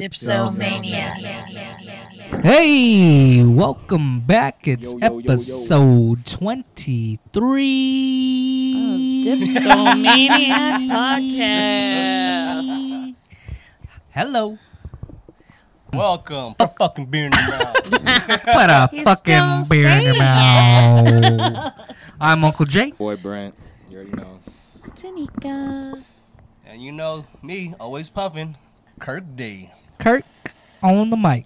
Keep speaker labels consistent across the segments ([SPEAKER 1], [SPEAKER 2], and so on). [SPEAKER 1] Dipsomania.
[SPEAKER 2] Hey, welcome back. It's
[SPEAKER 3] Yo, yo, yo, yo.
[SPEAKER 2] episode
[SPEAKER 1] Oh,
[SPEAKER 2] 23.
[SPEAKER 1] Dipsomaniac podcast.
[SPEAKER 2] Hello.
[SPEAKER 4] Welcome. Put fucking beer in your mouth.
[SPEAKER 2] Put a fucking
[SPEAKER 1] still
[SPEAKER 2] beer in your mouth. I'm Uncle Jay.
[SPEAKER 3] Boy Brent, you already know.
[SPEAKER 1] Tanika.
[SPEAKER 4] And you know me, always puffing. Kirk D.
[SPEAKER 2] Kirk on the mic.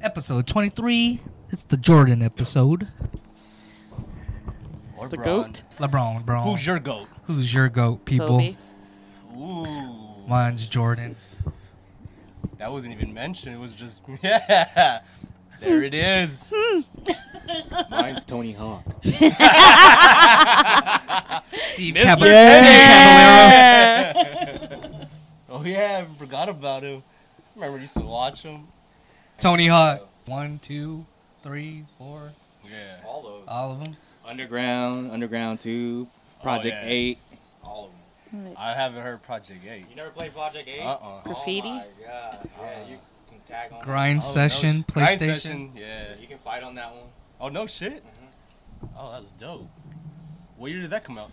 [SPEAKER 2] Episode 23. It's the Jordan episode.
[SPEAKER 4] Or
[SPEAKER 1] the
[SPEAKER 4] Bron.
[SPEAKER 1] goat?
[SPEAKER 2] LeBron, LeBron.
[SPEAKER 4] Who's your goat?
[SPEAKER 2] Who's your goat, people?
[SPEAKER 1] Kobe.
[SPEAKER 4] Ooh.
[SPEAKER 2] Mine's Jordan.
[SPEAKER 4] That wasn't even mentioned. It was just yeah. There it is.
[SPEAKER 3] Mine's Tony Hawk.
[SPEAKER 2] Steve
[SPEAKER 4] Mr.
[SPEAKER 2] Cavall-
[SPEAKER 4] Ted.
[SPEAKER 2] Steve Cavallero.
[SPEAKER 4] Oh yeah, I forgot about him. Remember you used to watch him?
[SPEAKER 2] Tony Hawk. One, two, three, four.
[SPEAKER 4] Yeah. All of them.
[SPEAKER 2] All of them.
[SPEAKER 3] Underground, Underground 2, Project
[SPEAKER 4] yeah.
[SPEAKER 3] 8.
[SPEAKER 4] All of them. I haven't heard Project 8.
[SPEAKER 5] You never played Project 8?
[SPEAKER 4] Uh-uh.
[SPEAKER 1] Graffiti?
[SPEAKER 5] Oh my god. Yeah, you can tag on.
[SPEAKER 2] Grind
[SPEAKER 4] Oh,
[SPEAKER 2] session,
[SPEAKER 4] no sh-
[SPEAKER 2] PlayStation.
[SPEAKER 4] grind session, Yeah.
[SPEAKER 5] that. You can fight on that one.
[SPEAKER 4] Oh no shit. Oh, that was dope. What year did that come out?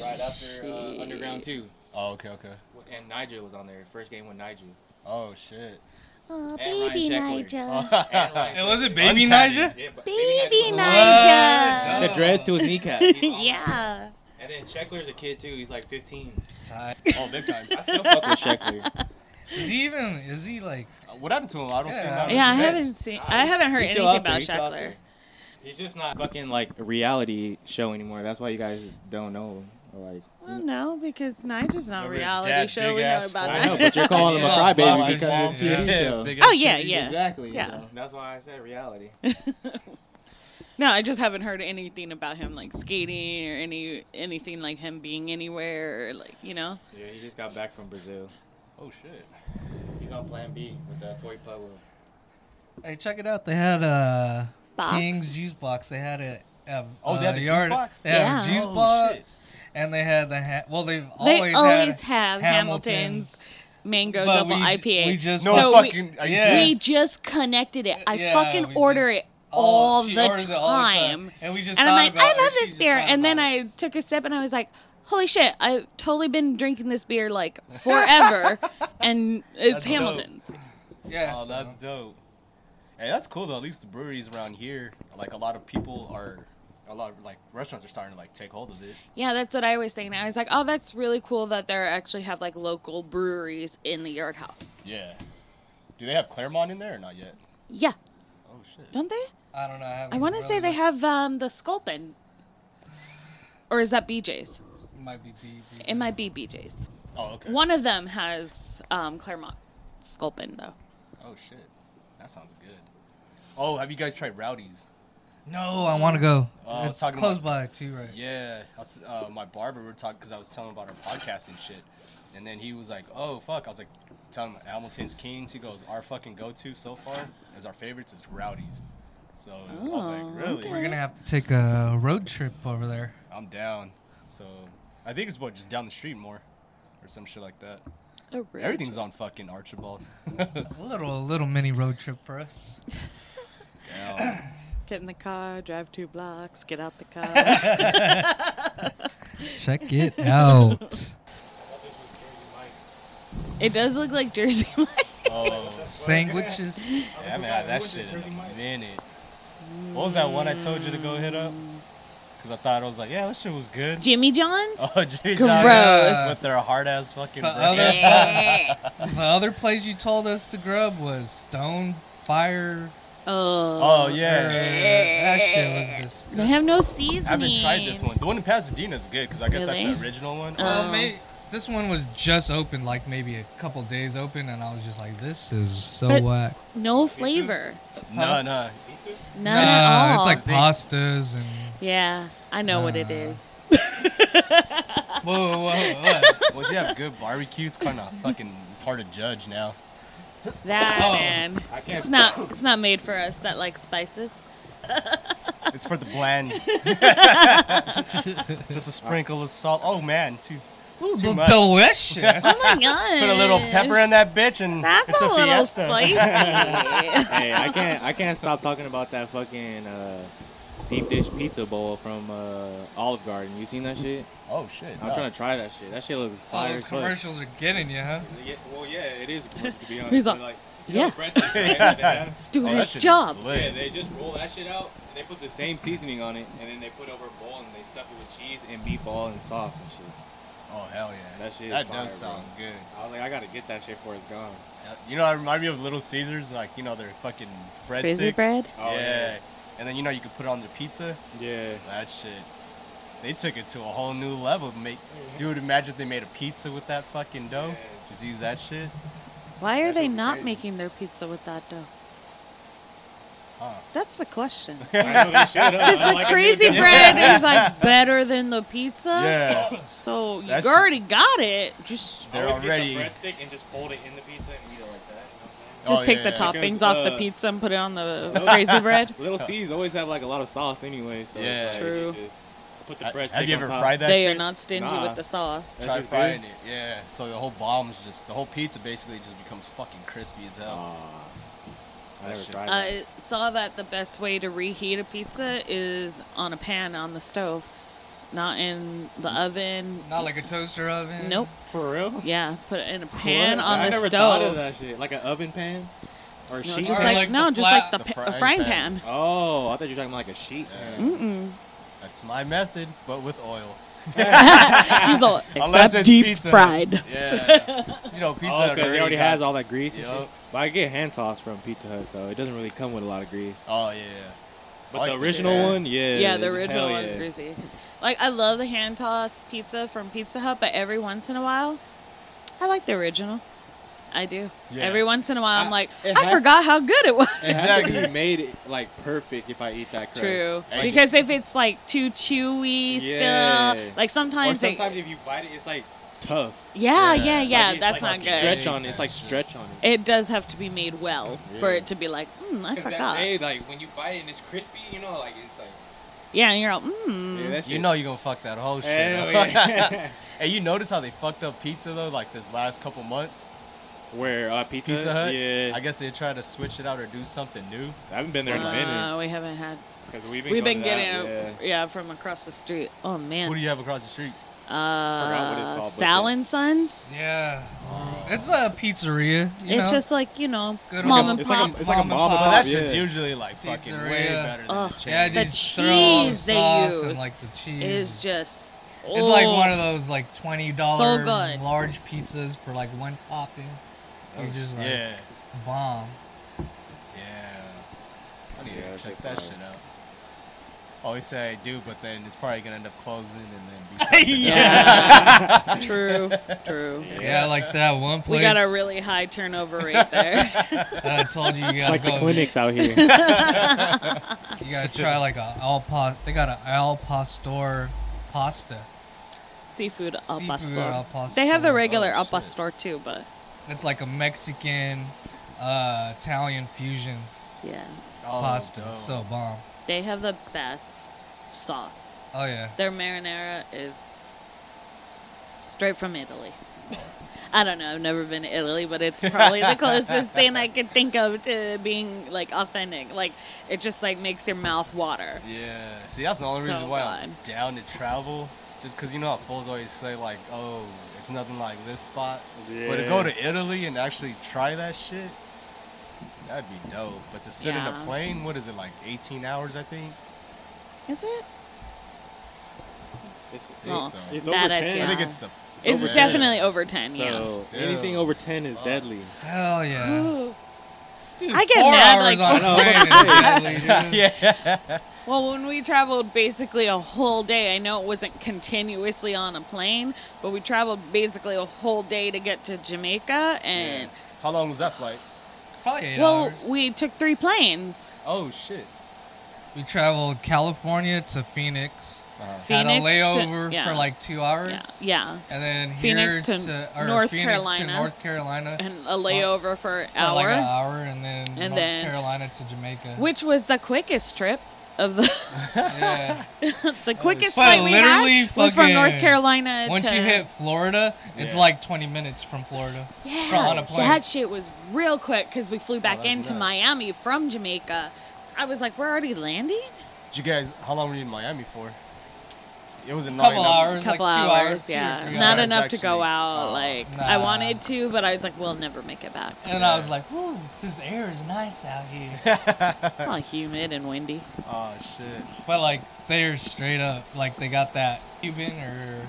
[SPEAKER 5] Right after uh, Underground 2.
[SPEAKER 4] Oh, okay, okay.
[SPEAKER 5] And Nigel was on there. First game with Nigel.
[SPEAKER 4] Oh shit.
[SPEAKER 1] Oh,
[SPEAKER 5] And Ryan
[SPEAKER 1] baby
[SPEAKER 5] Sheckler.
[SPEAKER 1] Nigel.
[SPEAKER 4] it wasn't baby
[SPEAKER 3] Untitled.
[SPEAKER 4] Nigel.
[SPEAKER 5] Yeah, but
[SPEAKER 1] Baby
[SPEAKER 5] Nigel-
[SPEAKER 1] Nigel.
[SPEAKER 3] The dreads to his kneecap.
[SPEAKER 1] Yeah.
[SPEAKER 5] And then Sheckler's a kid too. He's like 15.
[SPEAKER 4] Oh, big time.
[SPEAKER 5] I still fuck with Sheckler.
[SPEAKER 2] Is he even? Is he like?
[SPEAKER 4] What happened to him? I don't see him.
[SPEAKER 2] Yeah.
[SPEAKER 4] out on
[SPEAKER 1] Yeah, I
[SPEAKER 4] the
[SPEAKER 1] haven't
[SPEAKER 4] Mets.
[SPEAKER 1] seen. I haven't heard
[SPEAKER 5] He's
[SPEAKER 1] anything
[SPEAKER 5] still out there.
[SPEAKER 1] about
[SPEAKER 5] He's still out there.
[SPEAKER 1] Shackler.
[SPEAKER 5] He's just not fucking.
[SPEAKER 3] Fucking like a reality show anymore. That's why you guys don't know. Like,
[SPEAKER 1] Well, no, because Nigel's not a
[SPEAKER 4] Remember his
[SPEAKER 1] reality
[SPEAKER 4] dad,
[SPEAKER 1] show.
[SPEAKER 4] big
[SPEAKER 1] We know
[SPEAKER 4] ass
[SPEAKER 1] about
[SPEAKER 4] fly.
[SPEAKER 3] I know,
[SPEAKER 1] that.
[SPEAKER 3] but you're calling him a
[SPEAKER 4] Yeah.
[SPEAKER 3] crybaby
[SPEAKER 4] Spotlight.
[SPEAKER 3] because it's a TV show.
[SPEAKER 4] big
[SPEAKER 1] Oh
[SPEAKER 4] ass
[SPEAKER 1] yeah,
[SPEAKER 4] TV.
[SPEAKER 1] yeah.
[SPEAKER 3] Exactly.
[SPEAKER 1] Yeah.
[SPEAKER 3] so
[SPEAKER 5] That's why I said reality.
[SPEAKER 1] No, I just haven't heard anything about him like skating or any anything like him being anywhere or like you know.
[SPEAKER 5] Yeah, he just got back from Brazil.
[SPEAKER 4] Oh shit.
[SPEAKER 5] He's on Plan B with uh, Toy Pueblo.
[SPEAKER 2] Hey, check it out. They had a
[SPEAKER 1] Box.
[SPEAKER 2] King's juice box. They had a. a
[SPEAKER 4] Oh,
[SPEAKER 2] uh,
[SPEAKER 4] they had the juice
[SPEAKER 2] yard,
[SPEAKER 4] box?
[SPEAKER 2] They had a
[SPEAKER 1] Yeah.
[SPEAKER 2] juice
[SPEAKER 4] Oh,
[SPEAKER 2] box, and they had the ha- well. They've
[SPEAKER 1] They
[SPEAKER 2] always,
[SPEAKER 1] always
[SPEAKER 2] had
[SPEAKER 1] have Hamilton's mango
[SPEAKER 2] but
[SPEAKER 1] double
[SPEAKER 2] we,
[SPEAKER 1] IPA.
[SPEAKER 2] We just
[SPEAKER 4] No
[SPEAKER 1] So we-
[SPEAKER 4] fucking. are you
[SPEAKER 2] yeah.
[SPEAKER 4] serious?
[SPEAKER 1] We just connected it. I
[SPEAKER 2] Yeah, we
[SPEAKER 1] fucking order
[SPEAKER 2] just-
[SPEAKER 1] it all,
[SPEAKER 2] Oh, she
[SPEAKER 1] the,
[SPEAKER 2] orders
[SPEAKER 1] time.
[SPEAKER 2] it all the time, and we just
[SPEAKER 1] And I'm
[SPEAKER 2] thought
[SPEAKER 1] like,
[SPEAKER 2] about
[SPEAKER 1] I
[SPEAKER 2] it.
[SPEAKER 1] love
[SPEAKER 2] She
[SPEAKER 1] this
[SPEAKER 2] just
[SPEAKER 1] beer.
[SPEAKER 2] thought
[SPEAKER 1] And then
[SPEAKER 2] about it.
[SPEAKER 1] I took a sip and I was like, holy shit, I've totally been drinking this beer like forever. and it's
[SPEAKER 4] That's dope.
[SPEAKER 1] Hamilton's.
[SPEAKER 2] yeah,
[SPEAKER 4] Oh,
[SPEAKER 2] so-
[SPEAKER 4] that's dope. Hey, that's cool though. At least the breweries around here, like a lot of people are, a lot of like restaurants are starting to like take hold of it.
[SPEAKER 1] Yeah, that's what I was thinking. I was like, oh, that's really cool that there actually have like local breweries in the Yard House.
[SPEAKER 4] Yeah. Do they have Claremont in there or not yet?
[SPEAKER 1] Yeah,
[SPEAKER 4] Oh shit.
[SPEAKER 1] don't they?
[SPEAKER 2] I don't know.
[SPEAKER 1] I want to say they have um, the Sculpin. Or is that BJ's?
[SPEAKER 2] Might be BB.
[SPEAKER 1] It might be BJ's.
[SPEAKER 4] Oh okay.
[SPEAKER 1] One of them has um, Claremont Sculpin, though.
[SPEAKER 4] Oh shit. That sounds good. Oh, have you guys tried Rowdies?
[SPEAKER 2] No, I want to go.
[SPEAKER 4] Oh, I was
[SPEAKER 2] it's
[SPEAKER 4] talking
[SPEAKER 2] close
[SPEAKER 4] about-
[SPEAKER 2] by too, right?
[SPEAKER 4] Yeah, I was, uh, my barber were talking because I was telling him about our podcast and shit, and then he was like, "Oh fuck!" I was like, "Telling him Hamilton's Kings." He goes, "Our fucking go-to so far is our favorites is Rowdies." So I was like,
[SPEAKER 1] Oh,
[SPEAKER 4] "Really?
[SPEAKER 1] okay.
[SPEAKER 2] We're gonna have to take a road trip over there.
[SPEAKER 4] I'm down." So I think it's what just down the street more, or some shit like that.
[SPEAKER 1] Oh, really?
[SPEAKER 4] Everything's on fucking Archibald.
[SPEAKER 2] A little, a little mini road trip for us.
[SPEAKER 4] Damn.
[SPEAKER 1] Get in the car, drive two blocks, get out the car.
[SPEAKER 2] Check it out.
[SPEAKER 1] it does look like Jersey Mike's.
[SPEAKER 4] Oh.
[SPEAKER 2] Sandwiches.
[SPEAKER 4] Yeah, I haven't had that shit in a minute. What was that one I told you to go hit up? Because I thought I was like, yeah, that shit was good.
[SPEAKER 1] Jimmy John's?
[SPEAKER 4] Oh, Jimmy
[SPEAKER 1] Gross.
[SPEAKER 4] John's with their hard ass fucking
[SPEAKER 2] The
[SPEAKER 4] bread.
[SPEAKER 2] other-
[SPEAKER 1] Yeah.
[SPEAKER 2] The other place you told us to grub was Stone Fire. Uh,
[SPEAKER 1] oh.
[SPEAKER 4] Oh yeah.
[SPEAKER 2] That shit was disgusting.
[SPEAKER 1] They have no seasoning.
[SPEAKER 4] I haven't tried this one. The one in Pasadena is good because I guess that's
[SPEAKER 1] Really?
[SPEAKER 4] the original one.
[SPEAKER 2] Well,
[SPEAKER 1] Oh.
[SPEAKER 2] may this one was just open, like maybe a couple days open, and I was just like, "This is so
[SPEAKER 1] But-
[SPEAKER 2] whack."
[SPEAKER 1] No flavor.
[SPEAKER 4] Um, No, no.
[SPEAKER 1] None at all.
[SPEAKER 2] it's like
[SPEAKER 4] They-
[SPEAKER 2] pastas and.
[SPEAKER 1] yeah, I know what it is.
[SPEAKER 2] Whoa, whoa, whoa! whoa.
[SPEAKER 4] Once you have good barbecue, it's kind of fucking. It's hard to judge now.
[SPEAKER 1] That
[SPEAKER 4] Oh.
[SPEAKER 1] man.
[SPEAKER 5] I can't.
[SPEAKER 1] It's not. It's not made for us that like spices.
[SPEAKER 4] It's for the blands. Just a sprinkle of salt. Oh man, too. Ooh,
[SPEAKER 6] Del- Delicious.
[SPEAKER 4] Put
[SPEAKER 1] Oh my god.
[SPEAKER 4] a little pepper in that bitch, and
[SPEAKER 1] That's
[SPEAKER 4] it's
[SPEAKER 1] a,
[SPEAKER 4] a,
[SPEAKER 1] little
[SPEAKER 4] fiesta.
[SPEAKER 1] spicy.
[SPEAKER 3] hey, I can't I can't stop talking about that fucking uh, deep dish pizza bowl from uh, Olive Garden. You seen that shit?
[SPEAKER 4] Oh shit!
[SPEAKER 3] I'm
[SPEAKER 4] no.
[SPEAKER 3] trying to try that shit. That shit looks fire. as fuck.
[SPEAKER 6] are getting you, huh?
[SPEAKER 3] Yeah, well, yeah, it is. a commercial, To be honest,
[SPEAKER 1] He's
[SPEAKER 3] But,
[SPEAKER 1] like,
[SPEAKER 3] like you know,
[SPEAKER 1] yeah.
[SPEAKER 3] the breadsticks, right,
[SPEAKER 4] Yeah.
[SPEAKER 3] that they have?
[SPEAKER 1] Let's do
[SPEAKER 4] Oh, that
[SPEAKER 1] this
[SPEAKER 4] shit is
[SPEAKER 1] job.
[SPEAKER 4] lit.
[SPEAKER 3] Yeah, they just roll that shit out and they put the same seasoning on it and then they put over a bowl and they stuff it with cheese and meatball and sauce and shit.
[SPEAKER 4] Oh hell yeah!
[SPEAKER 3] That shit is
[SPEAKER 4] That
[SPEAKER 3] fire,
[SPEAKER 4] does sound good.
[SPEAKER 3] I was like, I gotta get that shit before it's gone.
[SPEAKER 4] Yeah, You know, I remind me of Little Caesars, like you know their fucking breadsticks.
[SPEAKER 1] Crazy bread?
[SPEAKER 3] Oh,
[SPEAKER 4] yeah.
[SPEAKER 3] yeah.
[SPEAKER 4] and then you know you could put it on their pizza.
[SPEAKER 3] Yeah.
[SPEAKER 4] That shit, they took it to a whole new level. Make, dude, imagine if they made a pizza with that fucking dough.
[SPEAKER 3] Yeah.
[SPEAKER 4] Just use that shit.
[SPEAKER 1] Why are
[SPEAKER 3] That
[SPEAKER 1] they
[SPEAKER 3] shit was
[SPEAKER 1] not
[SPEAKER 3] crazy.
[SPEAKER 1] making their pizza with that dough?
[SPEAKER 4] Huh.
[SPEAKER 1] That's the question.
[SPEAKER 3] I know they should have.
[SPEAKER 1] Because the
[SPEAKER 3] Like, I
[SPEAKER 1] crazy
[SPEAKER 3] knew-
[SPEAKER 1] bread is like better than the pizza.
[SPEAKER 4] Yeah,
[SPEAKER 1] So you
[SPEAKER 4] That's-
[SPEAKER 1] already got it. Just
[SPEAKER 4] they're
[SPEAKER 3] Always
[SPEAKER 4] already.
[SPEAKER 3] Get the breadstick and just fold it in the pizza and eat it like that. You know what I'm
[SPEAKER 1] just
[SPEAKER 4] Oh,
[SPEAKER 1] take
[SPEAKER 4] yeah,
[SPEAKER 1] the
[SPEAKER 4] yeah.
[SPEAKER 1] toppings
[SPEAKER 3] Because,
[SPEAKER 1] off the
[SPEAKER 3] uh,
[SPEAKER 1] pizza and put it on the
[SPEAKER 3] those-
[SPEAKER 1] crazy bread.
[SPEAKER 3] saying? Little C's always have like a lot of sauce anyway, so it's
[SPEAKER 4] Yeah.
[SPEAKER 3] like,
[SPEAKER 1] True.
[SPEAKER 3] you Just put the breadstick.
[SPEAKER 4] Have you
[SPEAKER 3] on
[SPEAKER 4] ever
[SPEAKER 3] top.
[SPEAKER 4] fried that?
[SPEAKER 1] They
[SPEAKER 4] shit?
[SPEAKER 1] are not stingy
[SPEAKER 3] Nah.
[SPEAKER 1] with the sauce.
[SPEAKER 3] That's
[SPEAKER 4] Try
[SPEAKER 3] just
[SPEAKER 4] frying
[SPEAKER 3] good?
[SPEAKER 4] it, yeah. So the whole bomb's just the whole pizza basically just becomes fucking crispy as hell.
[SPEAKER 3] Ah,
[SPEAKER 4] That
[SPEAKER 3] I never
[SPEAKER 4] shit's-
[SPEAKER 3] tried that.
[SPEAKER 1] I saw that the best way to reheat a pizza is on a pan on the stove, not in the oven.
[SPEAKER 6] Not like a toaster oven.
[SPEAKER 1] Nope.
[SPEAKER 3] For real?
[SPEAKER 1] Yeah, put it in a Uh, pan
[SPEAKER 3] What?
[SPEAKER 1] on
[SPEAKER 3] I
[SPEAKER 1] the
[SPEAKER 3] never thought of
[SPEAKER 1] stove.
[SPEAKER 3] that shit. Like an oven pan or
[SPEAKER 1] No,
[SPEAKER 3] sheet.
[SPEAKER 1] just
[SPEAKER 6] Or
[SPEAKER 1] like,
[SPEAKER 6] like
[SPEAKER 1] no,
[SPEAKER 6] the
[SPEAKER 1] just like
[SPEAKER 6] flat-
[SPEAKER 1] the,
[SPEAKER 4] the
[SPEAKER 1] pa- a
[SPEAKER 4] frying
[SPEAKER 1] frying
[SPEAKER 4] pan.
[SPEAKER 1] pan.
[SPEAKER 3] Oh, I thought you were talking about like a sheet. pan.
[SPEAKER 4] Yeah.
[SPEAKER 3] Oh,
[SPEAKER 1] Mm-mm.
[SPEAKER 4] That's my method, but with oil.
[SPEAKER 1] He's all,
[SPEAKER 4] Unless
[SPEAKER 1] except
[SPEAKER 4] it's
[SPEAKER 1] deep
[SPEAKER 4] pizza.
[SPEAKER 1] fried.
[SPEAKER 4] Yeah, you know pizza.
[SPEAKER 3] Oh, because it already
[SPEAKER 4] got-
[SPEAKER 3] has all that grease. and
[SPEAKER 4] Yup.
[SPEAKER 3] shit. But I get hand toss from Pizza Hut, so it doesn't really come with a lot of grease.
[SPEAKER 4] Oh yeah.
[SPEAKER 3] But
[SPEAKER 4] like
[SPEAKER 3] the
[SPEAKER 4] the-
[SPEAKER 3] original
[SPEAKER 4] yeah.
[SPEAKER 3] one, yeah.
[SPEAKER 1] Yeah, the
[SPEAKER 3] hell
[SPEAKER 1] original
[SPEAKER 3] yeah.
[SPEAKER 1] one's greasy. Like I love the hand tossed pizza from Pizza Hut, but every once in a while, I like the original. I do.
[SPEAKER 4] Yeah.
[SPEAKER 1] Every once in a while, I, am
[SPEAKER 3] I-
[SPEAKER 1] like,
[SPEAKER 3] it
[SPEAKER 1] I
[SPEAKER 3] has-
[SPEAKER 1] forgot how good it was.
[SPEAKER 3] It has to be made it, like perfect if I eat that crust.
[SPEAKER 1] True,
[SPEAKER 3] Like,
[SPEAKER 1] because if it's like too chewy
[SPEAKER 3] Yeah.
[SPEAKER 1] still, like
[SPEAKER 3] or
[SPEAKER 1] sometimes, they-
[SPEAKER 3] sometimes if you bite it, it's like tough.
[SPEAKER 4] Yeah.
[SPEAKER 1] yeah, yeah,
[SPEAKER 4] Like,
[SPEAKER 1] yeah,
[SPEAKER 3] Like, it's,
[SPEAKER 1] that's
[SPEAKER 3] like,
[SPEAKER 1] not good.
[SPEAKER 3] Stretch on it. It's
[SPEAKER 4] Yeah.
[SPEAKER 3] like stretch on it.
[SPEAKER 1] It does have to be made well for it to be like, mm, I
[SPEAKER 3] 'Cause
[SPEAKER 1] forgot.
[SPEAKER 3] that day, like when you bite it and it's crispy, you know, like it's like.
[SPEAKER 1] Yeah, and you're all, mm.
[SPEAKER 3] yeah, that
[SPEAKER 4] You
[SPEAKER 3] shit-
[SPEAKER 4] know you're gonna fuck that whole shit.
[SPEAKER 3] Hell
[SPEAKER 4] up.
[SPEAKER 3] yeah.
[SPEAKER 4] hey, you notice how they fucked up pizza though, like this last couple months?
[SPEAKER 3] Where uh, pizza?
[SPEAKER 4] Pizza Hut.
[SPEAKER 3] Yeah,
[SPEAKER 4] I guess they tried to switch it out or do something new.
[SPEAKER 3] I haven't been there in a minute
[SPEAKER 1] Uh, we haven't had.
[SPEAKER 3] because we've been
[SPEAKER 1] We've
[SPEAKER 3] going
[SPEAKER 1] been
[SPEAKER 3] to that,
[SPEAKER 1] getting
[SPEAKER 3] yeah.
[SPEAKER 1] it, yeah. from across the street. Oh man.
[SPEAKER 4] Who do you have across the street?
[SPEAKER 1] uh,
[SPEAKER 3] what it's called, but
[SPEAKER 1] Sal and
[SPEAKER 3] it's-
[SPEAKER 1] Sons.
[SPEAKER 6] Yeah. It's a pizzeria. You
[SPEAKER 1] It's
[SPEAKER 6] know?
[SPEAKER 1] just like you know,
[SPEAKER 6] Good
[SPEAKER 1] mom
[SPEAKER 6] old-
[SPEAKER 1] and
[SPEAKER 3] it's
[SPEAKER 1] pop.
[SPEAKER 3] Like a, it's like a
[SPEAKER 6] Mom and
[SPEAKER 3] mom and
[SPEAKER 6] pop.
[SPEAKER 4] Well,
[SPEAKER 3] pop.
[SPEAKER 4] that's
[SPEAKER 3] yeah.
[SPEAKER 4] just usually like fucking way
[SPEAKER 6] Pizzeria.
[SPEAKER 4] better than
[SPEAKER 1] Ugh.
[SPEAKER 4] the
[SPEAKER 6] yeah,
[SPEAKER 4] chain.
[SPEAKER 1] The
[SPEAKER 6] just throw all the
[SPEAKER 1] cheese they
[SPEAKER 6] sauce and
[SPEAKER 1] use
[SPEAKER 6] like the cheese.
[SPEAKER 1] is just.
[SPEAKER 6] Mm. It's like
[SPEAKER 1] oh,
[SPEAKER 6] one of those like twenty dollar
[SPEAKER 1] good.
[SPEAKER 6] large pizzas for like one topping. You just like
[SPEAKER 4] Oh, yeah,
[SPEAKER 6] bomb.
[SPEAKER 4] yeah. I need
[SPEAKER 3] Yeah,
[SPEAKER 4] to
[SPEAKER 3] that's
[SPEAKER 4] check
[SPEAKER 3] like
[SPEAKER 4] that
[SPEAKER 3] fire.
[SPEAKER 4] shit out. Always say I do, but then it's probably gonna end up closing and then be something else.
[SPEAKER 1] Yeah. true. True.
[SPEAKER 6] Yeah, like that one place.
[SPEAKER 1] We got a really high turnover rate there.
[SPEAKER 6] that I told you you
[SPEAKER 3] It's
[SPEAKER 6] gotta
[SPEAKER 3] like
[SPEAKER 6] go.
[SPEAKER 3] the clinics out here.
[SPEAKER 6] You gotta try like a al pa. They got an al pastor pasta.
[SPEAKER 1] Seafood al
[SPEAKER 6] Seafood
[SPEAKER 1] pastor.
[SPEAKER 6] al pastor.
[SPEAKER 1] They have the regular
[SPEAKER 4] Oh,
[SPEAKER 1] al
[SPEAKER 4] shit.
[SPEAKER 1] pastor too, but
[SPEAKER 6] It's like a Mexican, uh, Italian fusion
[SPEAKER 1] yeah,
[SPEAKER 4] Oh,
[SPEAKER 6] pasta.
[SPEAKER 4] no.
[SPEAKER 6] It's so bomb.
[SPEAKER 1] they have the best sauce.
[SPEAKER 6] Oh yeah.
[SPEAKER 1] Their marinara is straight from Italy. I don't know. I've never been to Italy, but it's probably the closest thing I could think of to being like authentic. Like it just like makes your mouth water.
[SPEAKER 4] Yeah. See, that's the only
[SPEAKER 1] So
[SPEAKER 4] reason why I'm
[SPEAKER 1] good.
[SPEAKER 4] down to travel. Just because you know how fools always say, like, oh, it's nothing like this spot. But to go
[SPEAKER 3] Yeah.
[SPEAKER 4] to Italy and actually try that shit, that'd be dope. But to sit in
[SPEAKER 1] Yeah.
[SPEAKER 4] a plane, what is it, like 18 hours, I think?
[SPEAKER 1] Is it?
[SPEAKER 3] It's,
[SPEAKER 4] I think
[SPEAKER 1] Oh,
[SPEAKER 4] so.
[SPEAKER 3] it's over
[SPEAKER 1] Bad at
[SPEAKER 3] 10.
[SPEAKER 1] you.
[SPEAKER 4] I think
[SPEAKER 1] yeah.
[SPEAKER 4] it's the.
[SPEAKER 1] It's
[SPEAKER 3] over ten.
[SPEAKER 1] definitely over ten. yeah.
[SPEAKER 3] So
[SPEAKER 4] Still.
[SPEAKER 3] anything over ten is deadly.
[SPEAKER 6] Hell yeah.
[SPEAKER 1] Ooh.
[SPEAKER 6] Dude,
[SPEAKER 1] I get
[SPEAKER 6] four
[SPEAKER 1] mad,
[SPEAKER 6] hours
[SPEAKER 1] like-
[SPEAKER 6] on
[SPEAKER 3] I know,
[SPEAKER 6] a plane is deadly, dude.
[SPEAKER 4] yeah.
[SPEAKER 1] Well, when we traveled basically a whole day, I know it wasn't continuously on a plane, but we traveled basically a whole day to get to Jamaica, and
[SPEAKER 4] How long was that flight?
[SPEAKER 6] Probably eight
[SPEAKER 1] well,
[SPEAKER 6] hours.
[SPEAKER 1] we took three planes.
[SPEAKER 4] Oh, shit.
[SPEAKER 6] We traveled California to Phoenix.
[SPEAKER 4] Uh,
[SPEAKER 6] had a
[SPEAKER 1] Phoenix to-
[SPEAKER 6] layover
[SPEAKER 1] yeah.
[SPEAKER 6] for like two
[SPEAKER 1] Yeah,
[SPEAKER 6] hours.
[SPEAKER 1] yeah.
[SPEAKER 6] And then
[SPEAKER 1] Phoenix
[SPEAKER 6] here
[SPEAKER 1] to
[SPEAKER 6] or
[SPEAKER 1] North
[SPEAKER 6] Phoenix
[SPEAKER 1] Carolina.
[SPEAKER 6] to North Carolina
[SPEAKER 1] and a layover for an
[SPEAKER 6] for
[SPEAKER 1] hour,
[SPEAKER 6] like an hour, and then North
[SPEAKER 1] then-
[SPEAKER 6] Carolina to Jamaica.
[SPEAKER 1] which was the quickest trip of the
[SPEAKER 2] Yeah.
[SPEAKER 1] the quickest
[SPEAKER 2] But
[SPEAKER 1] flight we
[SPEAKER 2] literally
[SPEAKER 1] had was from
[SPEAKER 2] fucking-
[SPEAKER 1] North Carolina.
[SPEAKER 2] Once
[SPEAKER 1] to,
[SPEAKER 2] you hit Florida, it's
[SPEAKER 3] Yeah.
[SPEAKER 2] like 20 minutes from Florida.
[SPEAKER 1] yeah,
[SPEAKER 2] on a plane. Oh,
[SPEAKER 1] that shit was real quick because we flew back
[SPEAKER 4] that's
[SPEAKER 1] into
[SPEAKER 4] nuts.
[SPEAKER 1] Miami from Jamaica. I was like, we're already landing.
[SPEAKER 4] Did you guys, how long were you in Miami for? It was a
[SPEAKER 2] couple hours,
[SPEAKER 1] couple
[SPEAKER 2] like two
[SPEAKER 1] hours,
[SPEAKER 2] hours, two or
[SPEAKER 1] yeah,
[SPEAKER 2] three
[SPEAKER 1] not
[SPEAKER 2] hours.
[SPEAKER 1] enough to go
[SPEAKER 4] actually.
[SPEAKER 1] out.
[SPEAKER 4] Oh.
[SPEAKER 1] like I
[SPEAKER 2] Nah.
[SPEAKER 1] wanted to, but I was like, we'll never make it back.
[SPEAKER 2] And I was like, "Ooh, this air is nice out here."
[SPEAKER 1] It's all humid and windy.
[SPEAKER 4] Oh shit.
[SPEAKER 2] but like, they're straight up like they got that Cuban or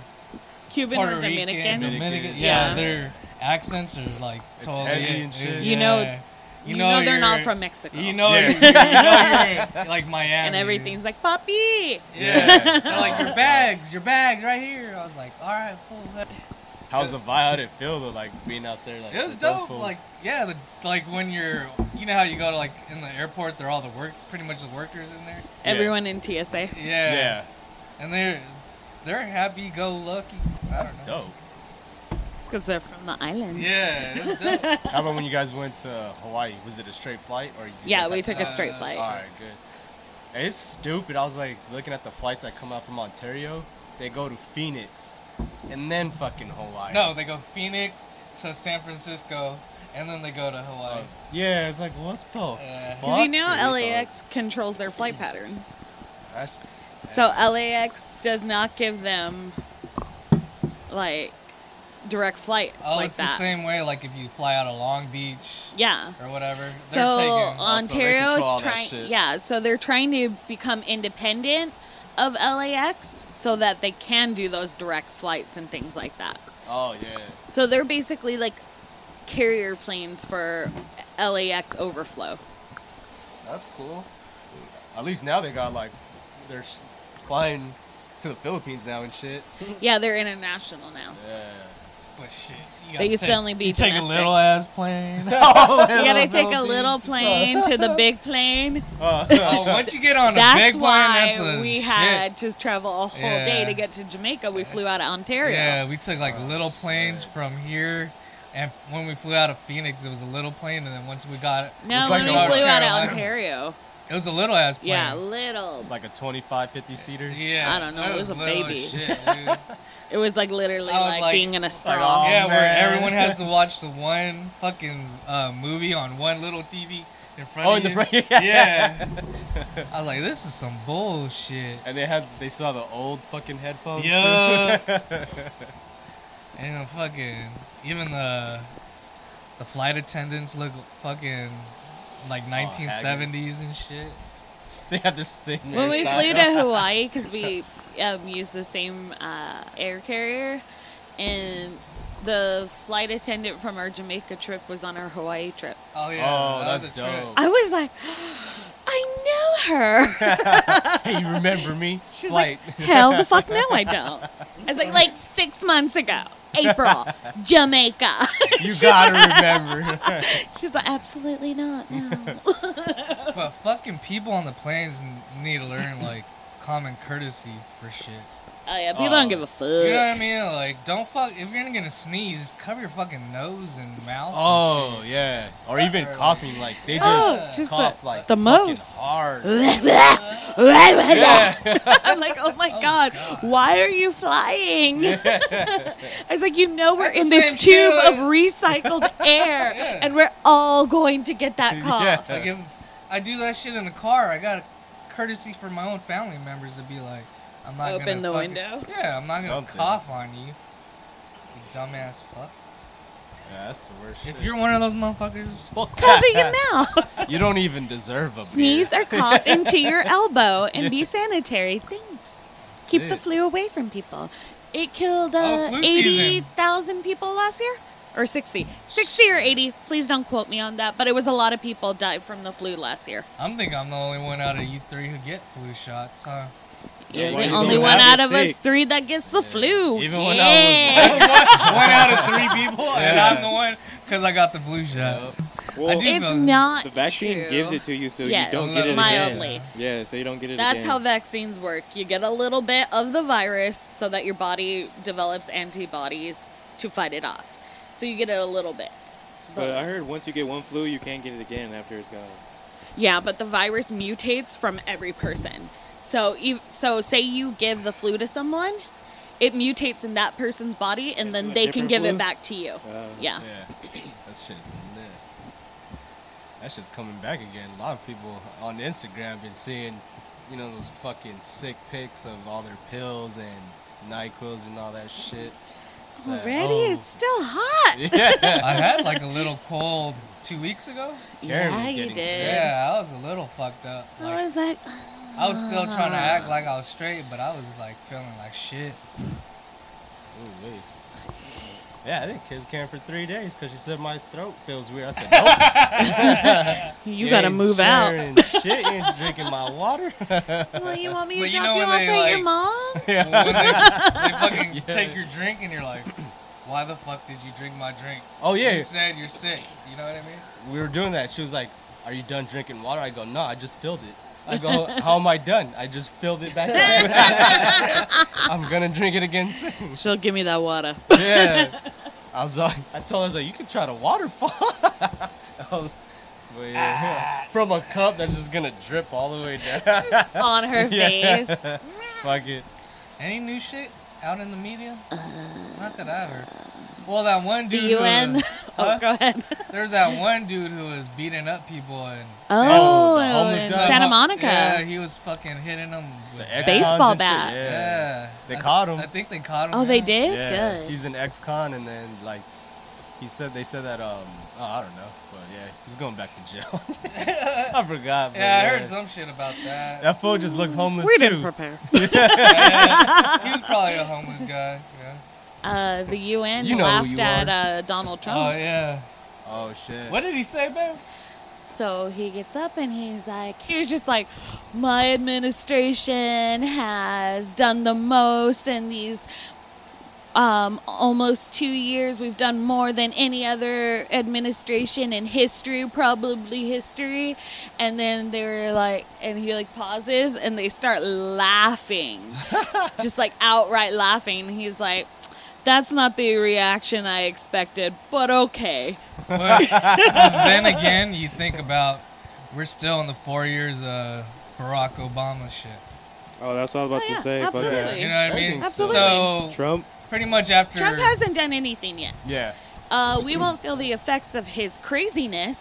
[SPEAKER 1] Cuban
[SPEAKER 2] Puerto
[SPEAKER 1] or
[SPEAKER 2] Rican,
[SPEAKER 1] Dominican.
[SPEAKER 2] Dominican. Yeah,
[SPEAKER 1] Yeah.
[SPEAKER 2] their accents are like
[SPEAKER 4] It's
[SPEAKER 2] totally.
[SPEAKER 4] heavy and shit.
[SPEAKER 1] You know-
[SPEAKER 2] yeah.
[SPEAKER 1] You, know, they're not
[SPEAKER 2] you're-
[SPEAKER 1] from Mexico.
[SPEAKER 2] You know,
[SPEAKER 4] Yeah.
[SPEAKER 2] you're, you know you're like Miami.
[SPEAKER 1] and everything's like, Papi.
[SPEAKER 2] Yeah. They're like your bags, your bags right here. I was like, all right, cool.
[SPEAKER 4] How's the vibe? How did it feel though, like being out there? Like,
[SPEAKER 2] It was
[SPEAKER 4] with those
[SPEAKER 2] dope.
[SPEAKER 4] fools?
[SPEAKER 2] Like yeah, the, like when you're, you know how you go to like in the airport, they're all the work, pretty much the workers in there.
[SPEAKER 1] Everyone in TSA.
[SPEAKER 2] Yeah.
[SPEAKER 4] yeah,
[SPEAKER 2] And they're they're happy go lucky.
[SPEAKER 4] that's dope.
[SPEAKER 1] Because they're from the islands.
[SPEAKER 2] Yeah, it was dope.
[SPEAKER 4] How about when you guys went to Hawaii? Was it a straight flight or? You did
[SPEAKER 1] Yeah,
[SPEAKER 4] this
[SPEAKER 1] we
[SPEAKER 4] outside?
[SPEAKER 1] took a straight
[SPEAKER 2] Uh,
[SPEAKER 1] flight.
[SPEAKER 4] All right, good. Hey, It's stupid. I was like looking at the flights that come out from Ontario. They go to Phoenix, and then fucking Hawaii.
[SPEAKER 2] no, they go Phoenix to San Francisco, and then they go to Hawaii.
[SPEAKER 4] Yeah, it's like what the
[SPEAKER 2] Uh,
[SPEAKER 4] fuck?
[SPEAKER 1] 'Cause you know
[SPEAKER 4] dude?
[SPEAKER 1] LAX controls their flight patterns.
[SPEAKER 4] That's-
[SPEAKER 1] So LAX does not give them like direct flight
[SPEAKER 2] oh,
[SPEAKER 1] like
[SPEAKER 2] it's
[SPEAKER 1] that.
[SPEAKER 2] the same way. Like if you fly out of Long Beach
[SPEAKER 1] Yeah.
[SPEAKER 2] or whatever, they're
[SPEAKER 1] So
[SPEAKER 2] taking.
[SPEAKER 4] also they control all
[SPEAKER 1] Ontario's
[SPEAKER 4] that
[SPEAKER 1] trying
[SPEAKER 4] shit.
[SPEAKER 1] yeah, so they're trying to become independent of LAX so that they can do those direct flights and things like that.
[SPEAKER 4] oh yeah.
[SPEAKER 1] So they're basically like carrier planes for LAX overflow.
[SPEAKER 4] That's cool. At least now they got like they're s- flying to the Philippines now and shit.
[SPEAKER 1] Yeah, they're international now.
[SPEAKER 4] Yeah.
[SPEAKER 2] But shit, you
[SPEAKER 1] They
[SPEAKER 2] gotta
[SPEAKER 1] used to
[SPEAKER 2] take-
[SPEAKER 1] only be
[SPEAKER 2] you take a
[SPEAKER 1] domestic.
[SPEAKER 2] little ass plane.
[SPEAKER 1] You gotta
[SPEAKER 2] Little
[SPEAKER 1] take a
[SPEAKER 2] Philippines.
[SPEAKER 1] little plane to the big plane.
[SPEAKER 2] Oh, once you get on a big
[SPEAKER 1] That's
[SPEAKER 2] plane,
[SPEAKER 1] why
[SPEAKER 2] that's a
[SPEAKER 1] we
[SPEAKER 2] shit.
[SPEAKER 1] had to travel a whole day
[SPEAKER 2] Yeah.
[SPEAKER 1] to get to Jamaica. We flew out of Ontario.
[SPEAKER 2] Yeah, we took like little planes from here, and when we flew out of Phox, it was a little plane, and then once we got
[SPEAKER 1] No,
[SPEAKER 4] It's
[SPEAKER 1] when
[SPEAKER 4] like
[SPEAKER 1] we
[SPEAKER 4] North
[SPEAKER 1] flew out of
[SPEAKER 2] Carolina.
[SPEAKER 1] Ontario.
[SPEAKER 2] it was a little ass plane.
[SPEAKER 1] Yeah, little.
[SPEAKER 4] Like a 25, 50 seater.
[SPEAKER 2] Yeah,
[SPEAKER 1] I don't know,
[SPEAKER 2] that
[SPEAKER 1] it was a
[SPEAKER 2] little
[SPEAKER 1] baby.
[SPEAKER 2] Shit, dude.
[SPEAKER 1] It was like literally
[SPEAKER 2] I was
[SPEAKER 1] like,
[SPEAKER 2] like-
[SPEAKER 1] being in a
[SPEAKER 4] oh,
[SPEAKER 1] straw.
[SPEAKER 2] yeah, where
[SPEAKER 4] man.
[SPEAKER 2] everyone has to watch the one fucking uh, movie on one little TV in front
[SPEAKER 4] Oh,
[SPEAKER 2] of
[SPEAKER 4] in the
[SPEAKER 2] you.
[SPEAKER 4] front, yeah.
[SPEAKER 2] yeah. I was like, this is some bullshit.
[SPEAKER 4] And they had they still have the old fucking headphones.
[SPEAKER 2] Yeah. and the fucking even the the flight attendants look fucking like 1970s and shit.
[SPEAKER 4] they had the same.
[SPEAKER 1] when we
[SPEAKER 4] hairstyle.
[SPEAKER 1] flew to Hawaii, because we um, used the same uh, air carrier, and the flight attendant from our Jamaica trip was on our Hawaii trip.
[SPEAKER 2] Oh yeah.
[SPEAKER 4] Oh,
[SPEAKER 2] that was
[SPEAKER 4] that's
[SPEAKER 2] a trip.
[SPEAKER 4] dope.
[SPEAKER 1] I was like, I know her.
[SPEAKER 4] hey, you remember me?
[SPEAKER 1] She's
[SPEAKER 4] Flight.
[SPEAKER 1] like, hell the fuck no, I don't. I was like, like six months ago, April, Jamaica.
[SPEAKER 4] you gotta remember.
[SPEAKER 1] She's like, absolutely not. No. Oh,
[SPEAKER 2] But fucking people on the planes n- need to learn like common courtesy for shit.
[SPEAKER 1] Oh yeah, people don't give a fuck.
[SPEAKER 2] You know what I mean? Like, don't fuck. If you're gonna sneeze, cover your fucking nose and mouth.
[SPEAKER 4] oh yeah. Or even coughing like they just,
[SPEAKER 1] Oh, just
[SPEAKER 4] cough
[SPEAKER 1] the-
[SPEAKER 4] like
[SPEAKER 1] the
[SPEAKER 4] fucking
[SPEAKER 1] most.
[SPEAKER 4] hard.
[SPEAKER 1] I'm like, oh my god, why are you flying? I was like, you know, we're
[SPEAKER 2] That's the
[SPEAKER 1] in this
[SPEAKER 2] same
[SPEAKER 1] tube
[SPEAKER 2] shit.
[SPEAKER 1] of recycled air, and we're all going to get that cough.
[SPEAKER 2] Like if I do that shit in the car, I got a courtesy for my own family members to be like, I'm not gonna
[SPEAKER 1] Open the
[SPEAKER 2] fucking-
[SPEAKER 1] window?
[SPEAKER 2] Yeah, I'm not gonna
[SPEAKER 4] Something.
[SPEAKER 2] cough on you, you dumbass fucks.
[SPEAKER 4] Yeah, that's the worst.
[SPEAKER 2] If
[SPEAKER 4] shit.
[SPEAKER 2] you're one of those motherfuckers,
[SPEAKER 1] Cover your mouth.
[SPEAKER 4] you don't even deserve a
[SPEAKER 1] Sneeze
[SPEAKER 4] beer.
[SPEAKER 1] or cough into your elbow and be sanitary. Thanks. Keep the
[SPEAKER 4] it.
[SPEAKER 1] flu away from people. It killed uh,
[SPEAKER 2] Oh, flu season.
[SPEAKER 1] 80,000 people last year? Or 60. 60 or 80. Please don't quote me on that. But it was a lot of people died from the flu last year.
[SPEAKER 2] I'm think I'm the only one out of you three who get flu shots, huh?
[SPEAKER 1] You're
[SPEAKER 3] Yeah,
[SPEAKER 1] the
[SPEAKER 3] you
[SPEAKER 1] only
[SPEAKER 3] don't
[SPEAKER 1] one
[SPEAKER 3] have
[SPEAKER 1] out
[SPEAKER 3] to
[SPEAKER 1] of us
[SPEAKER 3] seek.
[SPEAKER 1] three that gets the flu.
[SPEAKER 4] Even when I
[SPEAKER 1] yeah.
[SPEAKER 4] was-
[SPEAKER 2] one out of three people, and
[SPEAKER 4] Yeah. Oh.
[SPEAKER 2] I'm the one because I got the flu shot. I do
[SPEAKER 1] it's
[SPEAKER 2] feel-
[SPEAKER 1] not
[SPEAKER 3] The vaccine
[SPEAKER 1] true.
[SPEAKER 3] gives it to you, so
[SPEAKER 1] Yes,
[SPEAKER 3] you don't get it
[SPEAKER 1] mildly.
[SPEAKER 3] again. Yeah, so you don't get it
[SPEAKER 1] That's
[SPEAKER 3] again.
[SPEAKER 1] how vaccines work. You get a little bit of the virus so that your body develops antibodies to fight it off. So you get it a little bit.
[SPEAKER 3] But I heard once you get one flu, you can't get it again after it's gone.
[SPEAKER 1] Yeah, but the virus mutates from every person. So, ev- so say you give the flu to someone, it mutates in that person's body, and
[SPEAKER 3] to
[SPEAKER 1] then
[SPEAKER 3] a
[SPEAKER 1] they can
[SPEAKER 3] different
[SPEAKER 1] give
[SPEAKER 3] flu? Oh,
[SPEAKER 1] it back to you. yeah.
[SPEAKER 4] Yeah, that shit is nuts. That shit's coming back again. A lot of people on Instagram been seeing, you know, those fucking sick pics of all their pills and Nyquils and all that shit. That-
[SPEAKER 1] Already,
[SPEAKER 4] oh.
[SPEAKER 1] it's still hot.
[SPEAKER 4] Yeah,
[SPEAKER 2] I had like a little cold two weeks ago.
[SPEAKER 4] Karen was
[SPEAKER 1] yeah, you
[SPEAKER 4] getting sick.
[SPEAKER 1] did.
[SPEAKER 2] Yeah, I was a little fucked up.
[SPEAKER 1] I
[SPEAKER 2] Like,
[SPEAKER 1] was like,
[SPEAKER 2] I was still trying to act like I was straight, but I was like feeling like shit.
[SPEAKER 4] Ooh, wee. yeah. I didn't kiss Karen for three days because she said my throat feels weird. I said, nope.
[SPEAKER 1] you gotta
[SPEAKER 4] ain't
[SPEAKER 1] move
[SPEAKER 4] sure
[SPEAKER 1] out.
[SPEAKER 4] And shit, you ain't drinking my water.
[SPEAKER 1] Well, you want me to
[SPEAKER 2] But you
[SPEAKER 1] drop
[SPEAKER 2] know
[SPEAKER 1] you
[SPEAKER 2] when
[SPEAKER 1] off
[SPEAKER 2] they,
[SPEAKER 1] at
[SPEAKER 2] like-
[SPEAKER 1] your mom's?
[SPEAKER 2] When they, they fucking
[SPEAKER 4] Yeah.
[SPEAKER 2] take your drink and you're like, why the fuck did you drink my drink?
[SPEAKER 4] oh yeah,
[SPEAKER 2] You said you're sick. You know what I mean?
[SPEAKER 4] we were doing that. She was like, "Are you done drinking water?" I go, "No, I just filled it." I go, "How am I done? I just filled it back up. I'm gonna drink it again soon."
[SPEAKER 1] She'll give me that water.
[SPEAKER 4] Yeah. I was like, I told her, I was like, "You could try the waterfall." I was, but
[SPEAKER 1] Ah.
[SPEAKER 4] yeah, from a cup that's just gonna drip all the way down.
[SPEAKER 1] on her
[SPEAKER 4] Yeah.
[SPEAKER 1] face.
[SPEAKER 4] Fuck it.
[SPEAKER 2] Any new shit out in the media? Not that I've heard. Well, that one
[SPEAKER 1] The
[SPEAKER 2] dude. who-
[SPEAKER 1] UN.
[SPEAKER 2] Huh?
[SPEAKER 1] Oh, go ahead.
[SPEAKER 2] There's that one dude who was beating up people and.
[SPEAKER 1] Oh,
[SPEAKER 4] the homeless
[SPEAKER 1] in
[SPEAKER 4] guy.
[SPEAKER 1] Santa Monica.
[SPEAKER 2] Yeah, he was fucking hitting them. With
[SPEAKER 4] The ex-cons
[SPEAKER 1] Baseball
[SPEAKER 4] and shit,
[SPEAKER 1] bat.
[SPEAKER 4] Yeah.
[SPEAKER 2] Yeah.
[SPEAKER 4] They
[SPEAKER 2] I-
[SPEAKER 4] caught him.
[SPEAKER 2] I think they caught him.
[SPEAKER 1] Oh, they
[SPEAKER 2] yeah.
[SPEAKER 1] did.
[SPEAKER 4] Yeah,
[SPEAKER 1] Good.
[SPEAKER 4] he's an ex-con, and then like he said, they said that um, oh, I don't know, but yeah, he's going back to jail. I forgot. But
[SPEAKER 2] Yeah, I heard some shit about that.
[SPEAKER 4] That fool just looks homeless
[SPEAKER 1] we
[SPEAKER 4] too.
[SPEAKER 1] didn't prepare.
[SPEAKER 2] Yeah, he was probably a homeless guy. Yeah.
[SPEAKER 1] Uh, the UN
[SPEAKER 4] You know who
[SPEAKER 1] laughed
[SPEAKER 4] you
[SPEAKER 1] at
[SPEAKER 4] are.
[SPEAKER 1] uh, Donald Trump.
[SPEAKER 2] Oh yeah.
[SPEAKER 4] oh shit!
[SPEAKER 2] What did he say, babe?
[SPEAKER 1] So he gets up and he's like, he was just like, my administration has done the most in these um, almost two years. We've done more than any other administration in history, probably history. And then they were like, and he like pauses and they start laughing, just like outright laughing. And he's like, that's not the reaction I expected, but okay.
[SPEAKER 2] But then again, you think about we're still in the four years of Barack Obama shit.
[SPEAKER 3] Oh, that's what I was about
[SPEAKER 1] Oh, yeah,
[SPEAKER 3] to say. Fuck
[SPEAKER 1] absolutely.
[SPEAKER 3] that.
[SPEAKER 2] You know what I mean?
[SPEAKER 4] Everything's still-
[SPEAKER 2] So
[SPEAKER 3] Trump.
[SPEAKER 2] pretty much after
[SPEAKER 1] Trump hasn't done anything yet.
[SPEAKER 4] Yeah,
[SPEAKER 1] Uh, we won't feel the effects of his craziness.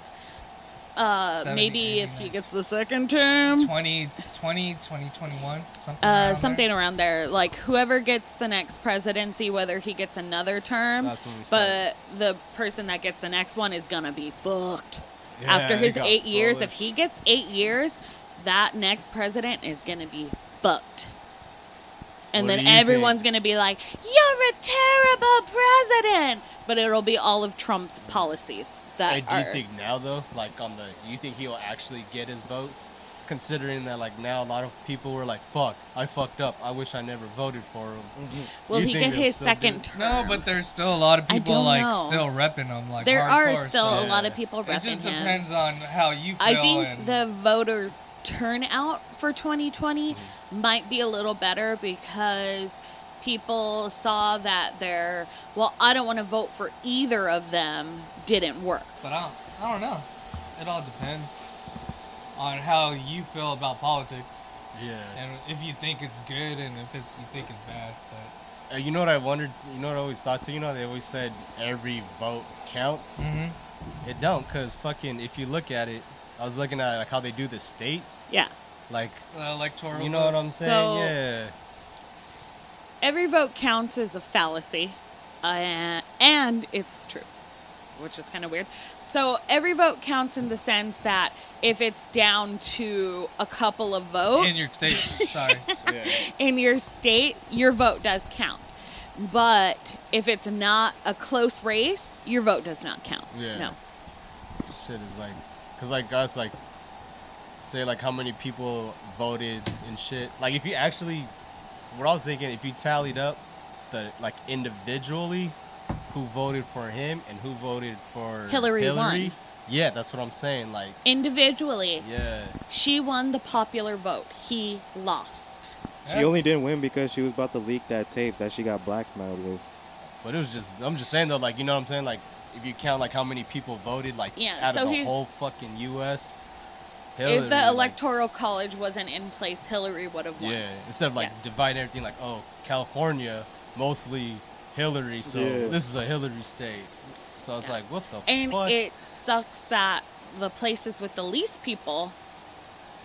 [SPEAKER 1] Uh,
[SPEAKER 2] Seventy,
[SPEAKER 1] maybe
[SPEAKER 2] eighty,
[SPEAKER 1] if he
[SPEAKER 2] ninety.
[SPEAKER 1] gets the second term.
[SPEAKER 2] 2020, 2021, something.
[SPEAKER 1] Uh,
[SPEAKER 2] around
[SPEAKER 1] something
[SPEAKER 2] there.
[SPEAKER 1] around there. Like whoever gets the next presidency, whether he gets another term,
[SPEAKER 4] That's what we
[SPEAKER 1] but
[SPEAKER 4] said.
[SPEAKER 1] the person that gets the next one is gonna be fucked.
[SPEAKER 4] Yeah,
[SPEAKER 1] After
[SPEAKER 4] he
[SPEAKER 1] his
[SPEAKER 4] got
[SPEAKER 1] eight years, if
[SPEAKER 4] foolish.
[SPEAKER 1] he gets eight years, that next president is gonna be fucked. And
[SPEAKER 4] What do
[SPEAKER 1] then
[SPEAKER 4] you think?
[SPEAKER 1] everyone's gonna be like, "You're a terrible president," but it'll be all of Trump's policies that
[SPEAKER 4] Hey, do you
[SPEAKER 1] are-
[SPEAKER 4] think now though, like on the, you think he'll actually get his votes? Considering that, like now, a lot of people were like, "Fuck, I fucked up. I wish I never voted for
[SPEAKER 2] Mm.
[SPEAKER 4] him."
[SPEAKER 1] Will
[SPEAKER 4] You
[SPEAKER 1] he
[SPEAKER 4] think
[SPEAKER 1] get
[SPEAKER 4] they'll
[SPEAKER 1] his
[SPEAKER 4] still do
[SPEAKER 1] second
[SPEAKER 4] it?
[SPEAKER 1] term?
[SPEAKER 2] No, but there's still a lot of
[SPEAKER 1] I
[SPEAKER 2] people
[SPEAKER 1] don't
[SPEAKER 2] like
[SPEAKER 1] know.
[SPEAKER 2] still repping him. Like
[SPEAKER 1] there are
[SPEAKER 2] hardcore,
[SPEAKER 1] still
[SPEAKER 2] so
[SPEAKER 1] a lot of people repping
[SPEAKER 2] It just
[SPEAKER 1] him.
[SPEAKER 2] depends on how you feel.
[SPEAKER 1] I think
[SPEAKER 2] and-
[SPEAKER 1] the voter turnout for 2020 might be a little better because people saw that their well, I don't want to vote for either of them didn't work.
[SPEAKER 2] But I don't, I don't know. It all depends on how you feel about politics
[SPEAKER 4] Yeah.
[SPEAKER 2] and if you think it's good and if it, you think it's bad. But
[SPEAKER 4] Uh, you know what I wondered? You know what I always thought? So you know they always said every vote counts.
[SPEAKER 1] Mm-hmm.
[SPEAKER 4] It don't, cause fucking if you look at it, I was looking at like how they do the states,
[SPEAKER 1] Yeah.
[SPEAKER 4] like
[SPEAKER 2] the electoral.
[SPEAKER 4] you know what I'm
[SPEAKER 2] votes-
[SPEAKER 4] saying?
[SPEAKER 1] So-
[SPEAKER 4] yeah.
[SPEAKER 1] Every vote counts as a fallacy, uh, and it's true, which is kind of weird. So every vote counts in the sense that if it's down to a couple of votes
[SPEAKER 2] in your state. Sorry.
[SPEAKER 1] in your state, your vote does count. But if it's not a close race, your vote does not count.
[SPEAKER 4] Yeah.
[SPEAKER 1] No.
[SPEAKER 4] Shit is like, cause like us like, say like how many people voted and shit. Like if you actually, what I was thinking, if you tallied up the like individually, who voted for him and who voted for
[SPEAKER 1] Hillary won.
[SPEAKER 4] Hillary. Yeah, that's what I'm saying. Like,
[SPEAKER 1] Individually,
[SPEAKER 4] yeah.
[SPEAKER 1] she won the popular vote. He lost.
[SPEAKER 2] Yeah.
[SPEAKER 3] She only didn't win because she was about to leak that tape that she got blackmailed with.
[SPEAKER 4] But it was just I'm just saying though, like you know what I'm saying, like if you count like how many people voted, like
[SPEAKER 1] Yeah,
[SPEAKER 4] out
[SPEAKER 1] so
[SPEAKER 4] of the
[SPEAKER 1] he's-
[SPEAKER 4] whole fucking U.S., Hillary,
[SPEAKER 1] if the
[SPEAKER 4] like-
[SPEAKER 1] electoral college wasn't in place, Hillary would have won.
[SPEAKER 4] Yeah, instead of like
[SPEAKER 1] Yes.
[SPEAKER 4] divide everything like, oh, California mostly Hillary, so
[SPEAKER 7] Yeah.
[SPEAKER 4] this is a Hillary state. So it's
[SPEAKER 1] Yeah.
[SPEAKER 4] like, what the
[SPEAKER 1] And
[SPEAKER 4] fuck?
[SPEAKER 1] it sucks that the places with the least people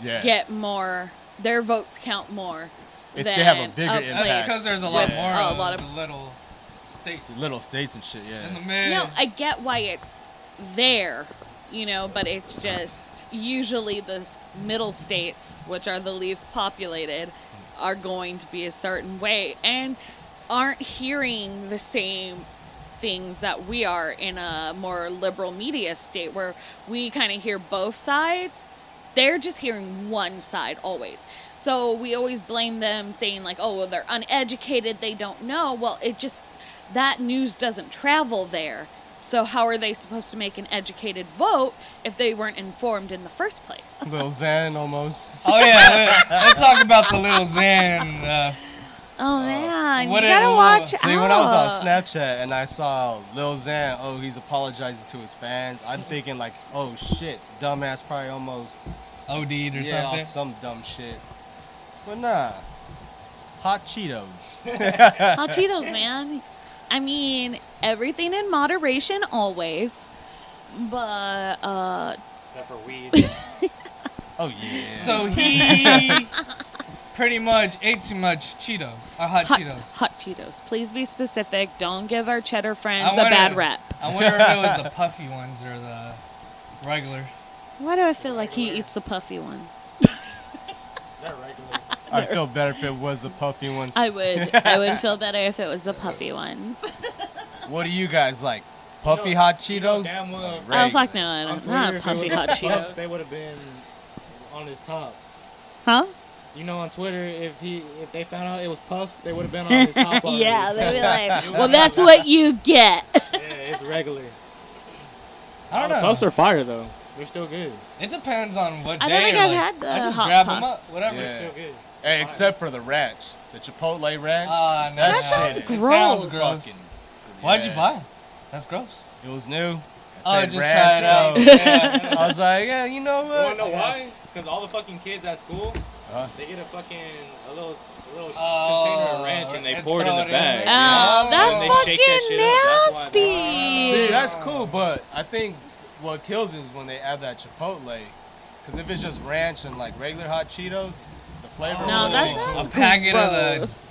[SPEAKER 4] yeah.
[SPEAKER 1] get more, their votes count more.
[SPEAKER 4] If
[SPEAKER 1] than
[SPEAKER 4] they have a bigger
[SPEAKER 1] place-
[SPEAKER 4] impact.
[SPEAKER 2] That's because there's a lot
[SPEAKER 1] Yeah.
[SPEAKER 2] more
[SPEAKER 1] A
[SPEAKER 2] of,
[SPEAKER 1] lot of-
[SPEAKER 2] the little states.
[SPEAKER 4] Little states and shit, yeah.
[SPEAKER 2] in the mid.
[SPEAKER 1] No, I get why it's there, you know, but it's just usually the s- middle states, which are the least populated, are going to be a certain way and aren't hearing the same things that we are in a more liberal media state where we kind of hear both sides. They're just hearing one side always. So we always blame them saying, like, oh, well, they're uneducated, they don't know. Well, it just, that news doesn't travel there. So how are they supposed to make an educated vote if they weren't informed in the first place?
[SPEAKER 4] Little Xan almost.
[SPEAKER 2] Oh yeah, let- let's talk about the little Zan. Uh,
[SPEAKER 1] Oh man,
[SPEAKER 2] what
[SPEAKER 1] you
[SPEAKER 2] it-
[SPEAKER 1] gotta
[SPEAKER 2] well,
[SPEAKER 1] watch
[SPEAKER 2] see,
[SPEAKER 1] out.
[SPEAKER 4] See, when I was
[SPEAKER 1] oh.
[SPEAKER 4] on Snapchat and I saw Lil Xan, oh, he's apologizing to his fans. I'm thinking like, oh shit, dumbass probably almost
[SPEAKER 2] OD'd E or
[SPEAKER 4] yeah, off
[SPEAKER 2] something.
[SPEAKER 4] some dumb shit. But nah, hot Cheetos.
[SPEAKER 1] Hot Cheetos, man. I mean, everything in moderation always. But uh
[SPEAKER 7] Except for weed.
[SPEAKER 4] Oh yeah.
[SPEAKER 2] So he pretty much ate too much Cheetos or hot,
[SPEAKER 1] hot,
[SPEAKER 2] Cheetos.
[SPEAKER 1] hot Cheetos. Please be specific. Don't give our cheddar friends
[SPEAKER 2] wonder-
[SPEAKER 1] a bad rep.
[SPEAKER 2] I wonder if it was the puffy ones or the regular.
[SPEAKER 1] Why do I feel like he eats the puffy ones?
[SPEAKER 7] They're regular.
[SPEAKER 4] I'd feel better if it was the puffy ones.
[SPEAKER 1] I would I would feel better if it was the puffy ones.
[SPEAKER 4] What do you guys like? Puffy
[SPEAKER 7] know-
[SPEAKER 4] hot
[SPEAKER 7] You know
[SPEAKER 4] Cheetos?
[SPEAKER 7] damn well.
[SPEAKER 1] Oh fuck no, I
[SPEAKER 7] on
[SPEAKER 1] don't,
[SPEAKER 7] Twitter, if
[SPEAKER 1] not a
[SPEAKER 7] it
[SPEAKER 1] puffy
[SPEAKER 7] was
[SPEAKER 1] hot
[SPEAKER 7] the Buffs,
[SPEAKER 1] Cheetos.
[SPEAKER 7] They would have been on his top.
[SPEAKER 1] Huh?
[SPEAKER 7] You know, on Twitter, if he if they found out it was Puffs, they would have been on his top. already.
[SPEAKER 1] Yeah,
[SPEAKER 7] So,
[SPEAKER 1] they'd be like,
[SPEAKER 7] You know,
[SPEAKER 1] well, that's what you get.
[SPEAKER 7] yeah, it's regular.
[SPEAKER 2] I don't know.
[SPEAKER 7] Puffs are fire though. They're still good.
[SPEAKER 2] It depends on what
[SPEAKER 1] I
[SPEAKER 2] day.
[SPEAKER 1] don't think I've
[SPEAKER 2] like,
[SPEAKER 1] had the
[SPEAKER 2] I just
[SPEAKER 1] hot
[SPEAKER 2] grab 'em
[SPEAKER 1] puffs.
[SPEAKER 2] up, whatever.
[SPEAKER 4] Yeah.
[SPEAKER 7] They're still good.
[SPEAKER 4] Hey, except for the ranch, the Chipotle ranch.
[SPEAKER 2] Ah, no,
[SPEAKER 4] That
[SPEAKER 2] no,
[SPEAKER 4] sounds
[SPEAKER 2] no. It sounds
[SPEAKER 1] gross.
[SPEAKER 2] gross.
[SPEAKER 4] Fucking-
[SPEAKER 2] Why'd you
[SPEAKER 4] yeah.
[SPEAKER 2] buy? 'em? That's gross.
[SPEAKER 4] It was new.
[SPEAKER 2] Oh,
[SPEAKER 4] said
[SPEAKER 2] just try it out. Yeah.
[SPEAKER 4] so I was like, yeah, you know
[SPEAKER 7] You wanna
[SPEAKER 4] what?
[SPEAKER 7] know why? Because all the fucking kids at school,
[SPEAKER 4] Huh?
[SPEAKER 7] they get a fucking a little a little container
[SPEAKER 2] Oh,
[SPEAKER 7] of ranch and they
[SPEAKER 2] and
[SPEAKER 7] pour it in
[SPEAKER 2] throw
[SPEAKER 7] the
[SPEAKER 2] it in.
[SPEAKER 7] bag.
[SPEAKER 1] Oh,
[SPEAKER 2] Yeah.
[SPEAKER 1] that's
[SPEAKER 7] They
[SPEAKER 1] fucking
[SPEAKER 7] shake that shit up, that's why
[SPEAKER 1] nasty.
[SPEAKER 4] See, that's cool, but I think what kills it is when they add that Chipotle. Because if it's just ranch and like regular hot Cheetos, the flavor.
[SPEAKER 1] no,
[SPEAKER 4] wouldn't
[SPEAKER 1] that
[SPEAKER 4] be
[SPEAKER 1] sounds
[SPEAKER 2] A packet
[SPEAKER 1] gross.
[SPEAKER 2] of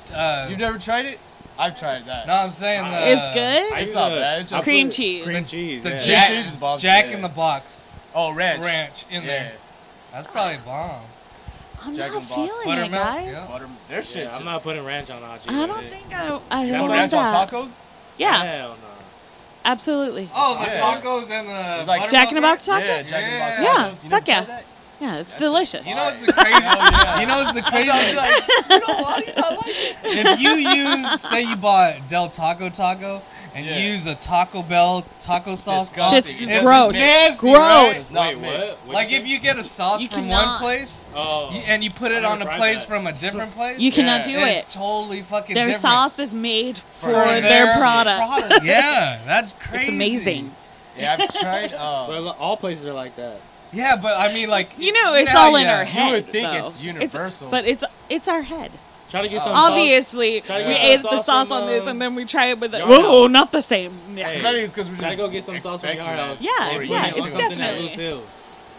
[SPEAKER 2] the. Uh,
[SPEAKER 4] good. You've never tried it? I've tried that.
[SPEAKER 2] no, I'm saying the.
[SPEAKER 1] it's good.
[SPEAKER 4] It's
[SPEAKER 7] used
[SPEAKER 4] not
[SPEAKER 7] to-
[SPEAKER 4] bad, it's
[SPEAKER 7] I put
[SPEAKER 4] just-
[SPEAKER 1] Cream cheese.
[SPEAKER 7] Cream cheese.
[SPEAKER 2] The
[SPEAKER 7] yeah.
[SPEAKER 2] Jack,
[SPEAKER 4] Cheese is bomb,
[SPEAKER 2] Jack
[SPEAKER 4] yeah.
[SPEAKER 2] in the Box
[SPEAKER 4] Oh, ranch.
[SPEAKER 2] ranch in there. That's probably bomb.
[SPEAKER 1] I'm
[SPEAKER 4] Jack in
[SPEAKER 1] not
[SPEAKER 4] the Box.
[SPEAKER 1] feeling it,
[SPEAKER 2] Buttermilk.
[SPEAKER 1] guys.
[SPEAKER 2] yeah.
[SPEAKER 4] Butter, their
[SPEAKER 7] Yeah,
[SPEAKER 4] shit's
[SPEAKER 7] I'm not
[SPEAKER 4] just-
[SPEAKER 7] putting ranch on hot cheese.
[SPEAKER 1] I don't think I. I
[SPEAKER 4] You
[SPEAKER 1] don't
[SPEAKER 4] put
[SPEAKER 1] want
[SPEAKER 4] ranch
[SPEAKER 1] that.
[SPEAKER 4] on tacos?
[SPEAKER 1] Yeah,
[SPEAKER 7] Hell
[SPEAKER 1] absolutely.
[SPEAKER 2] Oh, the
[SPEAKER 4] Yeah.
[SPEAKER 2] tacos and the
[SPEAKER 4] It's like-
[SPEAKER 2] buttermilk
[SPEAKER 1] Jack in the Box
[SPEAKER 2] ranch?
[SPEAKER 1] taco.
[SPEAKER 4] Yeah,
[SPEAKER 1] Yeah,
[SPEAKER 4] Jack in the Box
[SPEAKER 2] Yeah.
[SPEAKER 4] tacos. You never
[SPEAKER 1] Fuck yeah.
[SPEAKER 4] tried that?
[SPEAKER 1] it's delicious.
[SPEAKER 2] You know it's the crazy. You know it's the crazy. if you use, say, you bought Del Taco Taco, and
[SPEAKER 4] Yeah.
[SPEAKER 2] you use a Taco Bell taco sauce,
[SPEAKER 4] Disgusting.
[SPEAKER 1] Shit's
[SPEAKER 4] It's
[SPEAKER 1] gross.
[SPEAKER 2] nasty,
[SPEAKER 1] gross.
[SPEAKER 2] right?
[SPEAKER 4] It's not
[SPEAKER 7] Wait, what?
[SPEAKER 4] mixed.
[SPEAKER 7] What'd
[SPEAKER 2] Like
[SPEAKER 7] you
[SPEAKER 2] if you get a sauce
[SPEAKER 1] You
[SPEAKER 2] from one
[SPEAKER 1] cannot.
[SPEAKER 2] place
[SPEAKER 7] no. Oh.
[SPEAKER 2] y- and you put it
[SPEAKER 7] I've
[SPEAKER 2] on a
[SPEAKER 7] never tried
[SPEAKER 2] place
[SPEAKER 7] that.
[SPEAKER 2] from a different place,
[SPEAKER 1] You cannot
[SPEAKER 4] Yeah,
[SPEAKER 1] do
[SPEAKER 2] it's
[SPEAKER 1] it.
[SPEAKER 2] totally fucking
[SPEAKER 1] Their
[SPEAKER 2] different.
[SPEAKER 1] sauce is made for, their,
[SPEAKER 2] their
[SPEAKER 1] product.
[SPEAKER 2] yeah, that's crazy.
[SPEAKER 1] It's amazing.
[SPEAKER 4] Yeah, I've tried.
[SPEAKER 7] But
[SPEAKER 4] Um,
[SPEAKER 7] lo- all places are like that.
[SPEAKER 2] Yeah, but I mean, like,
[SPEAKER 1] You know, it's
[SPEAKER 2] Yeah,
[SPEAKER 1] all in
[SPEAKER 2] yeah.
[SPEAKER 1] our
[SPEAKER 2] You
[SPEAKER 1] head.
[SPEAKER 4] would think
[SPEAKER 1] though.
[SPEAKER 4] it's universal.
[SPEAKER 1] but it's it's our head.
[SPEAKER 7] Try to get
[SPEAKER 2] Uh,
[SPEAKER 4] Oh.
[SPEAKER 7] some sauce.
[SPEAKER 1] Obviously,
[SPEAKER 7] Try to
[SPEAKER 1] we
[SPEAKER 7] get
[SPEAKER 1] ate
[SPEAKER 7] some
[SPEAKER 1] the
[SPEAKER 7] sauce
[SPEAKER 1] sauce
[SPEAKER 7] from,
[SPEAKER 1] on this,
[SPEAKER 7] um,
[SPEAKER 1] and then we try it with the.
[SPEAKER 7] Yard
[SPEAKER 1] Whoa, not the same. Yeah.
[SPEAKER 4] I
[SPEAKER 7] Hey.
[SPEAKER 4] think it's because we
[SPEAKER 7] Gotta
[SPEAKER 4] just
[SPEAKER 7] go get some sauce from
[SPEAKER 4] expecting
[SPEAKER 7] Yard
[SPEAKER 4] that.
[SPEAKER 7] House.
[SPEAKER 1] Yeah,
[SPEAKER 4] Or
[SPEAKER 7] Or
[SPEAKER 4] you
[SPEAKER 1] yeah,
[SPEAKER 4] get
[SPEAKER 1] it's
[SPEAKER 7] something
[SPEAKER 4] something that-
[SPEAKER 7] at
[SPEAKER 1] definitely-
[SPEAKER 7] Loose Hills.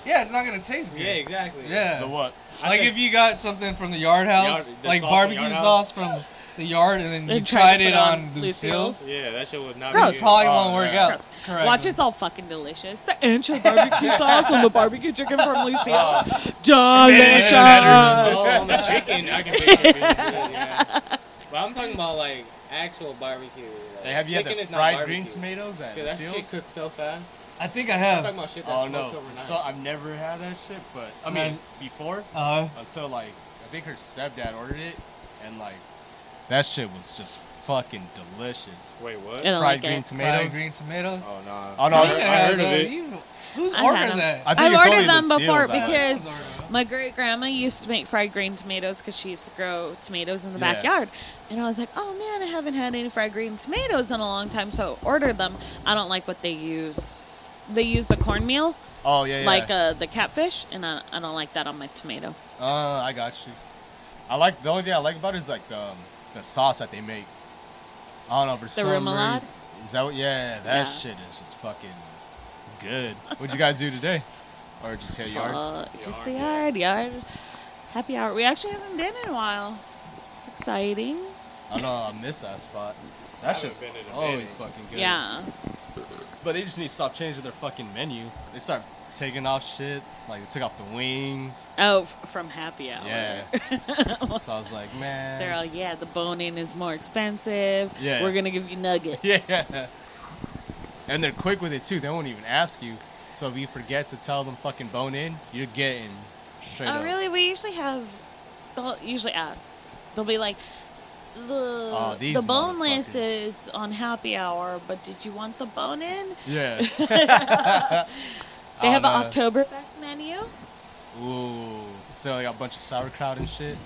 [SPEAKER 2] yeah, it's not gonna taste good.
[SPEAKER 7] Yeah, exactly.
[SPEAKER 2] Yeah.
[SPEAKER 4] The what?
[SPEAKER 2] Like
[SPEAKER 7] think-
[SPEAKER 2] if you got something from the yard house,
[SPEAKER 7] Yard- the
[SPEAKER 2] like
[SPEAKER 7] sauce from
[SPEAKER 2] barbecue
[SPEAKER 7] Yard House.
[SPEAKER 2] sauce from the yard, and then you
[SPEAKER 1] And
[SPEAKER 2] tried it on
[SPEAKER 1] Lucille's.
[SPEAKER 2] Lucille's,
[SPEAKER 7] Yeah, that shit would not
[SPEAKER 1] Gross.
[SPEAKER 7] be
[SPEAKER 2] it
[SPEAKER 7] good.
[SPEAKER 2] probably won't
[SPEAKER 4] Oh,
[SPEAKER 2] work
[SPEAKER 4] yeah.
[SPEAKER 2] out.
[SPEAKER 1] Gross.
[SPEAKER 2] Correct.
[SPEAKER 1] Watch, it's all fucking delicious. The ancho barbecue sauce on the barbecue chicken from Lucille's. Delicious.
[SPEAKER 2] Uh,
[SPEAKER 7] Oh, on the chicken, I can picture it being good, yeah. But I'm talking about like actual barbecue. Like,
[SPEAKER 4] Hey, have you had
[SPEAKER 7] chicken
[SPEAKER 4] the
[SPEAKER 7] is not
[SPEAKER 4] fried
[SPEAKER 7] barbecue.
[SPEAKER 4] green tomatoes at
[SPEAKER 7] Dude, that shit
[SPEAKER 4] Seals?
[SPEAKER 7] cooks so fast.
[SPEAKER 2] I think I
[SPEAKER 7] I'm talking
[SPEAKER 2] have.
[SPEAKER 7] about shit that
[SPEAKER 4] Oh
[SPEAKER 7] smokes
[SPEAKER 4] no,
[SPEAKER 7] overnight.
[SPEAKER 4] so I've never had that shit. But I mean,
[SPEAKER 2] Man.
[SPEAKER 4] before
[SPEAKER 2] Uh,
[SPEAKER 4] until like I think her stepdad ordered it, and like that shit was just fucking delicious.
[SPEAKER 7] Wait, what?
[SPEAKER 1] I don't
[SPEAKER 4] Fried
[SPEAKER 1] like
[SPEAKER 4] green
[SPEAKER 1] it.
[SPEAKER 2] fried
[SPEAKER 4] tomatoes.
[SPEAKER 2] green tomatoes.
[SPEAKER 7] Oh no.
[SPEAKER 4] Oh no, I,
[SPEAKER 2] Sonia
[SPEAKER 4] I
[SPEAKER 2] has
[SPEAKER 4] heard of
[SPEAKER 2] a-
[SPEAKER 4] it.
[SPEAKER 2] you- who's
[SPEAKER 1] I've had
[SPEAKER 2] ordered
[SPEAKER 1] them.
[SPEAKER 2] that?
[SPEAKER 4] I think
[SPEAKER 1] I've
[SPEAKER 4] it's only
[SPEAKER 1] ordered them
[SPEAKER 4] Lucille's
[SPEAKER 1] before
[SPEAKER 4] that has it.
[SPEAKER 1] because my great grandma used to make fried green tomatoes because she used to grow tomatoes in the
[SPEAKER 4] Yeah.
[SPEAKER 1] backyard. And I was like, oh man, I haven't had any fried green tomatoes in a long time, so ordered them. I don't like what they use they use the cornmeal
[SPEAKER 4] Oh yeah, yeah.
[SPEAKER 1] like uh, the catfish, and I, I don't like that on my tomato.
[SPEAKER 4] Uh, I got you. I like the only thing I like about it is like the um, the sauce that they make. I don't know for some
[SPEAKER 1] remoulade?
[SPEAKER 4] reason. Is that what- yeah? That
[SPEAKER 1] Yeah.
[SPEAKER 4] shit is just fucking good. What'd you guys do today? Or just hit yard?
[SPEAKER 1] Fuck, just the yard, yard. Happy hour. We actually haven't been in a while. It's exciting.
[SPEAKER 4] I know I missed that spot. That shit's
[SPEAKER 7] been in a
[SPEAKER 4] always
[SPEAKER 7] minute.
[SPEAKER 4] fucking good.
[SPEAKER 1] Yeah.
[SPEAKER 4] But they just need to stop changing their fucking menu. They start taking off shit. Like they took off the wings.
[SPEAKER 1] Oh, f- from happy hour.
[SPEAKER 4] Yeah. so I was like, man.
[SPEAKER 1] Oh, They're all yeah. The bone in is more expensive.
[SPEAKER 4] Yeah.
[SPEAKER 1] We're gonna give you nuggets.
[SPEAKER 4] Yeah. And they're quick with it too. They won't even ask you. So if you forget to tell them fucking bone in, you're getting straight
[SPEAKER 1] Oh,
[SPEAKER 4] up.
[SPEAKER 1] really? We usually have. They'll usually ask. They'll be like, the
[SPEAKER 4] Oh, these
[SPEAKER 1] the boneless
[SPEAKER 4] motherfuckers.
[SPEAKER 1] is on happy hour, but did you want the bone in?
[SPEAKER 4] Yeah.
[SPEAKER 1] They have
[SPEAKER 4] Oh,
[SPEAKER 1] an
[SPEAKER 4] no.
[SPEAKER 1] Oktoberfest menu.
[SPEAKER 4] Ooh. So they got a bunch of sauerkraut and shit.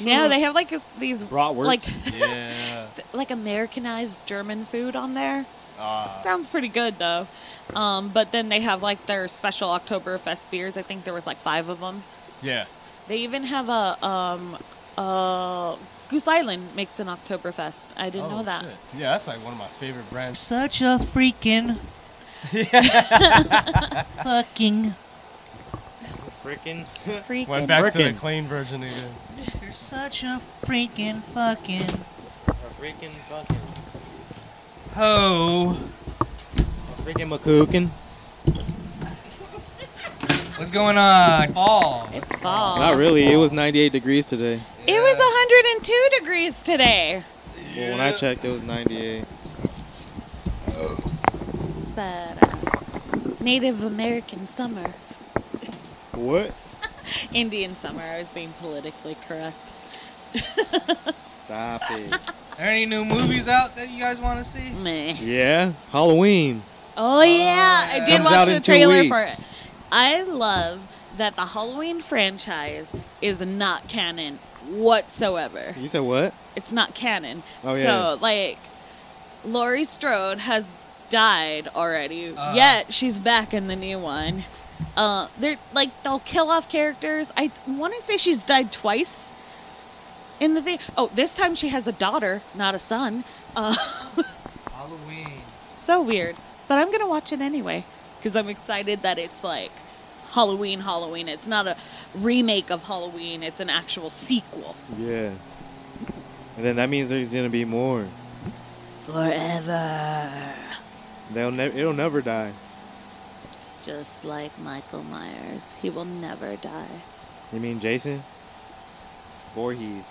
[SPEAKER 1] No, they have like a, these
[SPEAKER 3] Bratwurst.
[SPEAKER 1] like
[SPEAKER 4] Yeah.
[SPEAKER 1] like Americanized German food on there.
[SPEAKER 4] Ah.
[SPEAKER 1] Sounds pretty good though. Um, but then they have like their special Oktoberfest beers. I think there was like five of them.
[SPEAKER 4] yeah.
[SPEAKER 1] They even have a um, uh, Goose Island makes an Oktoberfest. I didn't
[SPEAKER 4] oh,
[SPEAKER 1] know that.
[SPEAKER 4] Shit. Yeah, that's like one of my favorite brands.
[SPEAKER 6] Such a freaking. fucking.
[SPEAKER 7] Freaking.
[SPEAKER 1] Freaking.
[SPEAKER 4] Went back to the
[SPEAKER 3] Frickin'.
[SPEAKER 4] clean version again.
[SPEAKER 6] You're such a freaking fucking.
[SPEAKER 7] A freaking fucking.
[SPEAKER 6] Ho.
[SPEAKER 7] A freaking McCookin.
[SPEAKER 2] What's going on? Fall.
[SPEAKER 1] It's fall.
[SPEAKER 3] Not really. It was 98 degrees today.
[SPEAKER 1] It was 102 degrees today.
[SPEAKER 3] Well, when I checked, it was 98.
[SPEAKER 1] But, uh, Native American summer.
[SPEAKER 3] What?
[SPEAKER 1] Indian summer. I was being politically correct.
[SPEAKER 3] Stop it.
[SPEAKER 2] Are any new movies out that you guys want to see?
[SPEAKER 1] Meh.
[SPEAKER 3] yeah. Halloween.
[SPEAKER 1] Oh yeah, I did
[SPEAKER 3] Comes out
[SPEAKER 1] watch the
[SPEAKER 3] in two
[SPEAKER 1] trailer for
[SPEAKER 3] weeks.
[SPEAKER 1] it. I love that the Halloween franchise is not canon whatsoever.
[SPEAKER 3] You said what?
[SPEAKER 1] It's not canon.
[SPEAKER 3] Oh, yeah.
[SPEAKER 1] So like, Laurie Strode has died already,
[SPEAKER 2] Uh.
[SPEAKER 1] yet she's back in the new one. Uh, they're like they'll kill off characters. I want to say she's died twice. In the thing, oh, this time she has a daughter, not a son. Uh,
[SPEAKER 2] Halloween.
[SPEAKER 1] So weird. But I'm going to watch it anyway because I'm excited that it's like Halloween, Halloween. It's not a remake of Halloween, it's an actual sequel.
[SPEAKER 3] Yeah. And then that means there's gonna be more.
[SPEAKER 1] Forever.
[SPEAKER 3] They'll never. It'll never die.
[SPEAKER 1] Just like Michael Myers, he will never die.
[SPEAKER 3] You mean Jason? Voorhees.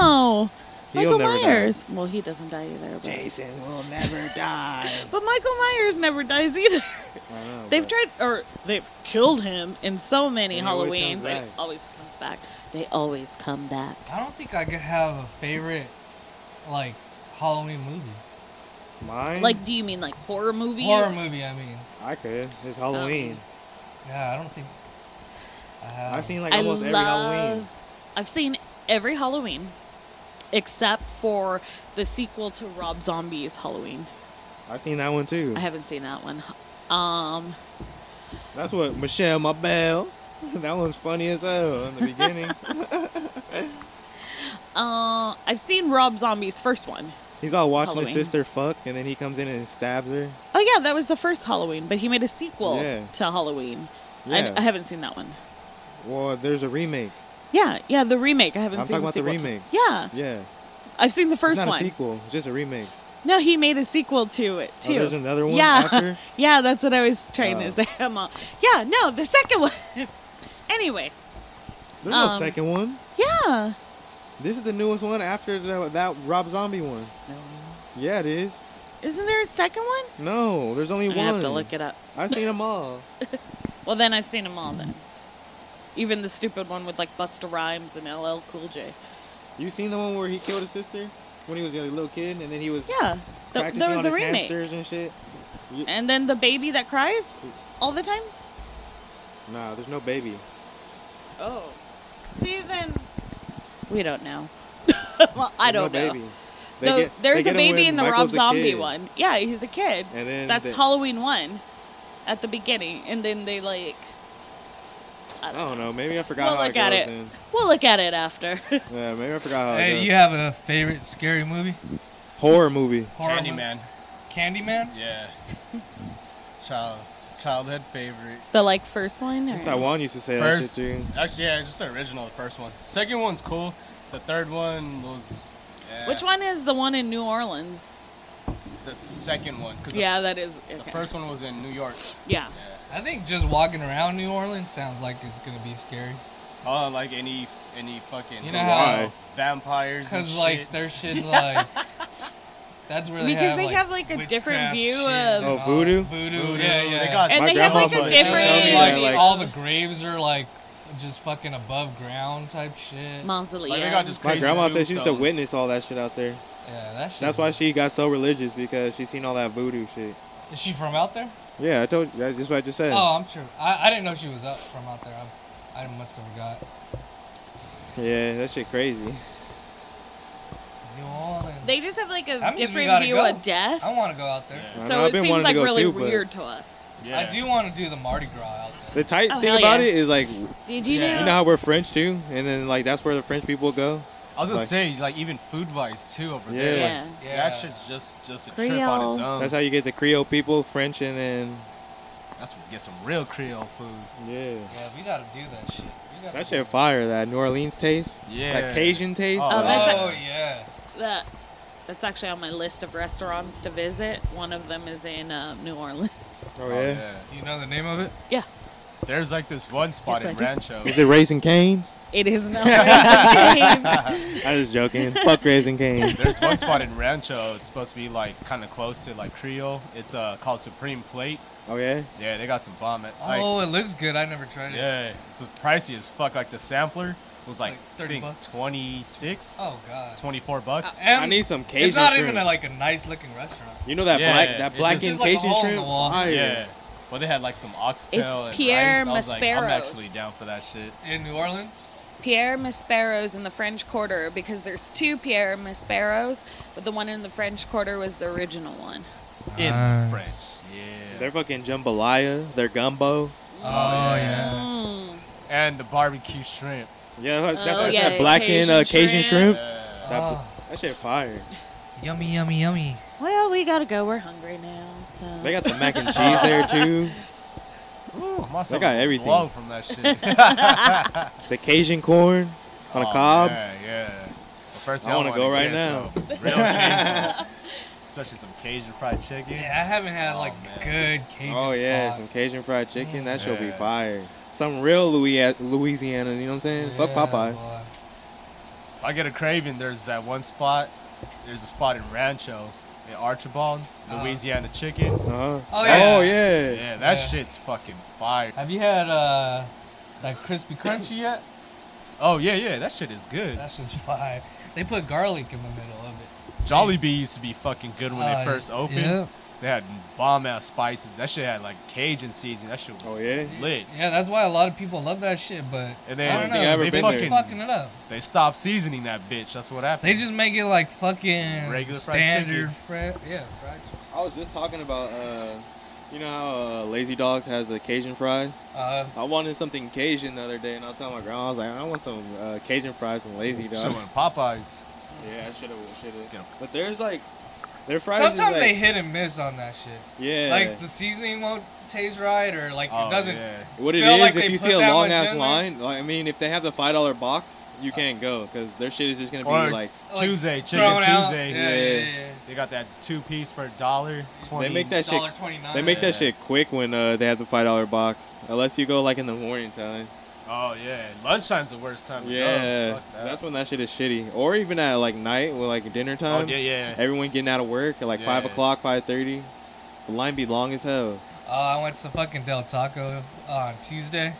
[SPEAKER 1] No!
[SPEAKER 3] He'll
[SPEAKER 1] Michael
[SPEAKER 3] never die.
[SPEAKER 1] Myers. Well, he doesn't die either. But. Jason will never die. but Michael Myers never dies either.
[SPEAKER 3] I don't know,
[SPEAKER 1] They've
[SPEAKER 3] but-
[SPEAKER 1] tried, or they've killed him in so many
[SPEAKER 3] And he always
[SPEAKER 1] Halloweens,
[SPEAKER 3] comes
[SPEAKER 1] and
[SPEAKER 3] back.
[SPEAKER 1] he always comes back. They always come back.
[SPEAKER 2] I don't think I could have a favorite, like, Halloween movie.
[SPEAKER 3] Mine.
[SPEAKER 1] Like, do you mean like horror movie?
[SPEAKER 2] Horror movie, I mean.
[SPEAKER 3] I could. It's Halloween.
[SPEAKER 2] Yeah, I don't think I
[SPEAKER 1] Oh.
[SPEAKER 2] have.
[SPEAKER 3] I've seen like almost every Halloween.
[SPEAKER 1] I've seen every Halloween except for the sequel to Rob Zombie's Halloween.
[SPEAKER 3] I've seen that one too.
[SPEAKER 1] I haven't seen that one. Um,
[SPEAKER 3] That's what Michelle, my belle. that one's funny as hell in the beginning.
[SPEAKER 1] uh, I've seen Rob Zombie's first one.
[SPEAKER 3] He's all watching his
[SPEAKER 1] Halloween.
[SPEAKER 3] sister fuck, and then he comes in and stabs her.
[SPEAKER 1] Oh yeah, that was the first Halloween, but he made a sequel
[SPEAKER 3] Yeah.
[SPEAKER 1] to Halloween.
[SPEAKER 3] Yeah.
[SPEAKER 1] I, I haven't seen that one.
[SPEAKER 3] Well, there's a remake.
[SPEAKER 1] Yeah, yeah, the remake. I haven't
[SPEAKER 3] I'm
[SPEAKER 1] seen
[SPEAKER 3] talking about the
[SPEAKER 1] sequel to-
[SPEAKER 3] remake.
[SPEAKER 1] Yeah,
[SPEAKER 3] Yeah.
[SPEAKER 1] I've seen the
[SPEAKER 3] it's
[SPEAKER 1] first
[SPEAKER 3] not
[SPEAKER 1] one.
[SPEAKER 3] a sequel. It's just a remake.
[SPEAKER 1] No, he made a sequel to it
[SPEAKER 3] Oh,
[SPEAKER 1] too.
[SPEAKER 3] there's another one
[SPEAKER 1] yeah.
[SPEAKER 3] after?
[SPEAKER 1] yeah, that's what I was trying
[SPEAKER 3] Oh.
[SPEAKER 1] to say. I'm all, yeah, no, the second one. anyway,
[SPEAKER 3] There's no
[SPEAKER 1] Um,
[SPEAKER 3] second one.
[SPEAKER 1] yeah.
[SPEAKER 3] This is the newest one after the, that Rob Zombie one. Yeah, it is.
[SPEAKER 1] Isn't there a second one?
[SPEAKER 3] No, there's only one.
[SPEAKER 1] I'm gonna have to look it up.
[SPEAKER 3] I've seen them all.
[SPEAKER 1] Well, then I've seen them all then. Even the stupid one with like Busta Rhymes and LL Cool J.
[SPEAKER 3] You seen the one where he killed his sister when he was a little kid, and then he was
[SPEAKER 1] Yeah, th-
[SPEAKER 3] practicing
[SPEAKER 1] there was
[SPEAKER 3] on
[SPEAKER 1] a
[SPEAKER 3] his
[SPEAKER 1] remake.
[SPEAKER 3] hamsters and shit.
[SPEAKER 1] And then the baby that cries all the time.
[SPEAKER 3] Nah, there's no baby.
[SPEAKER 1] Oh, see then. We don't know. well, I
[SPEAKER 3] There's
[SPEAKER 1] don't
[SPEAKER 3] no
[SPEAKER 1] know.
[SPEAKER 3] Baby. They
[SPEAKER 1] Though
[SPEAKER 3] get- they
[SPEAKER 1] there's
[SPEAKER 3] get
[SPEAKER 1] a
[SPEAKER 3] him
[SPEAKER 1] baby
[SPEAKER 3] when
[SPEAKER 1] in the
[SPEAKER 3] Michael's
[SPEAKER 1] Rob
[SPEAKER 3] a
[SPEAKER 1] Zombie
[SPEAKER 3] kid.
[SPEAKER 1] one. Yeah, he's a kid.
[SPEAKER 3] And then
[SPEAKER 1] That's
[SPEAKER 3] they-
[SPEAKER 1] Halloween one. at the beginning, and then they like.
[SPEAKER 3] I don't know. Maybe I forgot
[SPEAKER 1] We'll
[SPEAKER 3] how
[SPEAKER 1] look
[SPEAKER 3] it
[SPEAKER 1] at
[SPEAKER 3] goes
[SPEAKER 1] it.
[SPEAKER 3] in.
[SPEAKER 1] We'll look at it after.
[SPEAKER 3] Yeah, maybe I forgot
[SPEAKER 4] Oh,
[SPEAKER 3] how it
[SPEAKER 2] Hey,
[SPEAKER 3] goes.
[SPEAKER 2] you have a favorite scary movie?
[SPEAKER 3] Horror movie.
[SPEAKER 2] Horror movie?
[SPEAKER 4] Candyman.
[SPEAKER 2] Candyman?
[SPEAKER 4] Yeah. Child, childhood favorite.
[SPEAKER 1] the like first one. Or?
[SPEAKER 3] Taiwan used to say
[SPEAKER 4] First,
[SPEAKER 3] that shit too.
[SPEAKER 4] actually, yeah, just the original, the first one. Second one's cool. The third one was. yeah,
[SPEAKER 1] Which one is the one in New Orleans?
[SPEAKER 4] The second one, because
[SPEAKER 1] Yeah, that is.
[SPEAKER 4] the,
[SPEAKER 1] okay.
[SPEAKER 4] first one was in New York. Yeah.
[SPEAKER 1] Yeah.
[SPEAKER 2] I think just walking around New Orleans sounds like it's gonna be scary.
[SPEAKER 4] Oh, like any any fucking
[SPEAKER 2] You know
[SPEAKER 3] Why?
[SPEAKER 2] how?
[SPEAKER 4] vampires and
[SPEAKER 2] Cause like
[SPEAKER 4] shit.
[SPEAKER 2] their shit's like. That's where they
[SPEAKER 1] Because
[SPEAKER 2] have,
[SPEAKER 1] they
[SPEAKER 2] like,
[SPEAKER 1] have, like, a different
[SPEAKER 2] witchcraft
[SPEAKER 1] view
[SPEAKER 2] shit
[SPEAKER 1] of-
[SPEAKER 2] and
[SPEAKER 3] Oh,
[SPEAKER 2] all.
[SPEAKER 3] voodoo?
[SPEAKER 2] Voodoo.
[SPEAKER 4] Voodoo.
[SPEAKER 2] Yeah, yeah.
[SPEAKER 4] They got
[SPEAKER 1] And
[SPEAKER 3] My
[SPEAKER 1] they have
[SPEAKER 3] grandma
[SPEAKER 1] like a
[SPEAKER 3] fucking used to tell me that,
[SPEAKER 1] different
[SPEAKER 2] like
[SPEAKER 3] like-
[SPEAKER 2] all the graves are like just fucking above ground type shit.
[SPEAKER 1] mausoleum.
[SPEAKER 4] Like, they got just
[SPEAKER 3] My
[SPEAKER 4] Crazy
[SPEAKER 3] grandma said she used to
[SPEAKER 4] tombstones.
[SPEAKER 3] witness all that shit out there.
[SPEAKER 2] Yeah, that shit.
[SPEAKER 3] That's why she got so religious because she seen all that voodoo shit.
[SPEAKER 2] Is she from out there?
[SPEAKER 3] Yeah, I told you. That's just what I just said.
[SPEAKER 2] Oh, I'm true. I, I didn't know she was up from out there. I, I must have forgot.
[SPEAKER 3] Yeah, that shit crazy.
[SPEAKER 2] New Orleans.
[SPEAKER 1] They just have like a
[SPEAKER 2] That means we
[SPEAKER 1] different
[SPEAKER 2] gotta
[SPEAKER 1] view
[SPEAKER 2] go.
[SPEAKER 1] of death.
[SPEAKER 2] I want to go out there.
[SPEAKER 4] Yeah.
[SPEAKER 3] I know,
[SPEAKER 1] so
[SPEAKER 3] I've
[SPEAKER 1] it
[SPEAKER 3] been
[SPEAKER 1] seems
[SPEAKER 3] wanting to
[SPEAKER 1] like
[SPEAKER 3] go
[SPEAKER 1] really
[SPEAKER 3] too, but-
[SPEAKER 1] weird to us.
[SPEAKER 4] yeah.
[SPEAKER 2] I do want to do the Mardi Gras out there.
[SPEAKER 3] The tight
[SPEAKER 1] Oh,
[SPEAKER 3] thing
[SPEAKER 1] hell
[SPEAKER 3] about
[SPEAKER 1] yeah.
[SPEAKER 3] it is like,
[SPEAKER 1] Did you
[SPEAKER 4] Yeah.
[SPEAKER 1] know?
[SPEAKER 3] you know how we're French too, and then like that's where the French people go.
[SPEAKER 4] I was gonna
[SPEAKER 3] Like-
[SPEAKER 4] say like even food wise too over there.
[SPEAKER 3] Yeah.
[SPEAKER 4] Like,
[SPEAKER 1] yeah.
[SPEAKER 2] Yeah.
[SPEAKER 4] That shit's just just a trip on its
[SPEAKER 1] Creole.
[SPEAKER 4] own.
[SPEAKER 3] That's
[SPEAKER 4] That's,
[SPEAKER 3] how you get the Creole people, French, and then
[SPEAKER 4] when you get some real Creole food.
[SPEAKER 3] yeah,
[SPEAKER 2] Yeah, we gotta do that shit. We gotta
[SPEAKER 3] that
[SPEAKER 2] do
[SPEAKER 3] shit fire. That New Orleans taste,
[SPEAKER 4] Yeah.
[SPEAKER 3] that Cajun taste.
[SPEAKER 4] Oh,
[SPEAKER 1] Oh, that's
[SPEAKER 2] Oh yeah.
[SPEAKER 1] That that's actually on my list of restaurants to visit. One of them is in uh, New Orleans.
[SPEAKER 3] oh yeah.
[SPEAKER 2] Do you know the name of it?
[SPEAKER 1] Yeah,
[SPEAKER 4] There's like this one spot
[SPEAKER 1] Yes,
[SPEAKER 4] in
[SPEAKER 1] I do.
[SPEAKER 4] Rancho.
[SPEAKER 3] Is it Raising Canes?
[SPEAKER 1] it is not. Raisin Cane's.
[SPEAKER 3] I'm just joking. Fuck Raising Canes.
[SPEAKER 4] There's one spot in Rancho. It's supposed to be like kind of close to like Creole. It's uh called Supreme Plate.
[SPEAKER 3] Oh yeah.
[SPEAKER 4] Yeah, they got some bomb it. Like,
[SPEAKER 2] oh, it looks good. I never tried it.
[SPEAKER 4] yeah, it's pricey as fuck. Like the sampler was like,
[SPEAKER 2] Like 30
[SPEAKER 4] 30
[SPEAKER 2] bucks?
[SPEAKER 4] 26,
[SPEAKER 2] Oh Ah, god.
[SPEAKER 4] 24 bucks.
[SPEAKER 2] And
[SPEAKER 3] I need some Cajun
[SPEAKER 2] It's not
[SPEAKER 3] shrimp.
[SPEAKER 2] even a, like a nice looking restaurant.
[SPEAKER 3] You know that
[SPEAKER 4] Yeah,
[SPEAKER 3] black that
[SPEAKER 4] it's
[SPEAKER 3] black
[SPEAKER 4] just-
[SPEAKER 3] and
[SPEAKER 2] It's like a
[SPEAKER 3] Cajun
[SPEAKER 2] hole in the
[SPEAKER 3] shrimp?
[SPEAKER 2] wall.
[SPEAKER 3] Fire.
[SPEAKER 4] yeah, but they had like some oxtail.
[SPEAKER 1] It's
[SPEAKER 4] and
[SPEAKER 1] Pierre
[SPEAKER 4] rice. I was like, I'm
[SPEAKER 1] Maspero's.
[SPEAKER 4] actually down for that shit.
[SPEAKER 2] In New Orleans.
[SPEAKER 1] Pierre Maspero's in the French Quarter because there's two Pierre Maspero's, but the one in the French Quarter was the original one.
[SPEAKER 4] In
[SPEAKER 6] Nice.
[SPEAKER 4] French. Yeah.
[SPEAKER 3] Their fucking jambalaya, their gumbo.
[SPEAKER 2] Oh, yeah.
[SPEAKER 1] Mm.
[SPEAKER 4] And the barbecue shrimp.
[SPEAKER 3] Yeah, that's, that's,
[SPEAKER 1] Oh,
[SPEAKER 3] that's
[SPEAKER 1] yeah,
[SPEAKER 3] that black and uh, Cajun
[SPEAKER 1] Cajun
[SPEAKER 3] shrimp.
[SPEAKER 1] shrimp.
[SPEAKER 4] Yeah.
[SPEAKER 3] That,
[SPEAKER 2] Oh,
[SPEAKER 3] that shit fire.
[SPEAKER 2] yummy, yummy, yummy.
[SPEAKER 1] Well, we gotta go. We're hungry now, so
[SPEAKER 3] They got the mac and cheese there too.
[SPEAKER 4] Ooh, my
[SPEAKER 3] They got everything.
[SPEAKER 4] Blow from that shit. Oh,
[SPEAKER 3] The Cajun corn on a cob.
[SPEAKER 4] Yeah, yeah. The first
[SPEAKER 3] I
[SPEAKER 4] thing
[SPEAKER 3] wanna
[SPEAKER 4] wanna
[SPEAKER 3] go right
[SPEAKER 4] get is
[SPEAKER 3] now.
[SPEAKER 4] some real Cajun. Especially some Cajun fried chicken.
[SPEAKER 2] Yeah, I haven't had
[SPEAKER 4] Oh,
[SPEAKER 2] like
[SPEAKER 4] man.
[SPEAKER 2] good Cajun
[SPEAKER 3] Oh yeah,
[SPEAKER 2] spot.
[SPEAKER 3] some Cajun fried chicken. That shit will be
[SPEAKER 4] Yeah.
[SPEAKER 3] fire. Some real Louis- Louisiana. You know what I'm saying? Fuck
[SPEAKER 2] Yeah,
[SPEAKER 3] Popeye.
[SPEAKER 2] boy.
[SPEAKER 4] If I get a craving, there's that one spot. There's a spot in Rancho, in Archibald,
[SPEAKER 2] Oh.
[SPEAKER 4] Louisiana chicken.
[SPEAKER 3] Uh-huh.
[SPEAKER 2] Oh, yeah.
[SPEAKER 3] Oh yeah.
[SPEAKER 4] Yeah,
[SPEAKER 2] Yeah.
[SPEAKER 4] that shit's fucking fire.
[SPEAKER 2] Have you had uh, that crispy crunchy yet?
[SPEAKER 4] Oh yeah, yeah, that shit is good.
[SPEAKER 2] That's just fire. They put garlic in the middle of it.
[SPEAKER 4] Jollibee used to be fucking good when
[SPEAKER 2] Uh,
[SPEAKER 4] they first opened.
[SPEAKER 2] yeah.
[SPEAKER 4] They had bomb ass spices. That shit had like Cajun seasoning. That shit was
[SPEAKER 3] Oh yeah.
[SPEAKER 4] lit.
[SPEAKER 2] Yeah, that's why a lot of people love that shit, but
[SPEAKER 4] And then
[SPEAKER 2] I don't
[SPEAKER 4] they,
[SPEAKER 2] know.
[SPEAKER 3] ever
[SPEAKER 2] they
[SPEAKER 4] they
[SPEAKER 3] been
[SPEAKER 2] fucking
[SPEAKER 3] there.
[SPEAKER 4] fucking
[SPEAKER 2] fucking it up.
[SPEAKER 4] they stopped seasoning that bitch. That's what happened.
[SPEAKER 2] They just make it like fucking
[SPEAKER 4] Regular fried
[SPEAKER 2] standard fried Yeah, fried chicken.
[SPEAKER 3] I was just talking about. Uh, you know how uh, Lazy Dogs has the Cajun fries?
[SPEAKER 2] Uh,
[SPEAKER 3] I wanted something Cajun the other day, and I was telling my grandma, I was like, I want some uh, Cajun fries from Lazy Dog.
[SPEAKER 4] Shit went Popeyes.
[SPEAKER 3] Yeah, I should have, should
[SPEAKER 4] Get 'em.
[SPEAKER 3] have. But there's like, their fries. is,
[SPEAKER 2] sometimes they
[SPEAKER 3] like,
[SPEAKER 2] hit and miss on that shit.
[SPEAKER 3] Yeah.
[SPEAKER 2] Like the seasoning won't taste right, or like
[SPEAKER 4] Oh,
[SPEAKER 2] it doesn't.
[SPEAKER 4] yeah.
[SPEAKER 3] what it
[SPEAKER 2] feel
[SPEAKER 3] is,
[SPEAKER 2] like
[SPEAKER 3] if
[SPEAKER 2] they
[SPEAKER 3] you
[SPEAKER 2] put
[SPEAKER 3] see a
[SPEAKER 2] that
[SPEAKER 3] long
[SPEAKER 2] much
[SPEAKER 3] ass
[SPEAKER 2] in there.
[SPEAKER 3] line, like, I mean, if they have the five dollar box, you can't go because their shit is just gonna be
[SPEAKER 4] Or-
[SPEAKER 3] like.
[SPEAKER 2] Like,
[SPEAKER 4] Tuesday, chicken
[SPEAKER 2] thrown out.
[SPEAKER 4] Tuesday.
[SPEAKER 2] Yeah, yeah, yeah.
[SPEAKER 4] They got that two piece for a dollar.
[SPEAKER 3] They
[SPEAKER 4] 20.
[SPEAKER 3] make that shit.
[SPEAKER 2] Dollar twenty nine.
[SPEAKER 3] They make
[SPEAKER 4] Yeah.
[SPEAKER 3] that shit quick when uh, they have the five dollar box, unless you go like in the morning time.
[SPEAKER 4] Oh yeah, lunchtime's the worst time. to go.
[SPEAKER 3] Yeah,
[SPEAKER 4] Fuck that.
[SPEAKER 3] that's when that shit is shitty. Or even at like night, with like dinner
[SPEAKER 4] Oh
[SPEAKER 3] time.
[SPEAKER 4] yeah, yeah.
[SPEAKER 3] Everyone getting out of work at like
[SPEAKER 4] Yeah.
[SPEAKER 3] five o'clock, five thirty. The line be long as hell.
[SPEAKER 2] Uh, I went to fucking Del Taco uh, on Tuesday,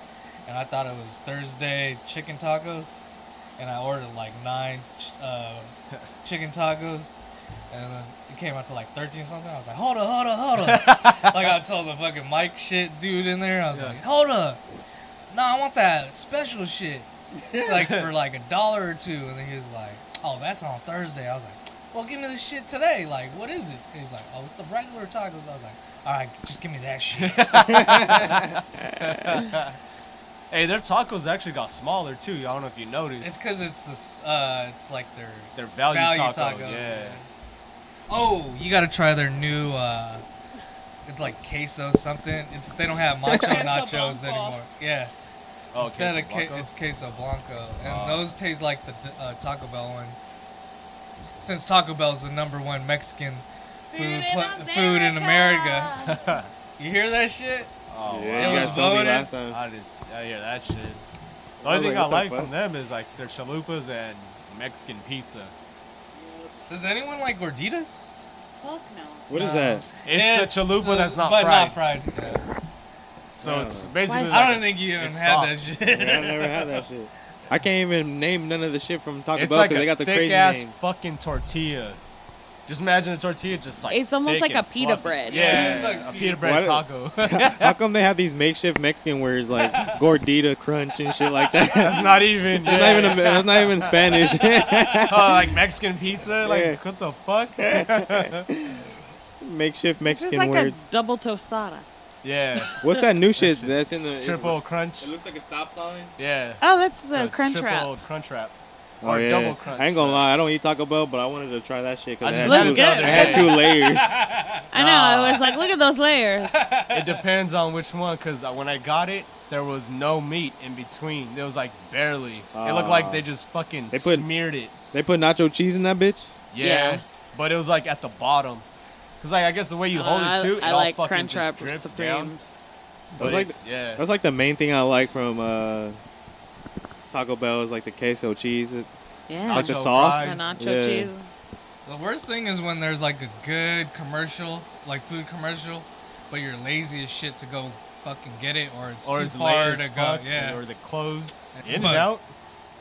[SPEAKER 2] and I thought it was Thursday chicken tacos, and I ordered like nine ch- uh, chicken tacos, and then it came out to like thirteen something. I was like, hold up, hold up, hold up. like I told the fucking Mike shit dude in there, I was
[SPEAKER 4] Yeah.
[SPEAKER 2] like, hold up, no, I want that special shit, like for like a dollar or two, and then he was like, oh, that's on Thursday. I was like. well, give me this shit today. Like, what is it? And he's like, oh, it's the regular tacos. I was like, all right, just give me that shit.
[SPEAKER 4] Hey, their tacos actually got smaller too. I don't know if you noticed.
[SPEAKER 2] it's because it's this. Uh, it's like their
[SPEAKER 4] Their value,
[SPEAKER 2] value
[SPEAKER 4] taco.
[SPEAKER 2] tacos.
[SPEAKER 4] Yeah.
[SPEAKER 2] Oh, you gotta try their new. uh It's like queso something. It's they don't have macho
[SPEAKER 1] Queso
[SPEAKER 2] nachos
[SPEAKER 1] blanco.
[SPEAKER 2] anymore. Yeah.
[SPEAKER 4] Oh,
[SPEAKER 2] Instead
[SPEAKER 4] queso
[SPEAKER 2] of
[SPEAKER 4] blanco?
[SPEAKER 2] ca- it's queso blanco, and
[SPEAKER 4] Oh.
[SPEAKER 2] those taste like the d- uh, Taco Bell ones. Since Taco Bell's the number one Mexican food pla- food in America, you hear that shit?
[SPEAKER 4] Oh,
[SPEAKER 2] It
[SPEAKER 3] yeah, you
[SPEAKER 2] was
[SPEAKER 3] guys told me
[SPEAKER 2] loaded.
[SPEAKER 3] last time.
[SPEAKER 4] I didn't I hear that shit. The
[SPEAKER 5] I was
[SPEAKER 4] only thing
[SPEAKER 5] like,
[SPEAKER 4] I
[SPEAKER 5] what the
[SPEAKER 4] like
[SPEAKER 5] fuck?
[SPEAKER 4] from them is like their chalupas and Mexican pizza.
[SPEAKER 2] Does anyone like gorditas?
[SPEAKER 1] Fuck no.
[SPEAKER 5] What is
[SPEAKER 2] Nah.
[SPEAKER 5] that?
[SPEAKER 4] It's the chalupa
[SPEAKER 2] the-
[SPEAKER 4] that's not
[SPEAKER 2] but
[SPEAKER 4] fried.
[SPEAKER 2] not fried. yeah.
[SPEAKER 4] So
[SPEAKER 5] Yeah.
[SPEAKER 4] it's basically.
[SPEAKER 1] Why-
[SPEAKER 4] Like
[SPEAKER 2] I don't
[SPEAKER 4] a-
[SPEAKER 2] think you even had
[SPEAKER 4] it's
[SPEAKER 2] that
[SPEAKER 4] soft.
[SPEAKER 5] Yeah,
[SPEAKER 2] shit.
[SPEAKER 5] I've never had that shit. I can't even name none of the shit from Taco
[SPEAKER 4] It's
[SPEAKER 5] Bell
[SPEAKER 4] like
[SPEAKER 5] because
[SPEAKER 4] a
[SPEAKER 5] they got the
[SPEAKER 4] thick
[SPEAKER 5] crazy
[SPEAKER 4] ass
[SPEAKER 5] name.
[SPEAKER 4] fucking tortilla. Just imagine a tortilla just like.
[SPEAKER 1] It's almost
[SPEAKER 4] thick
[SPEAKER 1] like a
[SPEAKER 4] and
[SPEAKER 1] pita
[SPEAKER 4] fluffy.
[SPEAKER 1] bread.
[SPEAKER 4] Yeah,
[SPEAKER 2] It's like
[SPEAKER 4] a
[SPEAKER 2] pita-
[SPEAKER 4] pita bread
[SPEAKER 5] Why do-
[SPEAKER 4] taco.
[SPEAKER 5] How come they have these makeshift Mexican words like gordita, crunch, and shit like that?
[SPEAKER 4] that's not even.
[SPEAKER 5] That's not even a, that's not even Spanish.
[SPEAKER 4] Oh, like Mexican pizza? Like,
[SPEAKER 5] Yeah.
[SPEAKER 4] what the fuck?
[SPEAKER 5] Makeshift
[SPEAKER 1] It's just
[SPEAKER 5] Mexican
[SPEAKER 1] like
[SPEAKER 5] words.
[SPEAKER 1] a double tostada.
[SPEAKER 4] yeah.
[SPEAKER 5] What's that new shit that's in the it's-
[SPEAKER 4] Triple crunch.
[SPEAKER 5] looks like a stop sign.
[SPEAKER 4] Yeah.
[SPEAKER 1] Oh, that's the crunch
[SPEAKER 4] triple
[SPEAKER 1] wrap.
[SPEAKER 4] crunch wrap.
[SPEAKER 5] Oh
[SPEAKER 4] Or
[SPEAKER 5] yeah.
[SPEAKER 4] double crunch.
[SPEAKER 5] I ain't gonna lie, I don't eat Taco Bell, but I wanted to try that shit
[SPEAKER 4] I
[SPEAKER 5] because it
[SPEAKER 4] just
[SPEAKER 5] had,
[SPEAKER 1] Looks
[SPEAKER 5] two-
[SPEAKER 1] good,
[SPEAKER 5] it
[SPEAKER 1] right?
[SPEAKER 5] had two layers.
[SPEAKER 1] I know.
[SPEAKER 2] uh,
[SPEAKER 1] I was like, look at those layers.
[SPEAKER 4] It depends on which one, because when I got it, there was no meat in between. There was like barely. it looked
[SPEAKER 5] Ah.
[SPEAKER 4] like they just fucking
[SPEAKER 5] They put-
[SPEAKER 4] smeared it.
[SPEAKER 5] they put nacho cheese in that bitch.
[SPEAKER 4] Yeah.
[SPEAKER 1] Yeah.
[SPEAKER 4] But it was like at the bottom. Because like, I guess the way you hold
[SPEAKER 2] Uh,
[SPEAKER 1] I,
[SPEAKER 4] it too, it
[SPEAKER 1] I
[SPEAKER 4] all
[SPEAKER 1] like
[SPEAKER 4] fucking
[SPEAKER 1] crunch
[SPEAKER 4] just
[SPEAKER 1] wrap
[SPEAKER 4] drips down.
[SPEAKER 1] supremes.
[SPEAKER 4] But
[SPEAKER 5] That's like
[SPEAKER 4] it's- yeah.
[SPEAKER 5] That's like the main thing I like from uh, Taco Bell is like the queso cheese. It-
[SPEAKER 1] Yeah.
[SPEAKER 5] Like the
[SPEAKER 4] Nacho
[SPEAKER 5] sauce?
[SPEAKER 1] The
[SPEAKER 4] fries.
[SPEAKER 1] nacho
[SPEAKER 5] Yeah.
[SPEAKER 1] cheese.
[SPEAKER 2] The worst thing is when there's like a good commercial, like food commercial, but you're lazy as shit to go fucking get it, or it's
[SPEAKER 4] Or
[SPEAKER 2] too
[SPEAKER 4] it's
[SPEAKER 2] far
[SPEAKER 4] layers
[SPEAKER 2] to
[SPEAKER 4] to
[SPEAKER 2] go. Yeah.
[SPEAKER 4] Or the closed.
[SPEAKER 2] Yeah.
[SPEAKER 4] In and
[SPEAKER 2] But-
[SPEAKER 4] out.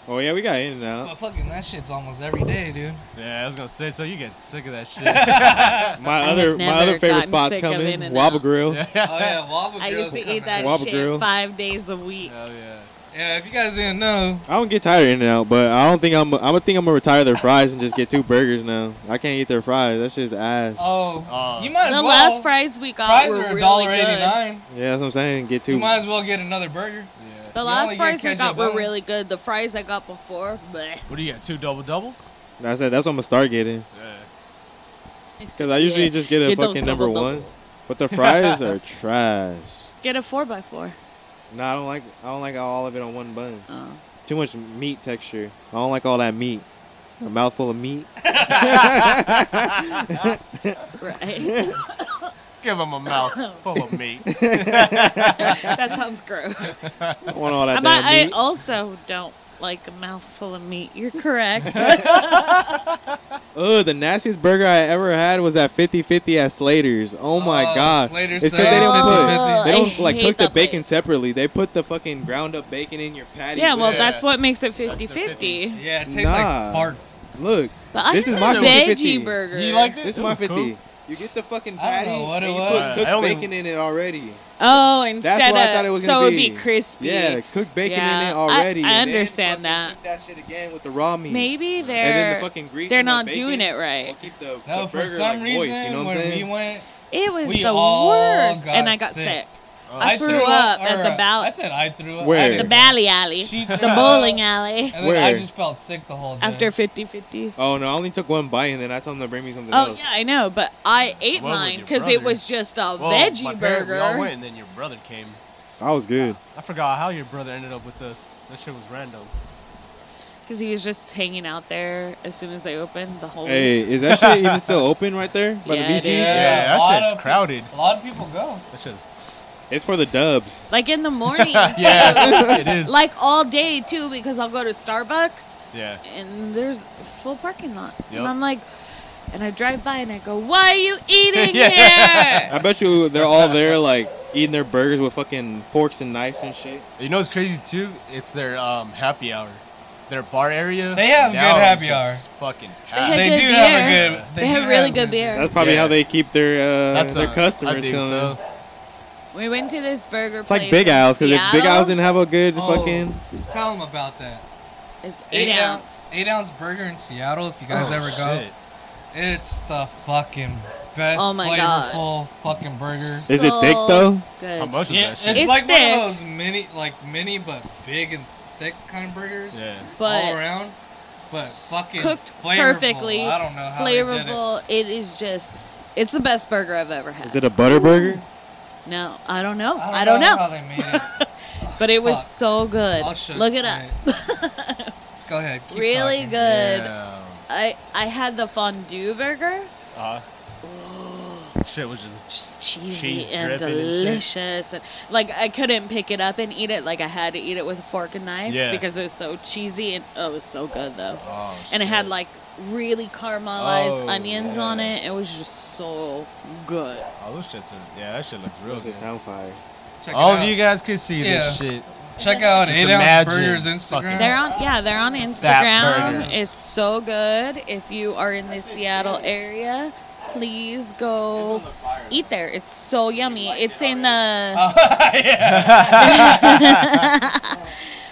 [SPEAKER 5] Oh yeah, we got in and
[SPEAKER 2] But
[SPEAKER 5] out.
[SPEAKER 2] fucking that shit's almost every day, dude.
[SPEAKER 4] Yeah, I was gonna say. So you get sick of that shit.
[SPEAKER 5] My
[SPEAKER 1] have
[SPEAKER 5] other my
[SPEAKER 1] never
[SPEAKER 5] other favorite
[SPEAKER 1] gotten
[SPEAKER 5] spots
[SPEAKER 1] sick of
[SPEAKER 5] come in.
[SPEAKER 1] In-N-Out.
[SPEAKER 5] Wobble Grill.
[SPEAKER 2] Oh yeah, Wobble
[SPEAKER 1] I used
[SPEAKER 2] Girls
[SPEAKER 1] to eat
[SPEAKER 2] coming.
[SPEAKER 1] that
[SPEAKER 5] Wobble
[SPEAKER 1] shit
[SPEAKER 5] grill.
[SPEAKER 1] five days a week.
[SPEAKER 4] Hell Oh, yeah.
[SPEAKER 2] Yeah, if you guys didn't know,
[SPEAKER 5] I don't get tired of In and Out, but I don't think I'm. I am think I'm gonna retire their fries and just get two burgers now. I can't eat their fries. That shit's ass.
[SPEAKER 2] oh,
[SPEAKER 5] Uh,
[SPEAKER 4] Oh.
[SPEAKER 2] you might as
[SPEAKER 1] The
[SPEAKER 2] well.
[SPEAKER 1] last fries we got
[SPEAKER 2] fries
[SPEAKER 1] were
[SPEAKER 2] are
[SPEAKER 1] really
[SPEAKER 2] eighty
[SPEAKER 1] good.
[SPEAKER 2] nine.
[SPEAKER 5] Yeah, that's what I'm saying. Get
[SPEAKER 2] You
[SPEAKER 5] two.
[SPEAKER 2] might as well get another burger.
[SPEAKER 4] Yeah.
[SPEAKER 1] The
[SPEAKER 2] You only
[SPEAKER 1] last
[SPEAKER 2] get
[SPEAKER 1] fries we
[SPEAKER 2] ketchup
[SPEAKER 1] got were
[SPEAKER 2] only.
[SPEAKER 1] really good. The fries I got before, but
[SPEAKER 4] What do you got? Two double doubles?
[SPEAKER 5] That's it. That's what I'm gonna start getting.
[SPEAKER 4] Yeah.
[SPEAKER 5] Cause I usually just get a
[SPEAKER 1] Get those
[SPEAKER 5] fucking number
[SPEAKER 1] double
[SPEAKER 5] one, but the fries are trash.
[SPEAKER 1] get a four by four.
[SPEAKER 5] No, I don't like. I don't like all of it on one bun.
[SPEAKER 1] Oh.
[SPEAKER 5] Too much meat texture. I don't like all that meat. A mouthful of meat.
[SPEAKER 1] Right.
[SPEAKER 4] Give him a mouth full of meat.
[SPEAKER 1] that sounds gross.
[SPEAKER 5] I want all that
[SPEAKER 1] But
[SPEAKER 5] damn
[SPEAKER 1] I
[SPEAKER 5] meat.
[SPEAKER 1] also don't like a mouthful of meat. You're correct.
[SPEAKER 5] Ugh, the nastiest burger I ever had was at 50 50 at Slater's. Oh my
[SPEAKER 2] Oh,
[SPEAKER 5] god.
[SPEAKER 2] Slater's Oh,
[SPEAKER 5] it's 'cause they don't
[SPEAKER 1] sells
[SPEAKER 5] put they
[SPEAKER 1] 50-50.
[SPEAKER 5] don't like
[SPEAKER 1] I
[SPEAKER 5] cook the
[SPEAKER 1] hate that
[SPEAKER 5] bacon
[SPEAKER 1] place.
[SPEAKER 5] separately. They put the fucking ground up bacon in your patty.
[SPEAKER 1] yeah, well,
[SPEAKER 4] Yeah.
[SPEAKER 1] that's what makes it
[SPEAKER 4] That's the
[SPEAKER 1] 50-50.
[SPEAKER 2] Yeah, it tastes
[SPEAKER 5] Nah.
[SPEAKER 2] like fart.
[SPEAKER 5] look.
[SPEAKER 1] But I
[SPEAKER 5] This
[SPEAKER 1] had
[SPEAKER 5] is my
[SPEAKER 1] a
[SPEAKER 5] 50-50.
[SPEAKER 1] veggie burger.
[SPEAKER 2] You liked it?
[SPEAKER 5] This is
[SPEAKER 4] It
[SPEAKER 5] my
[SPEAKER 4] was
[SPEAKER 5] 50.
[SPEAKER 4] cool.
[SPEAKER 5] You get the fucking
[SPEAKER 2] I
[SPEAKER 5] patty
[SPEAKER 2] don't know what it
[SPEAKER 5] and
[SPEAKER 2] was.
[SPEAKER 5] you put cooked
[SPEAKER 4] I only-
[SPEAKER 5] bacon in it already.
[SPEAKER 1] Oh,
[SPEAKER 5] That's
[SPEAKER 1] instead
[SPEAKER 5] what
[SPEAKER 1] of
[SPEAKER 5] I thought it was
[SPEAKER 1] so
[SPEAKER 5] gonna
[SPEAKER 1] it would
[SPEAKER 5] be.
[SPEAKER 1] be crispy.
[SPEAKER 5] Yeah, cooked bacon in
[SPEAKER 1] Yeah,
[SPEAKER 5] it
[SPEAKER 1] I-
[SPEAKER 5] already.
[SPEAKER 1] I
[SPEAKER 5] and then
[SPEAKER 1] understand
[SPEAKER 5] fucking
[SPEAKER 1] that.
[SPEAKER 5] Cook that shit again with the raw meat.
[SPEAKER 1] Maybe
[SPEAKER 5] and then
[SPEAKER 1] they're
[SPEAKER 5] the fucking grease.
[SPEAKER 1] they're
[SPEAKER 5] and the
[SPEAKER 1] not
[SPEAKER 5] bacon
[SPEAKER 1] doing it
[SPEAKER 5] will
[SPEAKER 1] right.
[SPEAKER 5] keep the-
[SPEAKER 2] No,
[SPEAKER 5] the
[SPEAKER 2] for
[SPEAKER 5] burger,
[SPEAKER 2] some
[SPEAKER 5] like,
[SPEAKER 2] reason,
[SPEAKER 5] moist, you know what I'm
[SPEAKER 2] when we
[SPEAKER 5] saying?
[SPEAKER 2] went,
[SPEAKER 1] it was
[SPEAKER 2] We
[SPEAKER 1] the
[SPEAKER 2] all
[SPEAKER 1] worst,
[SPEAKER 2] got
[SPEAKER 1] and I got
[SPEAKER 2] sick.
[SPEAKER 1] sick.
[SPEAKER 4] Oh.
[SPEAKER 1] I, threw, up,
[SPEAKER 2] or,
[SPEAKER 1] at the
[SPEAKER 2] uh,
[SPEAKER 1] ball,
[SPEAKER 2] I said I threw up.
[SPEAKER 5] Where?
[SPEAKER 2] I
[SPEAKER 5] The
[SPEAKER 1] the
[SPEAKER 2] didn't.
[SPEAKER 1] bally alley,
[SPEAKER 2] She
[SPEAKER 1] the
[SPEAKER 2] threw up.
[SPEAKER 1] bowling alley.
[SPEAKER 2] And then I
[SPEAKER 5] Where?
[SPEAKER 2] just felt sick the whole day.
[SPEAKER 1] After 50-50s.
[SPEAKER 5] Oh no, I only took one bite and then I told him to bring me something
[SPEAKER 1] Oh
[SPEAKER 5] else.
[SPEAKER 1] yeah, I know, but I ate
[SPEAKER 4] What with
[SPEAKER 1] mine
[SPEAKER 4] your
[SPEAKER 1] because it
[SPEAKER 4] brother?
[SPEAKER 1] was just a
[SPEAKER 4] Well,
[SPEAKER 1] veggie
[SPEAKER 4] my parent-
[SPEAKER 1] burger.
[SPEAKER 4] we all went, and then your brother came.
[SPEAKER 5] I was good.
[SPEAKER 4] I forgot how your brother ended up with us. That shit was random.
[SPEAKER 1] Because he was just hanging out there as soon as they opened the whole.
[SPEAKER 5] Hey, is that shit even still open right there by
[SPEAKER 1] Yeah,
[SPEAKER 5] the
[SPEAKER 1] it
[SPEAKER 5] VGs?
[SPEAKER 1] is.
[SPEAKER 2] Yeah, a
[SPEAKER 4] Yeah,
[SPEAKER 2] lot
[SPEAKER 4] that shit's
[SPEAKER 2] of-
[SPEAKER 4] crowded.
[SPEAKER 2] A lot of people go.
[SPEAKER 4] That shit's
[SPEAKER 5] It's for the dubs.
[SPEAKER 1] Like in the morning,
[SPEAKER 4] yeah, it is.
[SPEAKER 1] like all day too, because I'll go to Starbucks
[SPEAKER 4] Yeah,
[SPEAKER 1] and there's a full parking lot,
[SPEAKER 4] Yep.
[SPEAKER 1] and I'm like, and I drive by and I go, "Why are you eating
[SPEAKER 5] I
[SPEAKER 1] here?"
[SPEAKER 5] bet you they're all there like eating their burgers with fucking forks and knives and shit.
[SPEAKER 4] you know what's crazy too? It's their um happy hour, their bar area.
[SPEAKER 2] They have
[SPEAKER 4] now
[SPEAKER 2] good
[SPEAKER 4] is
[SPEAKER 2] happy
[SPEAKER 4] just Fucking packed.
[SPEAKER 1] had
[SPEAKER 2] They
[SPEAKER 1] good
[SPEAKER 2] do have
[SPEAKER 1] beer.
[SPEAKER 2] a good.
[SPEAKER 1] They,
[SPEAKER 2] do
[SPEAKER 1] have really good
[SPEAKER 2] good
[SPEAKER 1] beer.
[SPEAKER 5] That's probably
[SPEAKER 4] Yeah.
[SPEAKER 5] how they keep their uh,
[SPEAKER 4] That's
[SPEAKER 5] their
[SPEAKER 4] uh,
[SPEAKER 5] customers
[SPEAKER 4] I think
[SPEAKER 5] coming.
[SPEAKER 4] so.
[SPEAKER 1] We went to this burger
[SPEAKER 5] It's
[SPEAKER 1] place.
[SPEAKER 5] like Big Isles because if Big Isles
[SPEAKER 1] Isles
[SPEAKER 5] didn't have a good
[SPEAKER 2] Oh,
[SPEAKER 5] fucking,
[SPEAKER 2] Tell them about that.
[SPEAKER 1] it's
[SPEAKER 2] Eight,
[SPEAKER 1] eight, ounce.
[SPEAKER 2] ounce, eight ounce burger in Seattle. If you guys
[SPEAKER 4] Oh,
[SPEAKER 2] ever go,
[SPEAKER 4] shit.
[SPEAKER 2] It's the fucking best
[SPEAKER 1] Oh my God.
[SPEAKER 2] flavorful fucking burger.
[SPEAKER 5] Is it thick,
[SPEAKER 1] So
[SPEAKER 5] though?
[SPEAKER 1] Good.
[SPEAKER 4] How much was
[SPEAKER 2] Yeah,
[SPEAKER 4] that
[SPEAKER 2] it's,
[SPEAKER 4] shit?
[SPEAKER 1] It's
[SPEAKER 2] like
[SPEAKER 1] thick.
[SPEAKER 2] one of those mini, like mini but big and thick kind of burgers.
[SPEAKER 4] Yeah.
[SPEAKER 1] But
[SPEAKER 2] all around. But fucking
[SPEAKER 1] cooked
[SPEAKER 2] flavorful.
[SPEAKER 1] perfectly,
[SPEAKER 2] I don't know how they did it.
[SPEAKER 1] flavorful. it is just, it's the best burger I've ever had.
[SPEAKER 5] Is it a butter burger?
[SPEAKER 1] no, I don't know. I don't, know.
[SPEAKER 2] how they made it.
[SPEAKER 1] but it was
[SPEAKER 2] Fuck.
[SPEAKER 1] so good.
[SPEAKER 2] I'll show
[SPEAKER 1] Look
[SPEAKER 2] you.
[SPEAKER 1] it up.
[SPEAKER 2] Alright. Go ahead. keep
[SPEAKER 1] really
[SPEAKER 2] talking.
[SPEAKER 1] good.
[SPEAKER 4] Yeah.
[SPEAKER 1] I I had the fondue burger.
[SPEAKER 4] Uh, shit was just
[SPEAKER 1] Just cheesy
[SPEAKER 4] Cheese
[SPEAKER 1] and
[SPEAKER 4] dripping and shit.
[SPEAKER 1] delicious. And like I couldn't pick it up and eat it. Like I had to eat it with a fork and knife
[SPEAKER 4] Yeah.
[SPEAKER 1] because it was so cheesy and oh, it was so good though.
[SPEAKER 4] oh,
[SPEAKER 1] and it had
[SPEAKER 4] shit.
[SPEAKER 1] like really caramelized
[SPEAKER 4] Oh,
[SPEAKER 1] onions
[SPEAKER 4] yeah.
[SPEAKER 1] on it. It was just so good.
[SPEAKER 4] Oh, those shits are, yeah, that shit looks real good.
[SPEAKER 5] sound fire.
[SPEAKER 2] Check it
[SPEAKER 4] All
[SPEAKER 2] out.
[SPEAKER 4] of you guys could see this
[SPEAKER 2] Yeah.
[SPEAKER 4] shit.
[SPEAKER 2] Check out
[SPEAKER 4] Just
[SPEAKER 2] 8 Ounce
[SPEAKER 4] imagine
[SPEAKER 2] Burger's
[SPEAKER 4] fucking-
[SPEAKER 2] Instagram.
[SPEAKER 1] They're on, yeah, they're on
[SPEAKER 4] That
[SPEAKER 1] Instagram.
[SPEAKER 4] burger.
[SPEAKER 1] It's so good. If you are in the Seattle area, please go eat there. It's so yummy. It's in uh,
[SPEAKER 2] Oh,
[SPEAKER 1] the.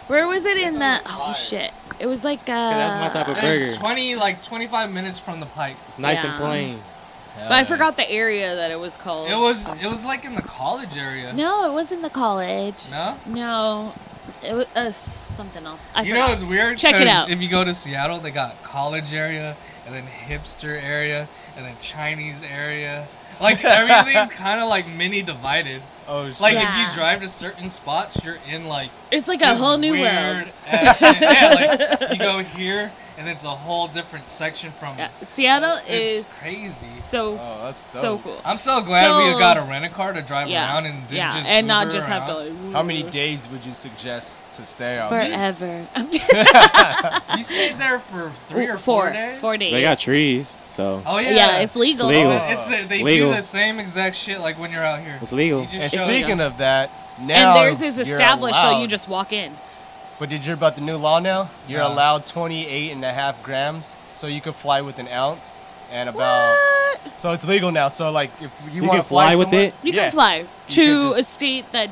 [SPEAKER 1] Where was it in the? Oh shit! It was like. Uh,
[SPEAKER 3] that's my type of
[SPEAKER 2] It's
[SPEAKER 3] burger.
[SPEAKER 2] 20, like 25 minutes from the pike.
[SPEAKER 3] It's nice
[SPEAKER 1] Yeah.
[SPEAKER 3] and plain.
[SPEAKER 1] But I forgot the area that it was called.
[SPEAKER 2] It was it was like in the college area.
[SPEAKER 1] No, it wasn't the college.
[SPEAKER 2] No?
[SPEAKER 1] No, it was uh, something else. I
[SPEAKER 2] you
[SPEAKER 1] forgot.
[SPEAKER 2] know it's weird.
[SPEAKER 1] Check it
[SPEAKER 2] 'Cause
[SPEAKER 1] out.
[SPEAKER 2] If you go to Seattle, they got college area, and then hipster area, and then Chinese area. Like everything's kind of like mini divided.
[SPEAKER 4] Oh, shit.
[SPEAKER 2] Like if
[SPEAKER 1] Yeah.
[SPEAKER 2] you drive to certain spots, you're in like
[SPEAKER 1] It's like a
[SPEAKER 2] this
[SPEAKER 1] whole new
[SPEAKER 2] weird
[SPEAKER 1] world.
[SPEAKER 2] ass shit. Yeah, like you go here, and it's a whole different section from.
[SPEAKER 1] Yeah, Seattle
[SPEAKER 2] It's
[SPEAKER 1] is
[SPEAKER 2] crazy.
[SPEAKER 1] So
[SPEAKER 4] oh, that's
[SPEAKER 1] so,
[SPEAKER 4] dope.
[SPEAKER 1] cool.
[SPEAKER 2] I'm so glad
[SPEAKER 1] So-
[SPEAKER 2] we got a rent a car to drive
[SPEAKER 1] yeah,
[SPEAKER 2] around and didn't
[SPEAKER 1] yeah,
[SPEAKER 2] just
[SPEAKER 1] and not
[SPEAKER 2] Uber
[SPEAKER 1] just have to
[SPEAKER 2] around.
[SPEAKER 1] like
[SPEAKER 4] How many days would you suggest to stay out?
[SPEAKER 1] forever. I'm just
[SPEAKER 2] You stayed there for three or four,
[SPEAKER 1] four
[SPEAKER 2] days.
[SPEAKER 1] Four days.
[SPEAKER 5] They got trees, so
[SPEAKER 2] Oh
[SPEAKER 1] yeah.
[SPEAKER 2] yeah.
[SPEAKER 1] it's legal.
[SPEAKER 5] It's legal.
[SPEAKER 2] It's uh, they
[SPEAKER 5] Legal.
[SPEAKER 2] do the same exact shit like when you're out here.
[SPEAKER 5] it's legal.
[SPEAKER 2] You just
[SPEAKER 4] And
[SPEAKER 2] show-
[SPEAKER 4] speaking of that,
[SPEAKER 1] And
[SPEAKER 4] now
[SPEAKER 1] theirs is
[SPEAKER 4] you're
[SPEAKER 1] established, so you
[SPEAKER 4] allowed-
[SPEAKER 1] just walk in.
[SPEAKER 4] But did you hear about the new law now? You're
[SPEAKER 2] No.
[SPEAKER 4] allowed 28 and a half grams, so you could fly with an ounce and about.
[SPEAKER 1] What?
[SPEAKER 4] So it's legal now. So like, if you,
[SPEAKER 5] You
[SPEAKER 4] want
[SPEAKER 5] can
[SPEAKER 4] to fly,
[SPEAKER 5] fly with
[SPEAKER 4] somewhere-
[SPEAKER 5] it?
[SPEAKER 1] You
[SPEAKER 4] yeah.
[SPEAKER 1] can fly
[SPEAKER 4] You
[SPEAKER 1] to
[SPEAKER 4] could just-
[SPEAKER 1] a state that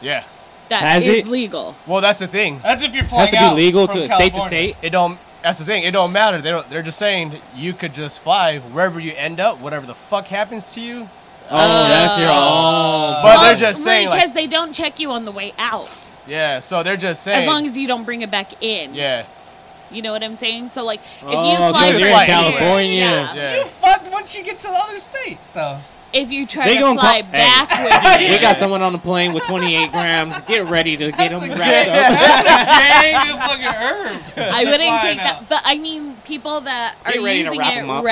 [SPEAKER 4] Yeah.
[SPEAKER 1] that
[SPEAKER 5] Has
[SPEAKER 1] is
[SPEAKER 5] it?
[SPEAKER 1] legal.
[SPEAKER 4] Well, that's the thing.
[SPEAKER 2] That's if you're flying
[SPEAKER 5] Has to be
[SPEAKER 2] out
[SPEAKER 5] legal
[SPEAKER 2] from
[SPEAKER 5] to state to
[SPEAKER 2] California.
[SPEAKER 5] state.
[SPEAKER 4] It don't. That's the thing. It don't matter. They don't. They're just saying you could just fly wherever you end up, whatever the fuck happens to you.
[SPEAKER 5] Oh, that's your oh.
[SPEAKER 4] But they're
[SPEAKER 1] Oh,
[SPEAKER 4] just saying
[SPEAKER 1] right, because
[SPEAKER 4] like,
[SPEAKER 1] they don't check you on the way out
[SPEAKER 4] yeah. So they're just saying
[SPEAKER 1] as long as you don't bring it back in.
[SPEAKER 4] yeah.
[SPEAKER 1] You know what I'm saying? So like, if
[SPEAKER 5] Oh,
[SPEAKER 1] you fly
[SPEAKER 4] 'cause
[SPEAKER 1] from
[SPEAKER 4] you're in
[SPEAKER 1] here-
[SPEAKER 5] California.
[SPEAKER 4] Yeah.
[SPEAKER 2] Fuck once you get to the other state though.
[SPEAKER 1] If you try
[SPEAKER 5] They
[SPEAKER 1] to
[SPEAKER 5] gonna
[SPEAKER 1] fly
[SPEAKER 5] come- Hey.
[SPEAKER 1] back with
[SPEAKER 5] We got someone on the plane with 28 grams. Get ready to get
[SPEAKER 2] That's a
[SPEAKER 5] them
[SPEAKER 2] gang-
[SPEAKER 5] wrapped up.
[SPEAKER 2] That's a gang of fucking herb.
[SPEAKER 1] I wouldn't
[SPEAKER 2] Flying
[SPEAKER 1] take
[SPEAKER 2] out.
[SPEAKER 1] that, but I mean, people that are
[SPEAKER 5] Get ready to
[SPEAKER 1] using
[SPEAKER 5] wrap
[SPEAKER 1] it
[SPEAKER 5] 'em up.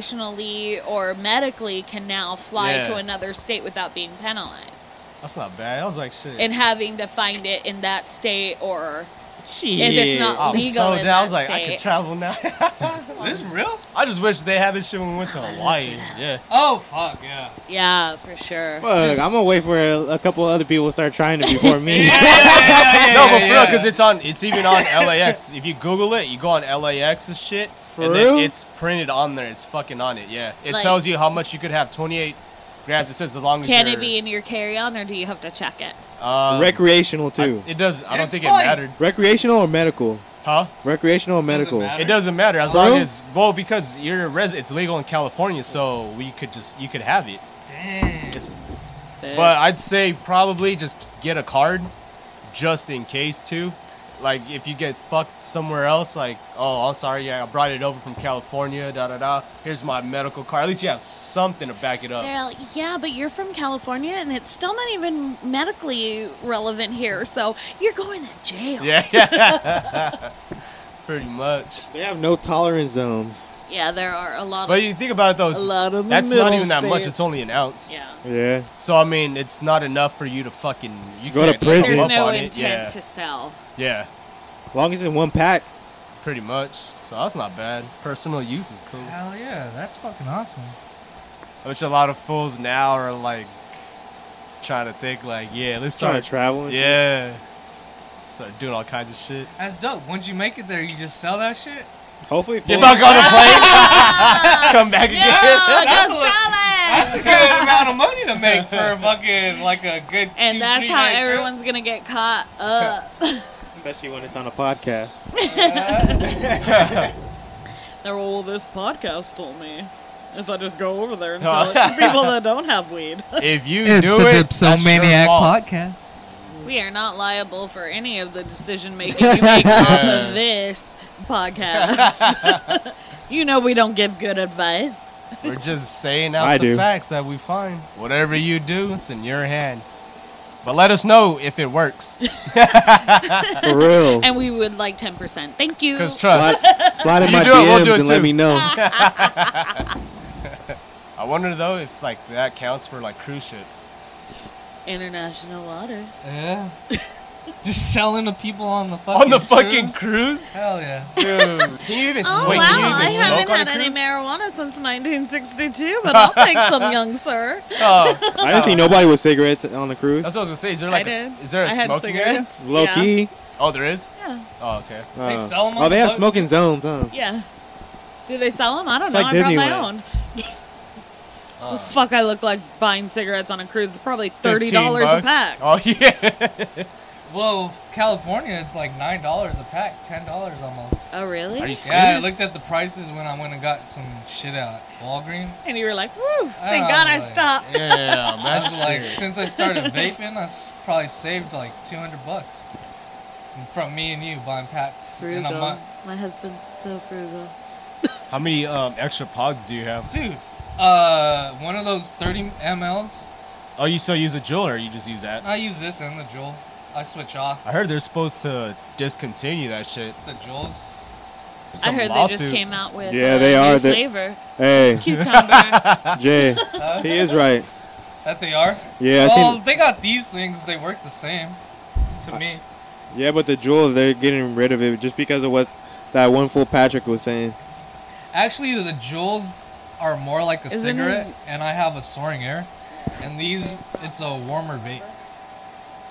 [SPEAKER 1] recreationally or medically can now fly
[SPEAKER 4] Yeah.
[SPEAKER 1] to another state without being penalized
[SPEAKER 4] That's not bad. I was like, shit.
[SPEAKER 1] and having to find it in that state or
[SPEAKER 5] Shit.
[SPEAKER 1] if it's not
[SPEAKER 4] I was
[SPEAKER 1] legal
[SPEAKER 4] Oh, so
[SPEAKER 1] in
[SPEAKER 4] down. I was
[SPEAKER 1] that
[SPEAKER 4] like, I
[SPEAKER 1] state.
[SPEAKER 4] could travel now.
[SPEAKER 2] This real?
[SPEAKER 4] I just wish they had this shit when we went to Hawaii. Yeah.
[SPEAKER 2] Oh fuck yeah.
[SPEAKER 1] yeah, for sure.
[SPEAKER 5] Fuck, I'm gonna wait for a, a couple other people to start trying it before me.
[SPEAKER 4] no, but for real, because it's on. It's even on LAX. If you Google it, you go on LAX's shit,
[SPEAKER 5] For
[SPEAKER 4] and
[SPEAKER 5] real?
[SPEAKER 4] then it's printed on there. It's fucking on it. Yeah, it
[SPEAKER 1] Like-
[SPEAKER 4] tells you how much you could have. Twenty-eight grams. It says as long as
[SPEAKER 1] Can
[SPEAKER 4] you're,
[SPEAKER 1] it be in your carry-on or do you have to check it?
[SPEAKER 4] um,
[SPEAKER 5] Recreational
[SPEAKER 4] I-
[SPEAKER 5] too.
[SPEAKER 4] it does. I don't
[SPEAKER 2] It's
[SPEAKER 4] think
[SPEAKER 2] fine.
[SPEAKER 4] it mattered,
[SPEAKER 5] Recreational or medical?
[SPEAKER 4] huh?
[SPEAKER 5] Recreational or medical?
[SPEAKER 2] matter.
[SPEAKER 4] It doesn't matter as
[SPEAKER 5] For
[SPEAKER 4] long
[SPEAKER 5] real?
[SPEAKER 4] as well because you're a res. It's legal in California, so we could just you could have it.
[SPEAKER 2] Dang.
[SPEAKER 4] It's
[SPEAKER 1] So-
[SPEAKER 4] But I'd say probably just get a card, just in case too. Like if you get fucked somewhere else, like oh I'm sorry, yeah I brought it over from California, da da da. Here's my medical card. At least you have something to back it up.
[SPEAKER 1] They're like, yeah, but you're from California and it's still not even medically relevant here, so you're going to jail.
[SPEAKER 4] Yeah, yeah. Pretty much.
[SPEAKER 5] They have no tolerance zones.
[SPEAKER 1] Yeah, there are a lot
[SPEAKER 4] But
[SPEAKER 1] of
[SPEAKER 4] you think about it
[SPEAKER 1] a
[SPEAKER 4] though,
[SPEAKER 1] lot of the
[SPEAKER 4] that's not
[SPEAKER 1] middle
[SPEAKER 4] even that much.
[SPEAKER 1] states.
[SPEAKER 4] It's only an ounce.
[SPEAKER 1] yeah.
[SPEAKER 5] Yeah.
[SPEAKER 4] So I mean, it's not enough for you to fucking you
[SPEAKER 5] Go to
[SPEAKER 4] can't give
[SPEAKER 5] prison.
[SPEAKER 1] There's
[SPEAKER 4] up
[SPEAKER 1] no
[SPEAKER 4] on
[SPEAKER 1] intent
[SPEAKER 4] it. Yeah,
[SPEAKER 1] to sell.
[SPEAKER 4] yeah.
[SPEAKER 5] As long as it's in one pack.
[SPEAKER 4] Pretty much. So that's not bad. Personal use is cool.
[SPEAKER 2] Hell yeah, that's
[SPEAKER 6] Fucking awesome.
[SPEAKER 4] Which a lot of fools now are like trying to think like, yeah, let's
[SPEAKER 5] Trying
[SPEAKER 4] start.
[SPEAKER 5] to travel. And shit.
[SPEAKER 4] yeah. Start doing all kinds of shit.
[SPEAKER 2] that's dope. Once you make it there, you just sell that shit.
[SPEAKER 5] Hopefully.
[SPEAKER 4] Get
[SPEAKER 5] full-
[SPEAKER 4] back on the plane. Come back again.
[SPEAKER 2] That's
[SPEAKER 1] just
[SPEAKER 2] a-
[SPEAKER 1] sell
[SPEAKER 2] That's a good amount of money to make for a fucking like a good.
[SPEAKER 1] And
[SPEAKER 2] two,
[SPEAKER 1] that's
[SPEAKER 2] three
[SPEAKER 1] how
[SPEAKER 2] night trip.
[SPEAKER 1] everyone's gonna get caught up.
[SPEAKER 5] Especially when it's on a podcast.
[SPEAKER 1] They're all this podcast told me. If I just go over there and sell it to people that don't have weed.
[SPEAKER 8] If you
[SPEAKER 6] It's
[SPEAKER 8] knew
[SPEAKER 6] the
[SPEAKER 8] it, that's your
[SPEAKER 6] Dipsomaniac
[SPEAKER 8] fault.
[SPEAKER 6] podcast.
[SPEAKER 1] We are not liable for any of the decision making you make off
[SPEAKER 8] Yeah.
[SPEAKER 1] of this podcast. you know we don't give good advice.
[SPEAKER 8] We're just saying out
[SPEAKER 5] I
[SPEAKER 8] the
[SPEAKER 5] do.
[SPEAKER 8] facts that we find. Whatever you do, it's in your hand. But let us know if it works.
[SPEAKER 5] For real.
[SPEAKER 1] And we would like 10%. Thank you.
[SPEAKER 8] Because trust.
[SPEAKER 5] slide, slide in
[SPEAKER 8] You
[SPEAKER 5] my
[SPEAKER 8] do it, we'll
[SPEAKER 5] DMs
[SPEAKER 8] do it
[SPEAKER 5] and let
[SPEAKER 8] too.
[SPEAKER 5] me know.
[SPEAKER 4] I wonder though if like that counts for like cruise ships.
[SPEAKER 1] International waters.
[SPEAKER 2] Yeah. Just selling to people on the fucking
[SPEAKER 8] On the fucking
[SPEAKER 2] cruise?
[SPEAKER 8] cruise?
[SPEAKER 2] Hell yeah.
[SPEAKER 8] Dude. Can you even
[SPEAKER 1] Oh,
[SPEAKER 8] wait,
[SPEAKER 1] wow.
[SPEAKER 8] can you even
[SPEAKER 1] I
[SPEAKER 8] smoke
[SPEAKER 1] haven't
[SPEAKER 8] on
[SPEAKER 1] had
[SPEAKER 8] a
[SPEAKER 1] any
[SPEAKER 8] cruise?
[SPEAKER 1] marijuana since 1962, but I'll take some, young sir.
[SPEAKER 8] Oh,
[SPEAKER 5] I didn't see nobody with cigarettes on the cruise.
[SPEAKER 8] that's what I was gonna say. Is there like a, s-
[SPEAKER 1] did.
[SPEAKER 8] is there a
[SPEAKER 1] I had
[SPEAKER 8] smoking area?
[SPEAKER 1] cigarettes.
[SPEAKER 5] Low
[SPEAKER 1] yeah.
[SPEAKER 5] key.
[SPEAKER 8] Oh, there is.
[SPEAKER 1] Yeah.
[SPEAKER 8] Oh, okay.
[SPEAKER 5] Uh,
[SPEAKER 2] They sell 'em
[SPEAKER 5] oh,
[SPEAKER 2] on
[SPEAKER 5] they
[SPEAKER 2] the
[SPEAKER 5] have
[SPEAKER 2] boats,
[SPEAKER 5] smoking zones, huh?
[SPEAKER 1] Yeah. Do they sell them? I don't
[SPEAKER 5] It's
[SPEAKER 1] know.
[SPEAKER 5] like
[SPEAKER 1] I brought my
[SPEAKER 5] Disneyland.
[SPEAKER 1] own. Well, fuck, I look like buying cigarettes on a cruise. It's probably $30 a
[SPEAKER 8] 15 bucks.
[SPEAKER 1] pack.
[SPEAKER 8] Oh yeah.
[SPEAKER 2] Well, f- California, it's like nine dollars a pack, ten dollars almost.
[SPEAKER 1] Oh, really?
[SPEAKER 8] Are you
[SPEAKER 2] Yeah, I
[SPEAKER 8] serious?
[SPEAKER 2] looked at the prices when I went and got some shit at Walgreens.
[SPEAKER 1] and you were like, woo, thank
[SPEAKER 2] Oh,
[SPEAKER 1] God I
[SPEAKER 2] boy.
[SPEAKER 1] stopped.
[SPEAKER 8] yeah,
[SPEAKER 2] I
[SPEAKER 8] that's
[SPEAKER 2] was like,
[SPEAKER 8] like
[SPEAKER 2] since I started vaping, I've s- probably saved like two hundred bucks from me and you buying packs in a
[SPEAKER 1] Frugal.
[SPEAKER 2] month.
[SPEAKER 1] My husband's so frugal.
[SPEAKER 4] How many um, extra pods do you have?
[SPEAKER 2] Dude, uh, one of those thirty mls.
[SPEAKER 4] Oh, you still use a jewel or you just use that?
[SPEAKER 2] I use this and the jewel. I switch off
[SPEAKER 4] I heard they're supposed to discontinue that shit.
[SPEAKER 2] the jewels.
[SPEAKER 1] I
[SPEAKER 4] Some
[SPEAKER 1] heard they
[SPEAKER 4] lawsuit.
[SPEAKER 1] just came out with
[SPEAKER 5] Yeah,
[SPEAKER 1] a
[SPEAKER 5] they are.
[SPEAKER 1] new
[SPEAKER 5] They-
[SPEAKER 1] flavor.
[SPEAKER 5] Hey,
[SPEAKER 1] Cucumber.
[SPEAKER 5] Jay, he is right.
[SPEAKER 2] That they are.
[SPEAKER 5] Yeah, I
[SPEAKER 2] well,
[SPEAKER 5] seen,
[SPEAKER 2] they got these things. They work the same to me.
[SPEAKER 5] yeah, but the jewel, they're getting rid of it just because of what that one fool Patrick was saying.
[SPEAKER 2] Actually, the jewels are more like a
[SPEAKER 1] Isn't
[SPEAKER 2] cigarette,
[SPEAKER 1] it-
[SPEAKER 2] and I have a soaring air, and these it's a warmer vape.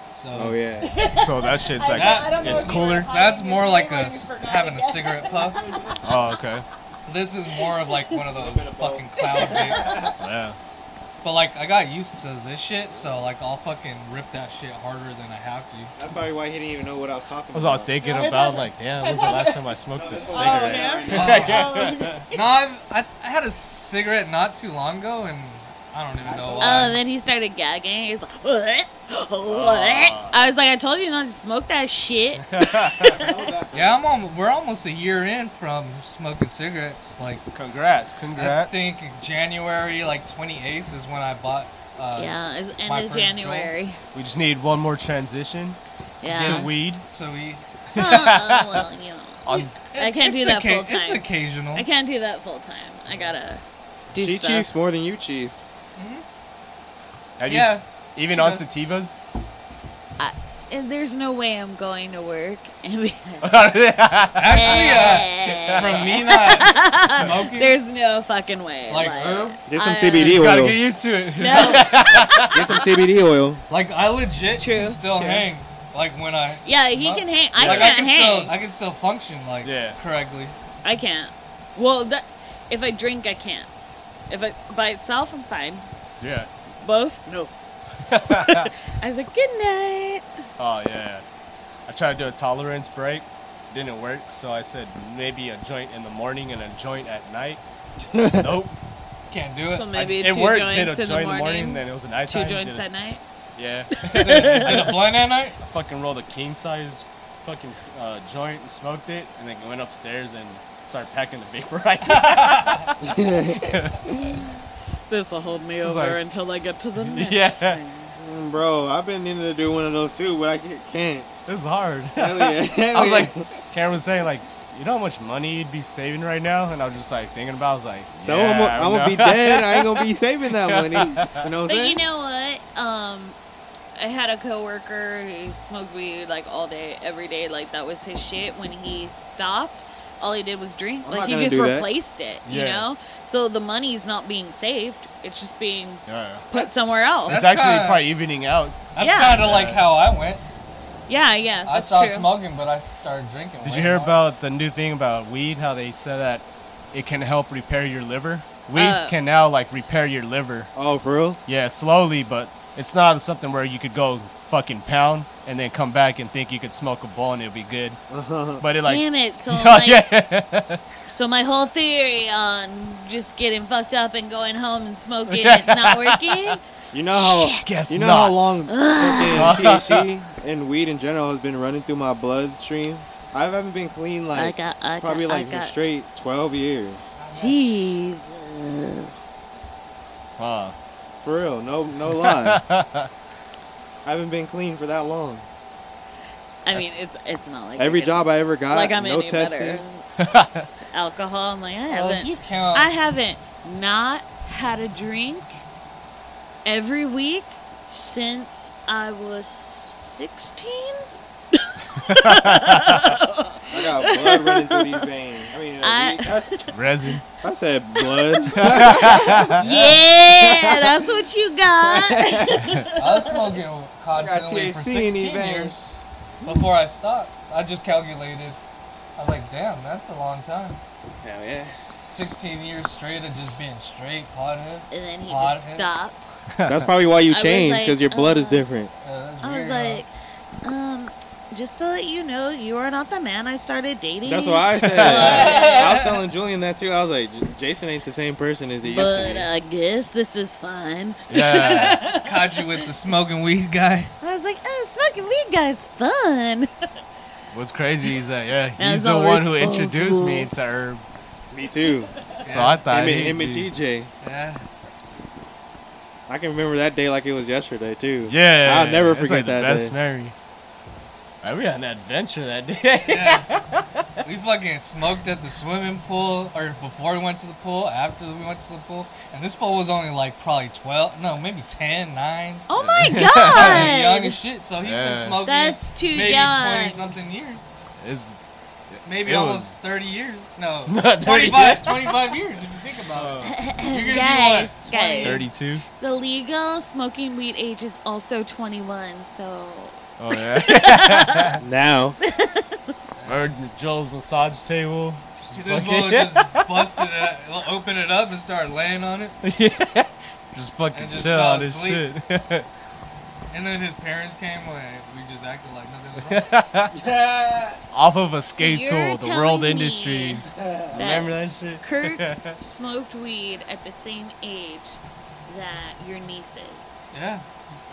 [SPEAKER 2] So
[SPEAKER 5] Oh yeah.
[SPEAKER 4] So that shit's like,
[SPEAKER 2] That-
[SPEAKER 4] it's cooler.
[SPEAKER 2] that's more like a s- having a cigarette puff.
[SPEAKER 4] Oh, okay.
[SPEAKER 2] This is more of like one of those fucking cloud vapes.
[SPEAKER 4] Yeah.
[SPEAKER 2] But like I got used to this shit, so like I'll fucking rip that shit harder than I have to.
[SPEAKER 5] That's probably why he didn't even know what I was talking
[SPEAKER 4] I was all thinking about like, yeah, when's the last time I
[SPEAKER 1] Oh,
[SPEAKER 4] smoked a cigarette?
[SPEAKER 2] No, I've, I I had a cigarette not too long ago, and I don't even know
[SPEAKER 1] Oh,
[SPEAKER 2] why.
[SPEAKER 1] then he started gagging. He's like, what? What?
[SPEAKER 2] Oh.
[SPEAKER 1] I was like, I told you not to smoke that shit.
[SPEAKER 2] yeah, I'm on, we're almost a year in from smoking cigarettes. Like
[SPEAKER 8] congrats,
[SPEAKER 2] I
[SPEAKER 8] congrats.
[SPEAKER 2] think January like 28th is when I bought. Uh,
[SPEAKER 1] yeah, it's
[SPEAKER 2] my
[SPEAKER 1] end of
[SPEAKER 2] first
[SPEAKER 1] January.
[SPEAKER 8] we just need one more transition
[SPEAKER 1] Yeah.
[SPEAKER 8] to weed.
[SPEAKER 2] So we.
[SPEAKER 1] Oh, well, you know.
[SPEAKER 8] On
[SPEAKER 1] I can't do
[SPEAKER 2] it's
[SPEAKER 1] that
[SPEAKER 2] occa-
[SPEAKER 1] full
[SPEAKER 2] It's
[SPEAKER 1] time.
[SPEAKER 2] occasional.
[SPEAKER 1] I can't do that full time. I gotta do
[SPEAKER 5] She
[SPEAKER 1] stuff.
[SPEAKER 5] chiefs more than you chief.
[SPEAKER 8] have you-
[SPEAKER 2] Yeah,
[SPEAKER 8] even on sativas.
[SPEAKER 1] And there's no way I'm going to work and be
[SPEAKER 2] Oh,
[SPEAKER 1] like,
[SPEAKER 2] actually, uh, from me not smoking.
[SPEAKER 1] there's no fucking way.
[SPEAKER 2] Like who?
[SPEAKER 5] Get some
[SPEAKER 1] I-
[SPEAKER 5] CBD
[SPEAKER 8] You gotta
[SPEAKER 5] oil.
[SPEAKER 8] get used to it.
[SPEAKER 1] No.
[SPEAKER 5] Get some CBD oil.
[SPEAKER 2] Like I legit
[SPEAKER 1] True.
[SPEAKER 2] can still hang. Like when I.
[SPEAKER 1] Yeah, he
[SPEAKER 2] smoke.
[SPEAKER 1] can hang. I
[SPEAKER 2] like, I
[SPEAKER 1] can't
[SPEAKER 2] can
[SPEAKER 1] hang.
[SPEAKER 2] Still, I can still function like
[SPEAKER 8] Yeah.
[SPEAKER 2] correctly.
[SPEAKER 1] I can't. Well, that, if I drink, I can't. If I by itself, I'm fine.
[SPEAKER 8] yeah.
[SPEAKER 1] Both, no. I was like, good night.
[SPEAKER 4] Oh yeah. I tried to do a tolerance break, didn't work. So I said maybe a joint in the morning and a joint at night. nope.
[SPEAKER 2] Can't do it.
[SPEAKER 1] So
[SPEAKER 4] I-
[SPEAKER 1] maybe
[SPEAKER 4] it
[SPEAKER 1] two
[SPEAKER 4] worked.
[SPEAKER 1] joints
[SPEAKER 4] Did
[SPEAKER 1] in
[SPEAKER 4] a
[SPEAKER 1] the
[SPEAKER 4] joint
[SPEAKER 1] morning,
[SPEAKER 4] then it was a
[SPEAKER 1] two
[SPEAKER 4] nighttime.
[SPEAKER 1] joints
[SPEAKER 4] did a-
[SPEAKER 1] at night.
[SPEAKER 4] Yeah.
[SPEAKER 2] Did a blind at night?
[SPEAKER 4] I fucking rolled a king size fucking uh, joint and smoked it, and then went upstairs and started packing the vaporizer.
[SPEAKER 1] This will hold me over
[SPEAKER 4] like-
[SPEAKER 1] until I get to the next.
[SPEAKER 4] Yeah.
[SPEAKER 1] thing.
[SPEAKER 5] Mm, Bro, I've been needing to do one of those too, but I can't- can't.
[SPEAKER 4] this is hard.
[SPEAKER 5] Hell yeah. hell
[SPEAKER 4] I was
[SPEAKER 5] yeah.
[SPEAKER 4] like, Karen was saying like, you know how much money you'd be saving right now, and I was just like thinking about. it, I was like,
[SPEAKER 5] so
[SPEAKER 4] yeah,
[SPEAKER 5] I'm,
[SPEAKER 4] I
[SPEAKER 5] I'm gonna
[SPEAKER 4] know.
[SPEAKER 5] be dead. I ain't gonna be saving that money. You know what I'm
[SPEAKER 1] But you
[SPEAKER 5] saying?
[SPEAKER 1] know what? Um, I had a coworker who smoked weed like all day, every day. Like that was his shit. When he stopped, all he did was drink.
[SPEAKER 5] I'm
[SPEAKER 1] like
[SPEAKER 5] not
[SPEAKER 1] he
[SPEAKER 5] gonna
[SPEAKER 1] just
[SPEAKER 5] do that.
[SPEAKER 1] replaced it. You
[SPEAKER 4] Yeah.
[SPEAKER 1] know. So the money's not being saved. It's just being
[SPEAKER 4] Yeah.
[SPEAKER 1] put somewhere else.
[SPEAKER 4] It's
[SPEAKER 2] That's
[SPEAKER 4] actually
[SPEAKER 2] kinda-
[SPEAKER 4] probably evening out.
[SPEAKER 2] That's
[SPEAKER 1] Yeah.
[SPEAKER 2] kind of like how I went.
[SPEAKER 1] yeah, yeah.
[SPEAKER 2] I
[SPEAKER 1] That's
[SPEAKER 2] stopped
[SPEAKER 1] true.
[SPEAKER 2] smoking, but I started drinking.
[SPEAKER 4] Did
[SPEAKER 2] way
[SPEAKER 4] you hear
[SPEAKER 2] more.
[SPEAKER 4] about the new thing about weed? How they said that it can help repair your liver. Weed
[SPEAKER 1] Uh,
[SPEAKER 4] can now like repair your liver.
[SPEAKER 5] Oh, for real?
[SPEAKER 4] Yeah, slowly, but It's not something where you could go fucking pound and then come back and think you could smoke a bowl and it'll be good.
[SPEAKER 5] Uh-huh.
[SPEAKER 4] But it like,
[SPEAKER 1] Damn it! So
[SPEAKER 4] Oh,
[SPEAKER 1] like,
[SPEAKER 4] yeah.
[SPEAKER 1] so my whole theory on just getting fucked up and going home and smoking it's not working.
[SPEAKER 5] You know how
[SPEAKER 4] Guess
[SPEAKER 5] you know how
[SPEAKER 4] not.
[SPEAKER 5] long fucking THC and weed in general has been running through my bloodstream. I haven't been clean
[SPEAKER 1] I
[SPEAKER 5] like
[SPEAKER 1] got, I got,
[SPEAKER 5] probably like a
[SPEAKER 1] I got.
[SPEAKER 5] straight twelve years.
[SPEAKER 1] Jesus.
[SPEAKER 4] Huh.
[SPEAKER 5] For real, no no lie. I haven't been clean for that long.
[SPEAKER 1] I mean, it's it's not like I
[SPEAKER 5] Every
[SPEAKER 1] can-
[SPEAKER 5] job I ever got,
[SPEAKER 1] like I'm
[SPEAKER 5] no
[SPEAKER 1] any
[SPEAKER 5] testing.
[SPEAKER 1] better. Alcohol. I'm like I
[SPEAKER 3] Well,
[SPEAKER 1] haven't.
[SPEAKER 3] if you count.
[SPEAKER 1] I haven't not had a drink every week since I was 16.
[SPEAKER 5] I got blood running through these veins. I mean,
[SPEAKER 1] I-
[SPEAKER 5] I, that's,
[SPEAKER 4] resin.
[SPEAKER 5] I said blood.
[SPEAKER 1] yeah, that's what you got.
[SPEAKER 3] I was smoking constantly for
[SPEAKER 5] THC in these
[SPEAKER 3] 16
[SPEAKER 5] veins.
[SPEAKER 3] years before I stopped. I just calculated. I was like, damn, that's a long time.
[SPEAKER 5] Hell yeah.
[SPEAKER 3] 16 years straight of just being straight pothead.
[SPEAKER 1] and then he
[SPEAKER 3] Hot
[SPEAKER 1] just
[SPEAKER 3] head.
[SPEAKER 1] stopped.
[SPEAKER 5] That's probably why you
[SPEAKER 1] I was
[SPEAKER 5] changed because your
[SPEAKER 1] like,
[SPEAKER 5] blood is
[SPEAKER 1] uh,
[SPEAKER 5] different.
[SPEAKER 3] Uh, that's
[SPEAKER 1] I was
[SPEAKER 3] weird.
[SPEAKER 1] like, um, just to let you know, you are not the man I started dating.
[SPEAKER 5] That's what I said. I was telling Julian that too. I was like, "J- Jason ain't the same person as he used to
[SPEAKER 1] But
[SPEAKER 5] be.
[SPEAKER 1] I guess this is fun.
[SPEAKER 4] Yeah.
[SPEAKER 3] caught you with the smoking weed guy.
[SPEAKER 1] I was like, oh, smoking weed guy's fun.
[SPEAKER 4] What's crazy is that yeah,
[SPEAKER 1] That's
[SPEAKER 4] he's the
[SPEAKER 1] all
[SPEAKER 4] one who introduced me
[SPEAKER 1] responsible.
[SPEAKER 4] to herb.
[SPEAKER 5] Me too.
[SPEAKER 4] So I thought
[SPEAKER 5] Him and,
[SPEAKER 4] he'd
[SPEAKER 5] him and
[SPEAKER 4] be-
[SPEAKER 5] DJ.
[SPEAKER 3] Yeah.
[SPEAKER 5] I can remember that day like it was yesterday too.
[SPEAKER 4] Yeah,
[SPEAKER 5] I'll never
[SPEAKER 4] it's
[SPEAKER 5] forget
[SPEAKER 4] like
[SPEAKER 5] that
[SPEAKER 4] The best
[SPEAKER 5] day.
[SPEAKER 4] memory.
[SPEAKER 9] Man, we had an adventure that day.
[SPEAKER 3] yeah. We fucking smoked at the swimming pool, or before we went to the pool, after we went to the pool. And this pool was only like probably 12, no, maybe 10, 9.
[SPEAKER 1] Oh my
[SPEAKER 3] Fucking young
[SPEAKER 1] god.
[SPEAKER 3] as shit, so he's
[SPEAKER 4] Yeah.
[SPEAKER 3] been smoking
[SPEAKER 1] That's too
[SPEAKER 3] maybe
[SPEAKER 1] young.
[SPEAKER 3] 20 something years.
[SPEAKER 4] It's
[SPEAKER 3] Maybe
[SPEAKER 4] It
[SPEAKER 3] almost 30 years. No,
[SPEAKER 4] 20
[SPEAKER 3] 25, 25 years if you think about it.
[SPEAKER 5] Uh.
[SPEAKER 3] You're gonna
[SPEAKER 1] Guys,
[SPEAKER 3] be what, 20?
[SPEAKER 1] guys.
[SPEAKER 4] 32.
[SPEAKER 1] The legal smoking weed age is also 21, so
[SPEAKER 4] Oh yeah.
[SPEAKER 1] uh,
[SPEAKER 5] Now
[SPEAKER 4] Heard Joel's massage table.
[SPEAKER 3] This fool just busted it, opened it up and started laying on it.
[SPEAKER 4] Just fucking
[SPEAKER 3] And just
[SPEAKER 4] chill
[SPEAKER 3] fell
[SPEAKER 4] on this
[SPEAKER 3] asleep.
[SPEAKER 4] shit.
[SPEAKER 3] And then his parents came, like, we just acted like nothing was wrong.
[SPEAKER 4] Off of a skate
[SPEAKER 1] you're
[SPEAKER 4] tool, the
[SPEAKER 1] telling
[SPEAKER 4] World
[SPEAKER 1] me
[SPEAKER 4] Industries.
[SPEAKER 1] that
[SPEAKER 4] Remember that shit?
[SPEAKER 1] Kirk smoked weed at the same age that your niece is.
[SPEAKER 3] Yeah.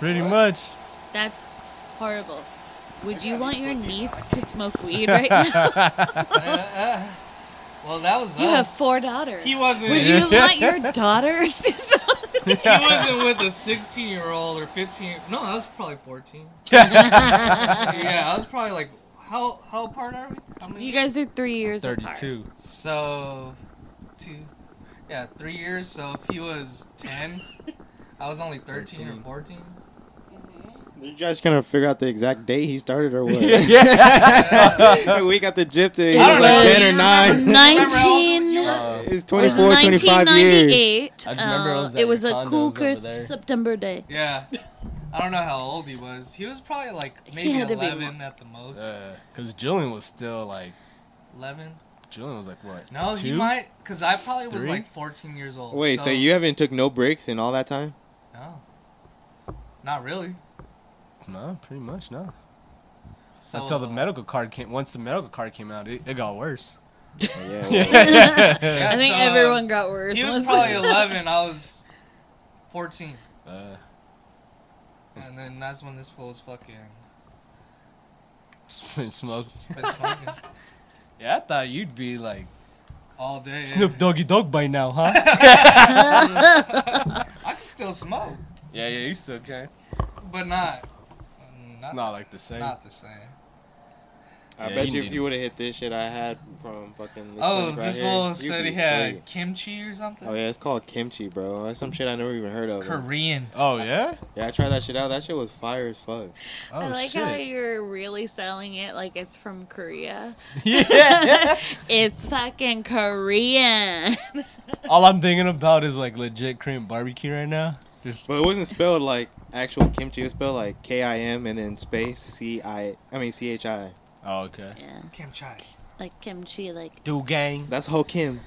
[SPEAKER 4] Pretty much.
[SPEAKER 1] That's horrible. Would you want your niece to smoke weed right now?
[SPEAKER 3] Well, that was
[SPEAKER 1] You have
[SPEAKER 3] us.
[SPEAKER 1] four daughters.
[SPEAKER 3] He wasn't.
[SPEAKER 1] Would you want your daughters to smoke?
[SPEAKER 3] he wasn't with a 16 year old or 15. No, I was probably 14. yeah, I was probably like, how how apart are we? How many?
[SPEAKER 1] You guys are three years apart.
[SPEAKER 4] 32.
[SPEAKER 3] So, two, yeah, three years. So if he was 10, I was only 13 or 14.
[SPEAKER 5] you guys gonna figure out the exact date he started or what? we got the gypped. He
[SPEAKER 1] It
[SPEAKER 5] was like ten
[SPEAKER 1] was
[SPEAKER 5] or nine.
[SPEAKER 3] Remember how old you
[SPEAKER 1] Nineteen.
[SPEAKER 3] were?
[SPEAKER 5] It's
[SPEAKER 1] It was
[SPEAKER 5] 24, 25 years.
[SPEAKER 1] 1998. Uh, it was a cool, crisp September day.
[SPEAKER 3] Yeah. I don't know how old he was. He was probably like maybe
[SPEAKER 1] had to be
[SPEAKER 3] 11 at the most.
[SPEAKER 5] Uh,
[SPEAKER 4] Because Uh, Julian was still like,
[SPEAKER 3] 11?
[SPEAKER 4] Julian was like, what?
[SPEAKER 3] No, he
[SPEAKER 4] Two?
[SPEAKER 3] might, because I probably was
[SPEAKER 4] Three?
[SPEAKER 3] like 14 years old.
[SPEAKER 5] Wait, so you haven't took no breaks in all that time?
[SPEAKER 3] No. Not really.
[SPEAKER 4] No, pretty much, no.
[SPEAKER 3] So,
[SPEAKER 4] Until the
[SPEAKER 3] uh,
[SPEAKER 4] medical card came, once the medical card came out, it, it got worse.
[SPEAKER 5] Yeah.
[SPEAKER 3] yeah,
[SPEAKER 1] I think
[SPEAKER 3] so, uh,
[SPEAKER 1] everyone got worse.
[SPEAKER 3] He was
[SPEAKER 1] once-
[SPEAKER 3] probably 11. I was 14.
[SPEAKER 4] Uh,
[SPEAKER 3] And then that's when this fool was fucking.
[SPEAKER 4] smoke.
[SPEAKER 3] been smoking
[SPEAKER 4] Yeah, I thought you'd be like
[SPEAKER 3] all day.
[SPEAKER 4] Snoop Doggy Dog by now, huh?
[SPEAKER 3] I can still smoke,
[SPEAKER 4] yeah, yeah, you still can.
[SPEAKER 3] but not. mm, Not,
[SPEAKER 4] It's not like the same.
[SPEAKER 3] not the same.
[SPEAKER 5] I
[SPEAKER 4] Yeah,
[SPEAKER 5] bet
[SPEAKER 4] you
[SPEAKER 5] you,
[SPEAKER 4] need
[SPEAKER 5] if you would have hit this shit I had from fucking. This
[SPEAKER 3] Oh,
[SPEAKER 5] link right
[SPEAKER 3] this
[SPEAKER 5] here,
[SPEAKER 3] fool
[SPEAKER 5] you'd
[SPEAKER 3] said
[SPEAKER 5] be
[SPEAKER 3] he had
[SPEAKER 5] straight.
[SPEAKER 3] kimchi or something.
[SPEAKER 5] Oh yeah, it's called kimchi, bro. That's some shit I never even heard of.
[SPEAKER 3] Korean.
[SPEAKER 4] Oh yeah.
[SPEAKER 5] Yeah, I tried that shit out. That shit was fire as fuck.
[SPEAKER 4] Oh
[SPEAKER 1] I like
[SPEAKER 4] shit.
[SPEAKER 1] how you're really selling it like it's from Korea.
[SPEAKER 4] yeah.
[SPEAKER 1] It's fucking Korean.
[SPEAKER 4] All I'm thinking about is like legit Korean barbecue right now. Just
[SPEAKER 5] But it wasn't spelled like actual kimchi. It was spelled like K I M and then space C I. I mean C H I.
[SPEAKER 4] oh okay.
[SPEAKER 1] Yeah,
[SPEAKER 3] Kimchi.
[SPEAKER 1] like kimchi, like
[SPEAKER 4] Do gang.
[SPEAKER 5] That's whole Kim.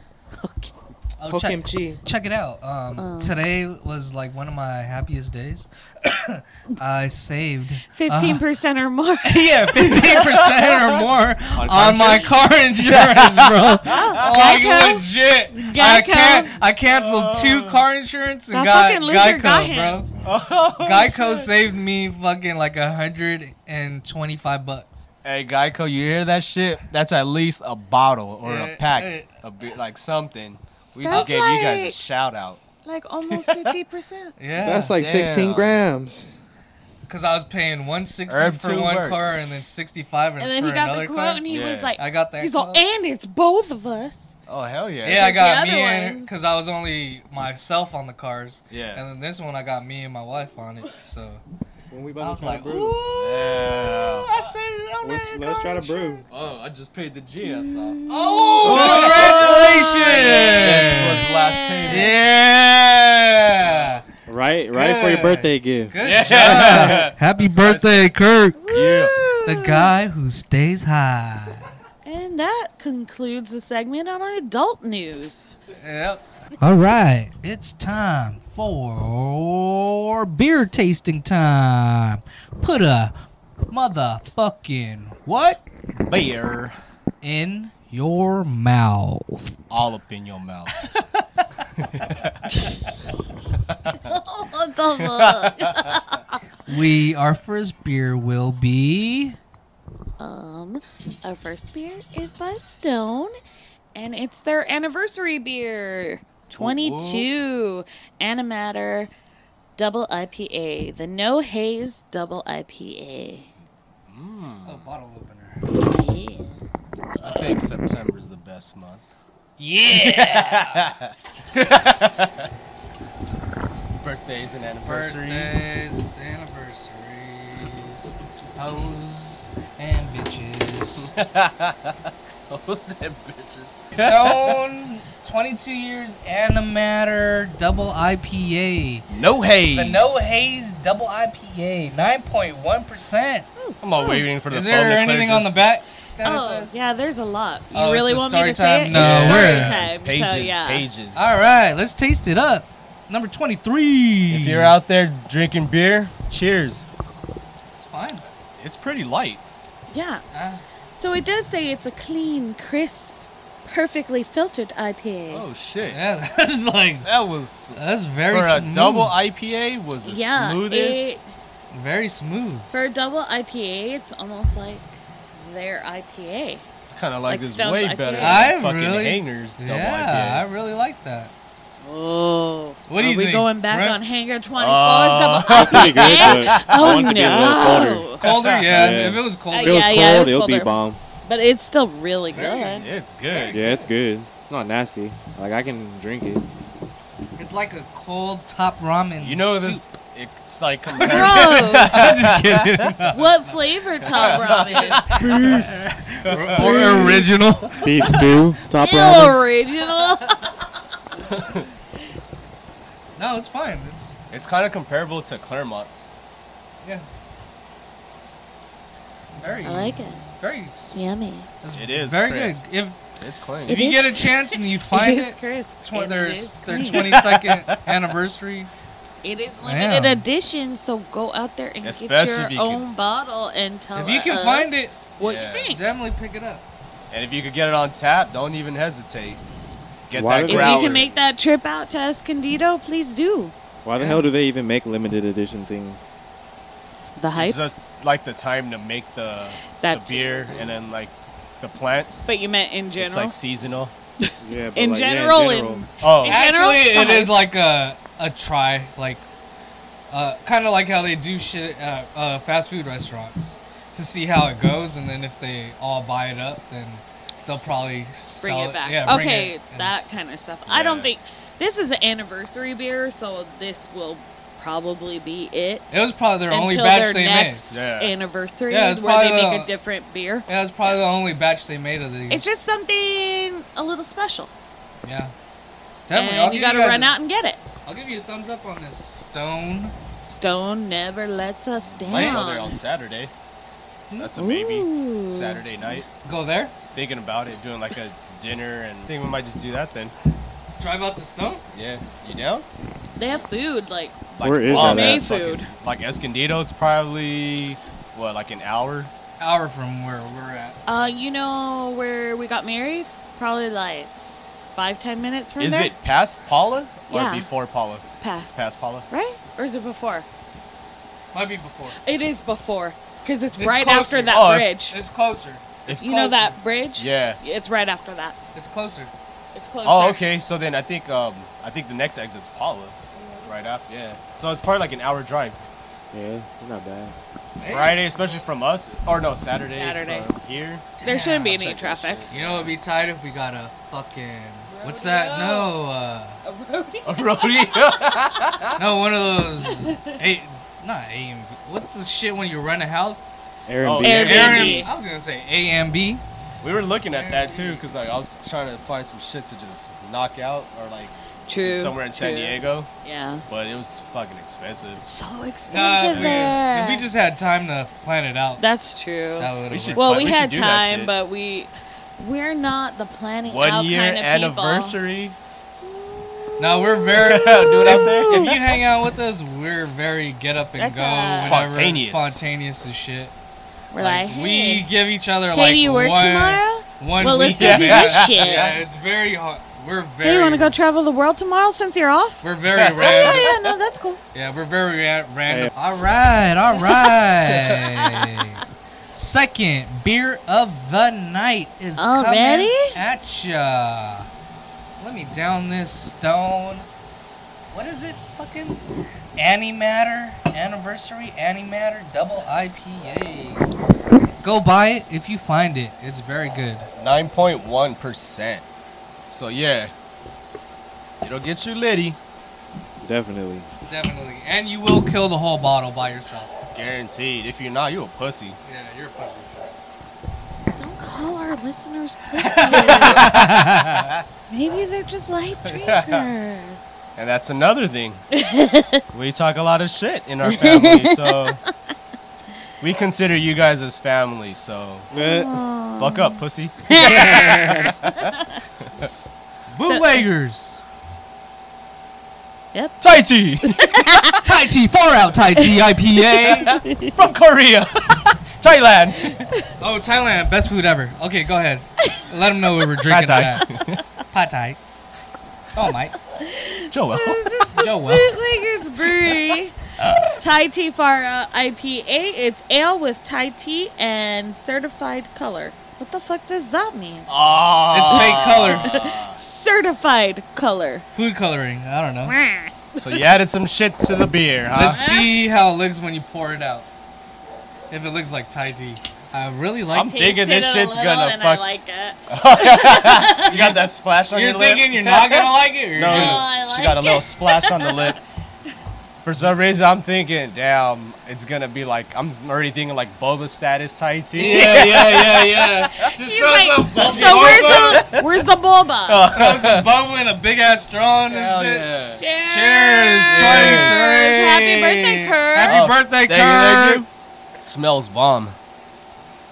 [SPEAKER 2] Oh, check,
[SPEAKER 5] Kimchi.
[SPEAKER 2] check it out. Um,
[SPEAKER 1] Oh.
[SPEAKER 2] Today was like one of my happiest days. I saved
[SPEAKER 1] Fifteen percent or more.
[SPEAKER 2] yeah, fifteen percent or more on, my car insurance, bro. like
[SPEAKER 1] Oh, Geico?
[SPEAKER 2] legit, I
[SPEAKER 1] Geico?
[SPEAKER 2] can I canceled two car insurance and
[SPEAKER 1] That
[SPEAKER 2] got
[SPEAKER 1] fucking loser
[SPEAKER 2] Geico,
[SPEAKER 1] got him.
[SPEAKER 2] bro. Geico saved me fucking like hundred and twenty-five bucks.
[SPEAKER 4] Hey Geico, you hear that shit? That's at least a bottle or
[SPEAKER 2] Yeah,
[SPEAKER 4] a pack,
[SPEAKER 2] yeah.
[SPEAKER 4] a bit like something. We
[SPEAKER 1] That's
[SPEAKER 4] just gave you guys a
[SPEAKER 1] like-
[SPEAKER 4] shout out.
[SPEAKER 1] like almost fifty percent.
[SPEAKER 2] Yeah,
[SPEAKER 5] That's like 16
[SPEAKER 4] Damn.
[SPEAKER 5] grams.
[SPEAKER 2] because I was paying one sixty
[SPEAKER 4] Herb
[SPEAKER 2] for
[SPEAKER 4] two
[SPEAKER 2] one
[SPEAKER 4] works.
[SPEAKER 2] car and then sixty-five and
[SPEAKER 1] And then
[SPEAKER 2] for
[SPEAKER 1] he got
[SPEAKER 2] another
[SPEAKER 1] the quote,
[SPEAKER 2] car.
[SPEAKER 1] and he
[SPEAKER 4] Yeah.
[SPEAKER 1] was like,
[SPEAKER 2] I got that.
[SPEAKER 1] "He's all,
[SPEAKER 2] quote.
[SPEAKER 1] and it's both of us."
[SPEAKER 4] Oh hell yeah!
[SPEAKER 2] Yeah, I
[SPEAKER 1] Who's
[SPEAKER 2] got
[SPEAKER 1] the
[SPEAKER 2] me
[SPEAKER 1] other
[SPEAKER 2] and
[SPEAKER 1] one?
[SPEAKER 2] because I was only myself on the cars.
[SPEAKER 4] Yeah.
[SPEAKER 2] And then this one I got me and my wife on it. So
[SPEAKER 10] When we
[SPEAKER 2] I
[SPEAKER 10] about
[SPEAKER 2] was
[SPEAKER 10] to like,
[SPEAKER 2] like, ooh,
[SPEAKER 4] Yeah.
[SPEAKER 2] I saved it on
[SPEAKER 5] Let's,
[SPEAKER 2] that
[SPEAKER 5] let's
[SPEAKER 2] car.
[SPEAKER 5] try to brew.
[SPEAKER 4] Oh, I just paid the G. I saw.
[SPEAKER 2] Oh,
[SPEAKER 4] This
[SPEAKER 2] congratulations!
[SPEAKER 4] was last payment.
[SPEAKER 2] Yeah.
[SPEAKER 5] Right, right for your
[SPEAKER 2] Good.
[SPEAKER 5] birthday gift.
[SPEAKER 2] Good job. Happy birthday, Kirk. The
[SPEAKER 1] Woo!
[SPEAKER 2] guy who stays high.
[SPEAKER 1] And that concludes the segment on adult news.
[SPEAKER 2] Yep. All right, it's time for beer tasting time. Put a motherfucking what
[SPEAKER 4] Beer
[SPEAKER 2] in your mouth.
[SPEAKER 4] all up in your mouth.
[SPEAKER 1] What the fuck?
[SPEAKER 2] We our first beer will be
[SPEAKER 1] um, our first beer is by Stone, and it's their anniversary beer, 22 Animatter Double IPA, the No Haze Double IPA.
[SPEAKER 2] a bottle opener.
[SPEAKER 1] Yeah.
[SPEAKER 4] I think September's the best month. Yeah. Birthdays and anniversaries.
[SPEAKER 2] Birthdays, anniversaries, hoes and bitches.
[SPEAKER 4] Those and bitches.
[SPEAKER 2] Stone, 22 years Animatter Double IPA.
[SPEAKER 4] No haze.
[SPEAKER 2] The No Haze Double IPA, 9.1%.
[SPEAKER 4] I'm all waiting for the.
[SPEAKER 2] Is
[SPEAKER 4] foam
[SPEAKER 2] there
[SPEAKER 4] to clear
[SPEAKER 2] anything on the
[SPEAKER 4] just-
[SPEAKER 2] back that it
[SPEAKER 1] Oh,
[SPEAKER 2] says?
[SPEAKER 1] yeah, there's a lot. You
[SPEAKER 2] Oh,
[SPEAKER 1] really
[SPEAKER 2] it's a
[SPEAKER 1] want me to
[SPEAKER 2] story
[SPEAKER 1] say
[SPEAKER 2] time?
[SPEAKER 1] it?
[SPEAKER 2] No,
[SPEAKER 1] It's story
[SPEAKER 2] we're-
[SPEAKER 1] time,
[SPEAKER 4] It's
[SPEAKER 1] so
[SPEAKER 4] pages,
[SPEAKER 1] yeah.
[SPEAKER 4] pages.
[SPEAKER 2] All right, let's taste it up. Number 23.
[SPEAKER 4] If you're out there drinking beer, cheers.
[SPEAKER 2] It's fine.
[SPEAKER 4] It's pretty light.
[SPEAKER 1] Yeah.
[SPEAKER 2] Ah.
[SPEAKER 1] So it does say it's a clean, crisp, perfectly filtered IPA.
[SPEAKER 4] Oh shit.
[SPEAKER 2] Yeah, that's like,
[SPEAKER 4] That was
[SPEAKER 2] that's very
[SPEAKER 4] for a
[SPEAKER 2] smooth.
[SPEAKER 4] double IPA was the
[SPEAKER 1] yeah,
[SPEAKER 4] smoothest.
[SPEAKER 1] it-
[SPEAKER 2] very smooth.
[SPEAKER 1] for a double IPA, it's almost like their IPA.
[SPEAKER 4] I kind of
[SPEAKER 1] like
[SPEAKER 4] like, this
[SPEAKER 1] Stone's
[SPEAKER 4] way
[SPEAKER 1] IPA.
[SPEAKER 4] better.
[SPEAKER 2] I
[SPEAKER 4] than fucking
[SPEAKER 2] really-
[SPEAKER 4] hangers double
[SPEAKER 2] yeah,
[SPEAKER 4] IPA.
[SPEAKER 2] I really like that.
[SPEAKER 1] Oh,
[SPEAKER 2] What do
[SPEAKER 1] are
[SPEAKER 2] you
[SPEAKER 1] we
[SPEAKER 2] think,
[SPEAKER 1] going back
[SPEAKER 2] Brent?
[SPEAKER 1] on Hangar 24's
[SPEAKER 4] Uh,
[SPEAKER 1] double
[SPEAKER 5] Pretty good,
[SPEAKER 1] IPA?
[SPEAKER 5] but I
[SPEAKER 1] oh
[SPEAKER 5] want it to be a little colder.
[SPEAKER 1] no!
[SPEAKER 2] Colder, yeah.
[SPEAKER 5] Yeah.
[SPEAKER 2] If it was colder,
[SPEAKER 5] If it was
[SPEAKER 1] Yeah,
[SPEAKER 5] cold,
[SPEAKER 1] yeah, it's
[SPEAKER 5] it'll be
[SPEAKER 1] colder.
[SPEAKER 5] bomb.
[SPEAKER 1] But it's still really good.
[SPEAKER 4] It's good.
[SPEAKER 5] Yeah, it's good. It's not nasty. Like I can drink it.
[SPEAKER 2] it's like a cold top ramen.
[SPEAKER 4] You know
[SPEAKER 2] soup.
[SPEAKER 4] this. It's like compared
[SPEAKER 1] Bro, what flavor top ramen?
[SPEAKER 2] or original.
[SPEAKER 5] Beef stew, top
[SPEAKER 1] Ill
[SPEAKER 5] ramen.
[SPEAKER 1] original.
[SPEAKER 2] No, it's fine. It's
[SPEAKER 4] It's kind of comparable to Claremont's.
[SPEAKER 2] very,
[SPEAKER 1] I like it.
[SPEAKER 2] very. s-
[SPEAKER 1] Yummy.
[SPEAKER 2] It's
[SPEAKER 4] It is
[SPEAKER 2] very
[SPEAKER 4] crisp.
[SPEAKER 2] good. If
[SPEAKER 4] It's clean.
[SPEAKER 2] if
[SPEAKER 1] It
[SPEAKER 2] you
[SPEAKER 1] is-
[SPEAKER 2] get a chance and you find
[SPEAKER 1] it is
[SPEAKER 2] it,
[SPEAKER 1] crisp.
[SPEAKER 2] tw-
[SPEAKER 1] and it is
[SPEAKER 2] there's their
[SPEAKER 1] clean.
[SPEAKER 2] 22nd anniversary.
[SPEAKER 1] It is
[SPEAKER 2] Damn.
[SPEAKER 1] limited edition, so go out there and
[SPEAKER 4] Especially
[SPEAKER 1] get
[SPEAKER 4] if you
[SPEAKER 1] your
[SPEAKER 4] can-
[SPEAKER 1] own bottle and tell
[SPEAKER 2] If you can
[SPEAKER 1] us
[SPEAKER 2] find it,
[SPEAKER 1] what
[SPEAKER 4] Yeah.
[SPEAKER 1] you think.
[SPEAKER 2] definitely pick it up.
[SPEAKER 4] And if you could get it on tap, don't even hesitate. Get that
[SPEAKER 5] Why did-
[SPEAKER 1] If
[SPEAKER 4] growler.
[SPEAKER 1] you can make that trip out to Escondido, please do.
[SPEAKER 5] Why the hell do they even make limited edition things?
[SPEAKER 1] The hype.
[SPEAKER 4] It's just like the time to make the the
[SPEAKER 1] That-
[SPEAKER 4] beer and then like the plants.
[SPEAKER 1] But you meant in
[SPEAKER 4] It's like seasonal.
[SPEAKER 5] Yeah, but
[SPEAKER 1] in,
[SPEAKER 5] like, yeah,
[SPEAKER 1] general
[SPEAKER 5] in
[SPEAKER 1] in
[SPEAKER 4] Oh,
[SPEAKER 1] Yeah. general,
[SPEAKER 2] Actually, it
[SPEAKER 1] uh-huh.
[SPEAKER 2] is like a a try, like uh, kind of like how they do shit at uh, fast food restaurants to see how it goes, and then if they all buy it up, then they'll probably
[SPEAKER 1] bring
[SPEAKER 2] sell
[SPEAKER 1] it back.
[SPEAKER 2] Yeah, bring
[SPEAKER 1] okay,
[SPEAKER 2] it and
[SPEAKER 1] that
[SPEAKER 2] s-
[SPEAKER 1] kind of stuff. I don't
[SPEAKER 4] Yeah.
[SPEAKER 1] think this is an anniversary beer, so this will probably be it
[SPEAKER 2] It was probably their only
[SPEAKER 1] until
[SPEAKER 2] batch
[SPEAKER 1] their
[SPEAKER 2] they
[SPEAKER 1] next
[SPEAKER 2] made.
[SPEAKER 4] Yeah.
[SPEAKER 1] anniversary
[SPEAKER 2] Yeah, it's
[SPEAKER 1] where they
[SPEAKER 2] probably
[SPEAKER 1] make
[SPEAKER 2] the-
[SPEAKER 1] a different beer.
[SPEAKER 2] Yeah, it's probably the only batch they made of these.
[SPEAKER 1] It's just something a little special,
[SPEAKER 2] yeah, definitely. I'll
[SPEAKER 1] and you
[SPEAKER 2] give
[SPEAKER 1] got to
[SPEAKER 2] guys
[SPEAKER 1] run
[SPEAKER 2] a-
[SPEAKER 1] out and get it.
[SPEAKER 2] I'll give you a thumbs up on this stone.
[SPEAKER 1] Stone never lets us down.
[SPEAKER 4] might go there on Saturday. That's a maybe.
[SPEAKER 1] Ooh.
[SPEAKER 4] Saturday night.
[SPEAKER 2] Go there.
[SPEAKER 4] Thinking about it, doing like a dinner, and I think we might just do that then.
[SPEAKER 2] Drive out to Stone?
[SPEAKER 4] Yeah, you down?
[SPEAKER 1] They have food, like
[SPEAKER 5] Where is
[SPEAKER 4] oh,
[SPEAKER 5] that
[SPEAKER 4] man,
[SPEAKER 1] May
[SPEAKER 5] at?
[SPEAKER 4] it's fucking-
[SPEAKER 1] food.
[SPEAKER 4] Like Escondido, it's probably what, like an hour?
[SPEAKER 2] Hour from where we're at.
[SPEAKER 1] Uh, you know where we got married? Probably like five, ten minutes from
[SPEAKER 4] Is
[SPEAKER 1] there.
[SPEAKER 4] it past Paula or
[SPEAKER 1] Yeah.
[SPEAKER 4] before Paula?
[SPEAKER 1] It's
[SPEAKER 4] It's
[SPEAKER 1] past,
[SPEAKER 4] past Paula.
[SPEAKER 1] right? Or is it before?
[SPEAKER 2] Might be before.
[SPEAKER 1] It is before, cause it's,
[SPEAKER 2] It's
[SPEAKER 1] right
[SPEAKER 2] closer.
[SPEAKER 1] after that
[SPEAKER 4] Oh, if-
[SPEAKER 1] bridge.
[SPEAKER 2] It's closer. It's
[SPEAKER 1] you
[SPEAKER 2] closer.
[SPEAKER 1] know that bridge?
[SPEAKER 4] Yeah.
[SPEAKER 1] It's right after that.
[SPEAKER 2] It's closer.
[SPEAKER 1] It's close.
[SPEAKER 4] Oh, okay. So then I think um I think the next exit's Paula, right after. Yeah. So it's probably like an hour drive.
[SPEAKER 11] Yeah, not bad.
[SPEAKER 5] Oh,
[SPEAKER 4] Friday, especially from us, or no Saturday.
[SPEAKER 1] Saturday.
[SPEAKER 4] from here.
[SPEAKER 1] There shouldn't be
[SPEAKER 4] I'll
[SPEAKER 1] any
[SPEAKER 4] check that
[SPEAKER 1] traffic.
[SPEAKER 4] shit.
[SPEAKER 2] You know it'd be tight if we got a fucking what's that? No, uh,
[SPEAKER 1] A roadie?
[SPEAKER 4] A rodeo.
[SPEAKER 2] no one of those eight not AMB. What's the shit when you rent a house?
[SPEAKER 4] Oh,
[SPEAKER 5] Airbnb.
[SPEAKER 1] Airbnb.
[SPEAKER 2] I was gonna say AMB.
[SPEAKER 4] we were looking at that too, cause like I was trying to find some shit to just knock out or like
[SPEAKER 1] True.
[SPEAKER 4] somewhere in San
[SPEAKER 1] true.
[SPEAKER 4] Diego,
[SPEAKER 1] Yeah.
[SPEAKER 4] but it was fucking expensive.
[SPEAKER 1] So expensive
[SPEAKER 2] Nah, if we,
[SPEAKER 1] there.
[SPEAKER 2] if we just had time to plan it out,
[SPEAKER 1] That's true.
[SPEAKER 2] that would
[SPEAKER 4] We should-
[SPEAKER 2] have worked.
[SPEAKER 1] well,
[SPEAKER 4] But
[SPEAKER 1] we,
[SPEAKER 4] we should
[SPEAKER 1] had
[SPEAKER 4] do that
[SPEAKER 1] time,
[SPEAKER 4] shit.
[SPEAKER 1] but we we're not the planning out
[SPEAKER 4] One year
[SPEAKER 1] kind of
[SPEAKER 4] anniversary.
[SPEAKER 2] Now we're very.
[SPEAKER 4] Do it out there.
[SPEAKER 2] If you hang out with us, we're very get up and
[SPEAKER 1] That's
[SPEAKER 2] go,
[SPEAKER 1] us.
[SPEAKER 2] whenever,
[SPEAKER 4] Spontaneous.
[SPEAKER 2] spontaneous as shit.
[SPEAKER 1] people. We're like,
[SPEAKER 2] we
[SPEAKER 1] hey,
[SPEAKER 2] give each other
[SPEAKER 1] hey,
[SPEAKER 2] like
[SPEAKER 1] do you work
[SPEAKER 2] one,
[SPEAKER 1] tomorrow?
[SPEAKER 2] one
[SPEAKER 1] Well, let's go
[SPEAKER 2] weekend.
[SPEAKER 1] do this shit.
[SPEAKER 2] Yeah, it's very hard. We're very.
[SPEAKER 1] Hey, you want to go travel the world tomorrow since you're off?
[SPEAKER 2] We're very random.
[SPEAKER 1] Oh, yeah, yeah, no, that's cool.
[SPEAKER 2] Yeah, we're very ra- random. All right, all right. Second beer of the night is
[SPEAKER 1] Already?
[SPEAKER 2] coming at ya. Let me down this stone. What is it? Fucking Antimatter Anniversary Antimatter Double IPA. Go buy it if you find it. It's very good.
[SPEAKER 4] Nine point one percent. So yeah, it'll get you litty,
[SPEAKER 5] Definitely.
[SPEAKER 2] Definitely. And you will kill the whole bottle by yourself.
[SPEAKER 4] guaranteed. If you're not, you a pussy.
[SPEAKER 2] Yeah, you're pushing.
[SPEAKER 1] Don't call our listeners pussies. Maybe they're just light drinkers.
[SPEAKER 4] And that's another thing. we talk a lot of shit in our family, so we consider you guys as family. So
[SPEAKER 5] Eh,
[SPEAKER 4] buck up, pussy.
[SPEAKER 2] Bootleggers.
[SPEAKER 4] Tai Chi
[SPEAKER 2] Tai Chi far out Tai Chi IPA.
[SPEAKER 4] from Korea, Thailand.
[SPEAKER 2] oh, Thailand, best food ever. Okay, go ahead. Let them know we were drinking
[SPEAKER 4] Pad
[SPEAKER 2] that. Pad Thai. Oh, Mike.
[SPEAKER 4] Joel.
[SPEAKER 2] Joe, well.
[SPEAKER 1] Bootleggers Brewery. Thai Tea uh, Fara IPA. It's ale with Thai tea and certified color. What the fuck does that mean?
[SPEAKER 2] It's
[SPEAKER 4] Ah.
[SPEAKER 2] fake color.
[SPEAKER 1] Certified color.
[SPEAKER 2] Food coloring. I don't know.
[SPEAKER 4] So you added some shit to the beer, huh?
[SPEAKER 2] Let's see how it looks when you pour it out. If it looks like Thai tea. I really like
[SPEAKER 4] I'm thinking this shit's gonna
[SPEAKER 1] I
[SPEAKER 4] fuck.
[SPEAKER 1] like it.
[SPEAKER 4] you got that splash on
[SPEAKER 2] You're
[SPEAKER 4] your
[SPEAKER 2] thinking
[SPEAKER 4] lip.
[SPEAKER 2] you're not gonna like it? Or you're
[SPEAKER 4] No,
[SPEAKER 2] gonna-
[SPEAKER 1] Oh, I
[SPEAKER 4] she
[SPEAKER 1] like
[SPEAKER 4] got a little
[SPEAKER 1] it.
[SPEAKER 4] splash on the lip. For some reason, I'm thinking, damn, it's gonna be like I'm already thinking like boba status Thai tea.
[SPEAKER 2] Yeah, yeah, yeah, yeah. Just throw some bubble,
[SPEAKER 1] So where's the where's the boba?
[SPEAKER 2] throw some bubble in a big ass straw in this
[SPEAKER 4] Hell
[SPEAKER 2] bitch.
[SPEAKER 4] yeah.
[SPEAKER 1] Cheers.
[SPEAKER 2] Cheers, 23.
[SPEAKER 1] Happy birthday, Kurt.
[SPEAKER 2] Happy
[SPEAKER 4] Oh,
[SPEAKER 2] birthday,
[SPEAKER 4] thank you, thank
[SPEAKER 2] Kurt.
[SPEAKER 4] you. Smells bomb.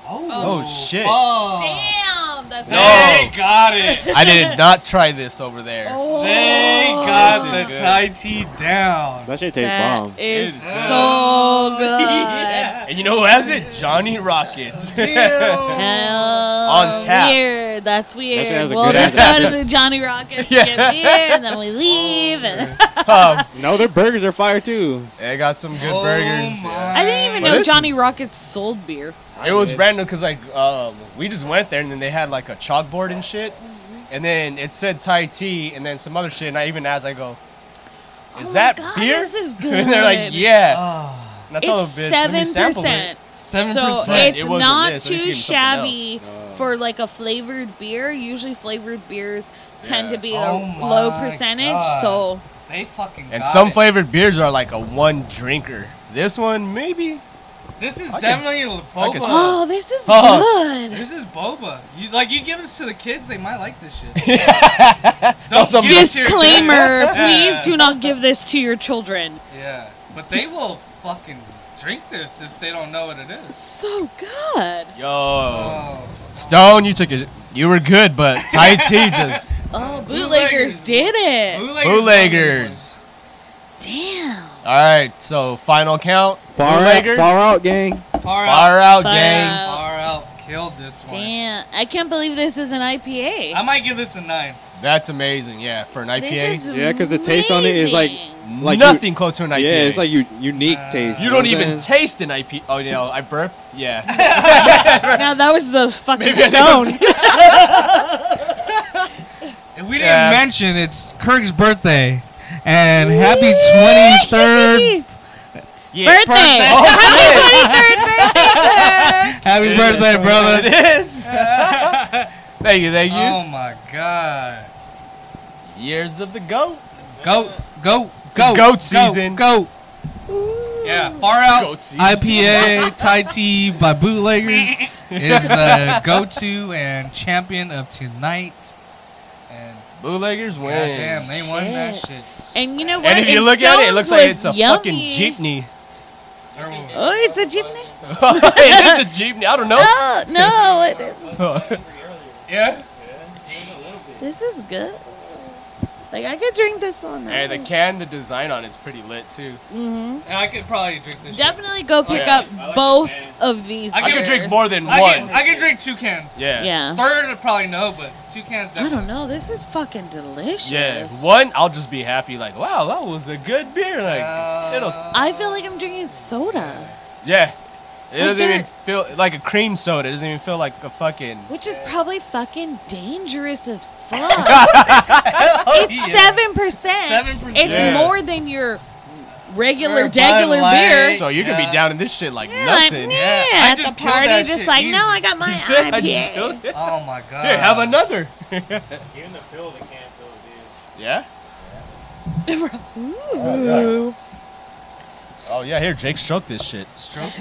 [SPEAKER 2] Oh,
[SPEAKER 4] Oh, shit. Oh.
[SPEAKER 2] Oh.
[SPEAKER 1] Damn, that's
[SPEAKER 2] They got it.
[SPEAKER 4] I did not try this over there.
[SPEAKER 2] They
[SPEAKER 1] Oh.
[SPEAKER 2] got
[SPEAKER 4] This is
[SPEAKER 2] the
[SPEAKER 4] good.
[SPEAKER 2] Thai tea down.
[SPEAKER 5] that shit tastes
[SPEAKER 1] That
[SPEAKER 5] bomb.
[SPEAKER 1] is
[SPEAKER 4] It's-
[SPEAKER 1] so good.
[SPEAKER 4] And you know who has it? Johnny Rockets.
[SPEAKER 1] Hell,
[SPEAKER 4] On tap.
[SPEAKER 1] Weird. That's weird.
[SPEAKER 5] shit has a
[SPEAKER 1] we'll
[SPEAKER 5] good
[SPEAKER 1] just
[SPEAKER 5] ass
[SPEAKER 1] go to the Johnny Rockets to
[SPEAKER 4] Yeah. Oh,
[SPEAKER 1] get beer, and then we leave. and
[SPEAKER 4] um,
[SPEAKER 5] No, their burgers are fire too.
[SPEAKER 4] they got some good
[SPEAKER 2] Oh
[SPEAKER 4] burgers.
[SPEAKER 2] my.
[SPEAKER 4] yeah.
[SPEAKER 1] I didn't even
[SPEAKER 4] But
[SPEAKER 1] know
[SPEAKER 4] this
[SPEAKER 1] Johnny
[SPEAKER 4] is-
[SPEAKER 1] Rockets sold beer.
[SPEAKER 4] It was random because like um, we just went there and then they had like a chalkboard and shit,
[SPEAKER 1] Mm-hmm.
[SPEAKER 4] and then it said Thai tea and then some other shit. And I even asked, I go, "Is
[SPEAKER 1] Oh my
[SPEAKER 4] that
[SPEAKER 1] God,
[SPEAKER 4] beer?"
[SPEAKER 1] This is good.
[SPEAKER 4] and they're like, "Yeah."
[SPEAKER 2] Ah,
[SPEAKER 4] And I told
[SPEAKER 1] It's
[SPEAKER 4] them, bitch, let me
[SPEAKER 1] seven
[SPEAKER 4] sample it.
[SPEAKER 1] percent.
[SPEAKER 2] Seven
[SPEAKER 1] So
[SPEAKER 2] percent.
[SPEAKER 1] it's
[SPEAKER 4] It wasn't
[SPEAKER 1] not
[SPEAKER 4] this, I just
[SPEAKER 1] too
[SPEAKER 4] gave 'em something
[SPEAKER 1] shabby for like a flavored beer. Usually flavored beers tend
[SPEAKER 4] Yeah.
[SPEAKER 1] to be
[SPEAKER 2] Oh
[SPEAKER 1] a low
[SPEAKER 2] my
[SPEAKER 1] percentage.
[SPEAKER 2] God.
[SPEAKER 1] So
[SPEAKER 2] They fucking.
[SPEAKER 4] And
[SPEAKER 2] got
[SPEAKER 4] some
[SPEAKER 2] it.
[SPEAKER 4] flavored beers are like a one drinker. This one maybe.
[SPEAKER 2] This is
[SPEAKER 4] I could-
[SPEAKER 2] definitely a
[SPEAKER 4] could-
[SPEAKER 2] boba.
[SPEAKER 1] oh, this is
[SPEAKER 4] Oh.
[SPEAKER 1] good.
[SPEAKER 2] This is boba. You like you give this to the kids, they might like this shit. Don't
[SPEAKER 4] Those are
[SPEAKER 2] give it to your
[SPEAKER 1] Disclaimer:
[SPEAKER 2] kids.
[SPEAKER 1] Please
[SPEAKER 2] Yeah.
[SPEAKER 1] do not give this to your children.
[SPEAKER 2] Yeah, but they will fucking drink this if they don't know what it is.
[SPEAKER 1] So good.
[SPEAKER 4] Yo,
[SPEAKER 2] Oh.
[SPEAKER 4] Stone, you took it. You were good, but Thai tea just
[SPEAKER 1] Oh, Bootleggers did it.
[SPEAKER 2] Bootleggers.
[SPEAKER 4] Bootleggers.
[SPEAKER 1] Damn.
[SPEAKER 4] All right, so final count.
[SPEAKER 5] Far out,
[SPEAKER 4] Bootleggers.
[SPEAKER 5] far out, gang.
[SPEAKER 2] Far out.
[SPEAKER 4] Far out,
[SPEAKER 1] Far
[SPEAKER 4] gang.
[SPEAKER 1] out.
[SPEAKER 2] Far out. Killed this one.
[SPEAKER 1] Damn. I can't believe this is an IPA.
[SPEAKER 2] I might give this a nine.
[SPEAKER 4] That's amazing. Yeah, for an IPA.
[SPEAKER 1] This is
[SPEAKER 5] Yeah, 'cause the taste on it is, like,
[SPEAKER 1] amazing.
[SPEAKER 5] Like
[SPEAKER 4] Nothing close to an
[SPEAKER 5] You,
[SPEAKER 4] IPA.
[SPEAKER 5] yeah, it's like Uh, you, unique taste.
[SPEAKER 4] you don't
[SPEAKER 5] know what I'm
[SPEAKER 4] even
[SPEAKER 5] saying?
[SPEAKER 4] taste an IPA. Oh, you know, I burp. Yeah.
[SPEAKER 1] now that was the fucking
[SPEAKER 4] Maybe I
[SPEAKER 1] stone.
[SPEAKER 2] And we didn't
[SPEAKER 4] Yeah.
[SPEAKER 2] mention it's Kirk's birthday. And happy 23rd.
[SPEAKER 1] birthday.
[SPEAKER 4] Oh,
[SPEAKER 2] Happy birthday, brother.
[SPEAKER 4] it is. thank you, thank you.
[SPEAKER 2] Oh my god.
[SPEAKER 4] Years of the goat.
[SPEAKER 2] Goat, goat, goat.
[SPEAKER 4] goat season.
[SPEAKER 2] Goat. Yeah, far out
[SPEAKER 4] Goat season.
[SPEAKER 2] IPA Thai tea by bootleggers is uh, go-to and champion of tonight. And
[SPEAKER 4] Bootleggers win.
[SPEAKER 2] goddamn, they won that shit.
[SPEAKER 1] And you know what?
[SPEAKER 4] and if you look at it, it looks like it's a fucking jeepney.
[SPEAKER 1] Oh, it's a jeepney.
[SPEAKER 4] it is a jeepney. I don't know.
[SPEAKER 1] Oh no! It is.
[SPEAKER 2] yeah.
[SPEAKER 1] This is good. Like I could drink this all
[SPEAKER 4] Hey,
[SPEAKER 1] night.
[SPEAKER 4] the can, the design on it's pretty lit too.
[SPEAKER 2] And I could probably drink this. shit.
[SPEAKER 1] Definitely go pick
[SPEAKER 4] Oh, yeah.
[SPEAKER 1] up both of these.
[SPEAKER 2] I
[SPEAKER 4] I could
[SPEAKER 1] beers.
[SPEAKER 4] drink more than
[SPEAKER 2] I
[SPEAKER 4] one.
[SPEAKER 2] can, I can drink two cans.
[SPEAKER 4] yeah.
[SPEAKER 1] Yeah.
[SPEAKER 2] Third, I probably no, but two cans
[SPEAKER 1] I
[SPEAKER 2] definitely.
[SPEAKER 1] don't know. This is fucking delicious.
[SPEAKER 4] Yeah. One, I'll just be happy. Like, wow, that was a good beer. Like,
[SPEAKER 2] Uh,
[SPEAKER 4] it'll.
[SPEAKER 1] I feel like I'm drinking soda,
[SPEAKER 4] Yeah. It doesn't even
[SPEAKER 1] that-
[SPEAKER 4] feel like a cream soda. It doesn't even feel like a fucking.
[SPEAKER 1] which is probably fucking dangerous as fuck.
[SPEAKER 4] Oh,
[SPEAKER 1] it's seven percent.
[SPEAKER 2] 7%.
[SPEAKER 1] It's
[SPEAKER 4] Yeah.
[SPEAKER 1] more than your regular,
[SPEAKER 2] Your Bud
[SPEAKER 1] regular
[SPEAKER 2] Light.
[SPEAKER 1] beer.
[SPEAKER 4] So you could
[SPEAKER 2] Yeah.
[SPEAKER 4] be down in this shit like
[SPEAKER 1] Yeah, like,
[SPEAKER 4] nothing.
[SPEAKER 1] meh,
[SPEAKER 4] yeah.
[SPEAKER 2] I
[SPEAKER 1] at
[SPEAKER 2] just
[SPEAKER 1] the
[SPEAKER 2] killed
[SPEAKER 1] party,
[SPEAKER 2] that
[SPEAKER 1] just
[SPEAKER 2] shit
[SPEAKER 1] like no,
[SPEAKER 2] easy.
[SPEAKER 1] I got my IPA.
[SPEAKER 4] I just killed it.
[SPEAKER 2] Oh my god.
[SPEAKER 4] Here, have another.
[SPEAKER 12] Even the field that can't fill it,
[SPEAKER 4] Yeah.
[SPEAKER 1] Ooh.
[SPEAKER 4] Oh yeah. Here, Jake stroked this shit.
[SPEAKER 2] Stroke.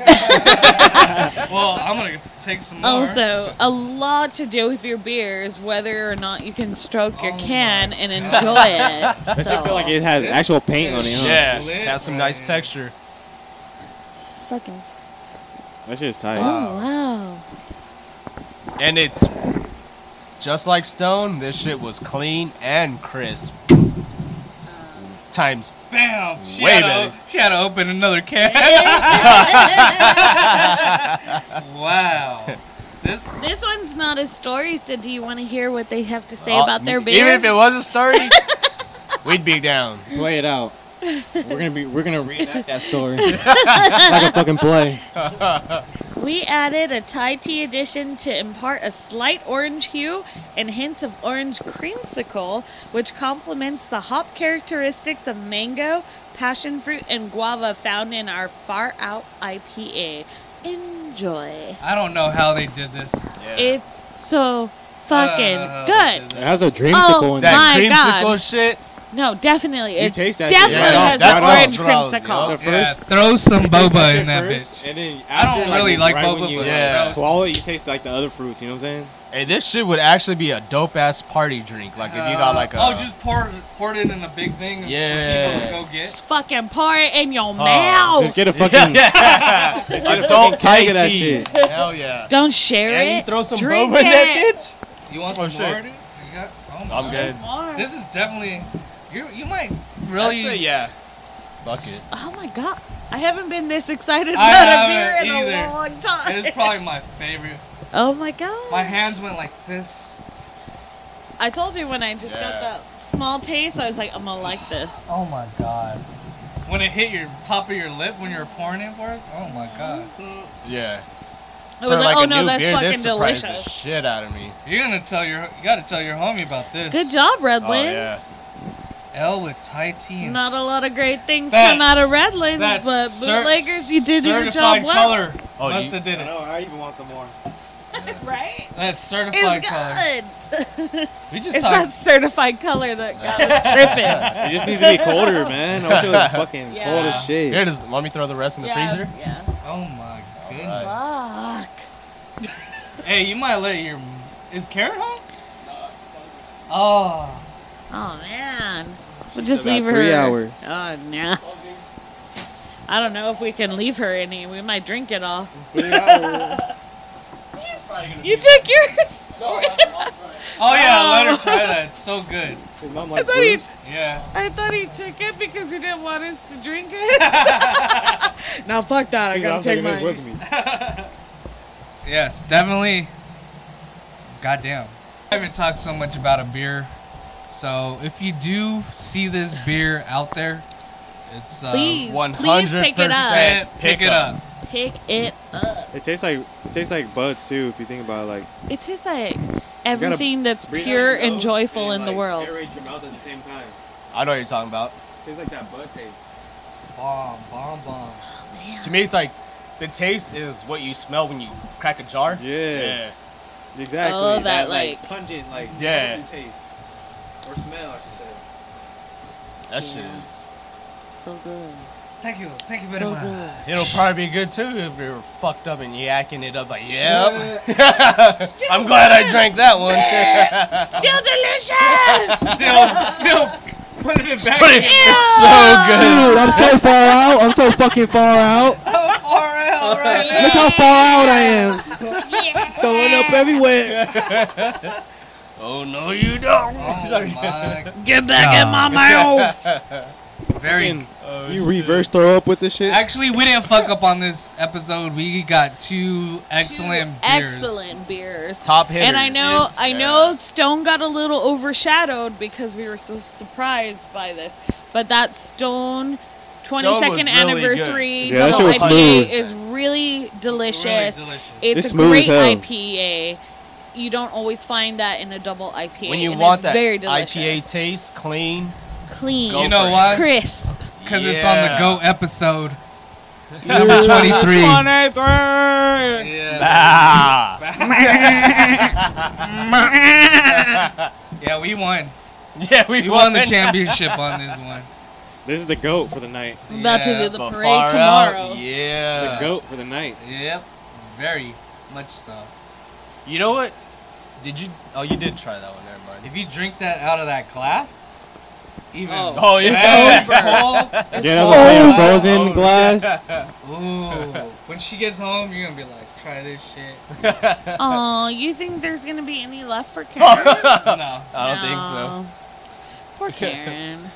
[SPEAKER 2] well, I'm gonna take some more.
[SPEAKER 1] Also, a lot to do with your beer is whether or not you can stroke your
[SPEAKER 2] Oh
[SPEAKER 1] can and enjoy it.
[SPEAKER 13] That shit feel
[SPEAKER 1] So.
[SPEAKER 13] like
[SPEAKER 5] It
[SPEAKER 13] it.
[SPEAKER 5] has actual paint on it, huh?
[SPEAKER 4] Yeah.
[SPEAKER 2] Lit,
[SPEAKER 4] Has some
[SPEAKER 2] man.
[SPEAKER 4] nice texture.
[SPEAKER 1] Fucking.
[SPEAKER 5] That shit's tight.
[SPEAKER 1] Oh wow.
[SPEAKER 4] And it's just like Stone. This shit was clean and crisp. Times.
[SPEAKER 2] Bam. She
[SPEAKER 4] Way
[SPEAKER 2] had to-
[SPEAKER 4] better.
[SPEAKER 2] she had to open another can. wow. This.
[SPEAKER 1] This one's not a story, so do you want to hear what they have to say
[SPEAKER 4] Oh,
[SPEAKER 1] about their
[SPEAKER 4] even
[SPEAKER 1] beer?
[SPEAKER 4] if it was a story, we'd be down.
[SPEAKER 5] Play it out. We're gonna be, we're gonna reenact that story like a fucking play.
[SPEAKER 1] We added a Thai tea addition to impart a slight orange hue and hints of orange creamsicle, which complements the hop characteristics of mango, passion fruit, and guava found in our Far Out IPA. Enjoy.
[SPEAKER 2] I don't know how they did this.
[SPEAKER 4] Yeah.
[SPEAKER 1] It's so fucking
[SPEAKER 2] Uh,
[SPEAKER 1] good.
[SPEAKER 5] It has a dreamsicle
[SPEAKER 1] Oh,
[SPEAKER 5] in
[SPEAKER 4] that
[SPEAKER 1] my
[SPEAKER 4] Ah, creamsicle
[SPEAKER 1] God.
[SPEAKER 4] shit.
[SPEAKER 1] No, definitely. It
[SPEAKER 5] taste that shit
[SPEAKER 1] definitely
[SPEAKER 4] right off, right
[SPEAKER 1] has that
[SPEAKER 4] off.
[SPEAKER 1] orange
[SPEAKER 4] That's what I was-
[SPEAKER 1] creamsicle.
[SPEAKER 5] The
[SPEAKER 2] Yeah,
[SPEAKER 5] first,
[SPEAKER 2] throw some boba in that
[SPEAKER 5] first,
[SPEAKER 2] bitch.
[SPEAKER 5] And then
[SPEAKER 2] I
[SPEAKER 5] after,
[SPEAKER 2] don't really like
[SPEAKER 5] right
[SPEAKER 2] boba,
[SPEAKER 5] when you, uh,
[SPEAKER 2] but
[SPEAKER 4] Yeah.
[SPEAKER 2] like,
[SPEAKER 5] Swallow it, you taste like the other fruits. You know what I'm saying?
[SPEAKER 4] Hey, this shit would actually be a dope ass party drink. Like if you got like a
[SPEAKER 2] oh, just pour pour it in a big thing.
[SPEAKER 4] Yeah.
[SPEAKER 2] For people to go get.
[SPEAKER 1] Just fucking pour it in your mouth.
[SPEAKER 5] Just get a fucking
[SPEAKER 4] adult
[SPEAKER 5] tag
[SPEAKER 4] tight
[SPEAKER 5] of that
[SPEAKER 4] tea.
[SPEAKER 5] shit.
[SPEAKER 4] Hell yeah.
[SPEAKER 1] Don't share
[SPEAKER 4] And
[SPEAKER 1] it.
[SPEAKER 4] you throw some
[SPEAKER 1] Drink
[SPEAKER 4] boba in that
[SPEAKER 1] it.
[SPEAKER 4] bitch.
[SPEAKER 2] You want
[SPEAKER 4] Oh,
[SPEAKER 2] some
[SPEAKER 4] shit.
[SPEAKER 2] more? dude? You got, oh my
[SPEAKER 4] I'm
[SPEAKER 2] God.
[SPEAKER 4] good.
[SPEAKER 1] More.
[SPEAKER 2] This is definitely. You you might really.
[SPEAKER 4] Actually, yeah. Fuck it.
[SPEAKER 1] Oh my god. I haven't been this excited
[SPEAKER 2] I
[SPEAKER 1] about a beer in
[SPEAKER 2] haven't either.
[SPEAKER 1] a long time.
[SPEAKER 2] It is probably my favorite.
[SPEAKER 1] oh my god.
[SPEAKER 2] My hands went like this.
[SPEAKER 1] I told you when I just
[SPEAKER 4] Yeah.
[SPEAKER 1] got that small taste, I was like, I'm gonna like this.
[SPEAKER 2] Oh my god. When it hit your top of your lip when you were pouring it for us? Oh my god.
[SPEAKER 4] Yeah.
[SPEAKER 1] I was
[SPEAKER 4] For,
[SPEAKER 1] like, oh
[SPEAKER 4] a
[SPEAKER 1] no,
[SPEAKER 4] new
[SPEAKER 1] that's
[SPEAKER 4] beer,
[SPEAKER 1] fucking
[SPEAKER 4] this surprised
[SPEAKER 1] delicious.
[SPEAKER 4] the shit out of me.
[SPEAKER 2] You're gonna tell your you gotta tell your homie about this.
[SPEAKER 1] Good job, Redlands.
[SPEAKER 4] Oh yeah.
[SPEAKER 2] L with Thai tea and
[SPEAKER 1] Not a lot of great things
[SPEAKER 2] That's-
[SPEAKER 1] come out of Redlands,
[SPEAKER 2] that's
[SPEAKER 1] but
[SPEAKER 2] cer-
[SPEAKER 1] bootleggers, you did your
[SPEAKER 2] certified
[SPEAKER 1] job well.
[SPEAKER 2] color.
[SPEAKER 4] Oh,
[SPEAKER 2] Must
[SPEAKER 4] you-
[SPEAKER 2] have
[SPEAKER 12] dude.
[SPEAKER 2] did
[SPEAKER 12] I
[SPEAKER 2] it.
[SPEAKER 12] know. I even want some more.
[SPEAKER 1] Right?
[SPEAKER 2] That's certified color.
[SPEAKER 1] It's good.
[SPEAKER 2] We just
[SPEAKER 1] it's
[SPEAKER 2] talked
[SPEAKER 1] that certified color that got us tripping.
[SPEAKER 5] It just needs to get colder, man. I feel like fucking
[SPEAKER 1] Yeah.
[SPEAKER 5] cold as shit.
[SPEAKER 4] Here it is. Let me throw the rest in the
[SPEAKER 1] yeah,
[SPEAKER 4] freezer.
[SPEAKER 1] Yeah.
[SPEAKER 2] Oh my goodness.
[SPEAKER 1] Fuck.
[SPEAKER 2] Hey, you might let your is carrot home? Oh,
[SPEAKER 1] Oh man. We'll just leave her.
[SPEAKER 5] three hours.
[SPEAKER 1] Oh no. I don't know if we can leave her any. We might drink it all. you took yours.
[SPEAKER 2] Oh yeah, let her try that. It's so good.
[SPEAKER 3] His mom
[SPEAKER 1] I
[SPEAKER 3] likes
[SPEAKER 1] thought he,
[SPEAKER 3] Bruce.
[SPEAKER 2] Yeah.
[SPEAKER 1] I thought he took it because he didn't want us to drink it. now fuck that. I
[SPEAKER 3] He's
[SPEAKER 1] gotta
[SPEAKER 3] also
[SPEAKER 1] take
[SPEAKER 3] taking this
[SPEAKER 1] mine.
[SPEAKER 3] with me.
[SPEAKER 2] Yes, definitely. Goddamn. I haven't talked so much about a beer. So if you do see this beer out there, it's uh,
[SPEAKER 1] Please, please
[SPEAKER 14] 100%
[SPEAKER 1] pick it up.
[SPEAKER 2] pick it up.
[SPEAKER 1] Pick it up.
[SPEAKER 5] It tastes like it tastes like buds too. If you think about it, like
[SPEAKER 1] It tastes like everything that's pure and joyful in the world.
[SPEAKER 5] Aerate your mouth at the same time.
[SPEAKER 4] I know what you're talking about.
[SPEAKER 5] Tastes like that bud taste.
[SPEAKER 2] Bomb, bomb, bomb.
[SPEAKER 4] To me, it's like the taste is what you smell when you crack a jar.
[SPEAKER 5] Yeah, exactly.
[SPEAKER 1] Oh, that like
[SPEAKER 5] pungent, like
[SPEAKER 4] Yeah.
[SPEAKER 5] pungent taste or smell. I should say.
[SPEAKER 4] that shit is.
[SPEAKER 1] so good,
[SPEAKER 2] Thank you, thank you very
[SPEAKER 1] so
[SPEAKER 2] much.
[SPEAKER 1] good.
[SPEAKER 4] It'll probably be good too if we were fucked up and yakking it up like, yep. I'm glad I drank that one.
[SPEAKER 1] Still delicious.
[SPEAKER 2] Still, still putting it back.
[SPEAKER 4] But it- it's so good.
[SPEAKER 5] Dude, I'm so far out. I'm so fucking far out.
[SPEAKER 2] RL right now.
[SPEAKER 5] Look how far out I am. Throwing up everywhere.
[SPEAKER 4] Oh no, you don't.
[SPEAKER 2] Oh my.
[SPEAKER 1] Get back in my mouth.
[SPEAKER 2] Very.
[SPEAKER 5] You reverse throw up with this shit.
[SPEAKER 2] Actually, we didn't fuck up on this episode. We got two excellent beers.
[SPEAKER 1] Excellent beers.
[SPEAKER 4] Top hitters.
[SPEAKER 1] And I know, I know, Stone got a little overshadowed because we were so surprised by this. But that Stone 22nd
[SPEAKER 4] Stone was really
[SPEAKER 1] anniversary
[SPEAKER 5] good. Yeah, that
[SPEAKER 1] double
[SPEAKER 5] shit was
[SPEAKER 1] IPA
[SPEAKER 5] smooth.
[SPEAKER 1] is really delicious.
[SPEAKER 2] Really delicious.
[SPEAKER 1] It's,
[SPEAKER 5] It's
[SPEAKER 1] a
[SPEAKER 5] smooth
[SPEAKER 1] great
[SPEAKER 5] as hell.
[SPEAKER 1] IPA. You don't always find that in a double IPA.
[SPEAKER 4] When you
[SPEAKER 1] and
[SPEAKER 4] want
[SPEAKER 1] it's
[SPEAKER 4] that
[SPEAKER 1] very
[SPEAKER 4] IPA
[SPEAKER 1] delicious.
[SPEAKER 4] taste, clean.
[SPEAKER 1] clean,
[SPEAKER 4] go
[SPEAKER 2] You know why?
[SPEAKER 1] crisp.
[SPEAKER 2] Because it's on the
[SPEAKER 4] Yeah.
[SPEAKER 2] go episode. Number 23. Yeah.
[SPEAKER 4] Ah.
[SPEAKER 2] yeah, we won.
[SPEAKER 4] Yeah, we,
[SPEAKER 2] We won the championship on this one.
[SPEAKER 5] This is the goat for the night.
[SPEAKER 1] I'm about to
[SPEAKER 2] Yeah,
[SPEAKER 1] do the
[SPEAKER 4] But
[SPEAKER 1] parade
[SPEAKER 4] far
[SPEAKER 1] tomorrow.
[SPEAKER 4] Out, yeah.
[SPEAKER 5] The goat for the night.
[SPEAKER 2] Yep. Very much so.
[SPEAKER 4] You know what? Did you? Oh, you did try that one. Never mind.
[SPEAKER 2] If you drink that out of that glass, even
[SPEAKER 1] Oh.
[SPEAKER 4] Oh yeah.
[SPEAKER 2] cold.
[SPEAKER 5] Yeah, that was a frozen
[SPEAKER 4] Oh,
[SPEAKER 5] glass.
[SPEAKER 2] Ooh. When she gets home, you're going to be like, try this shit.
[SPEAKER 1] Oh, you think there's gonna be any left for Karen?
[SPEAKER 2] No.
[SPEAKER 4] I don't think so.
[SPEAKER 1] so. Poor Karen.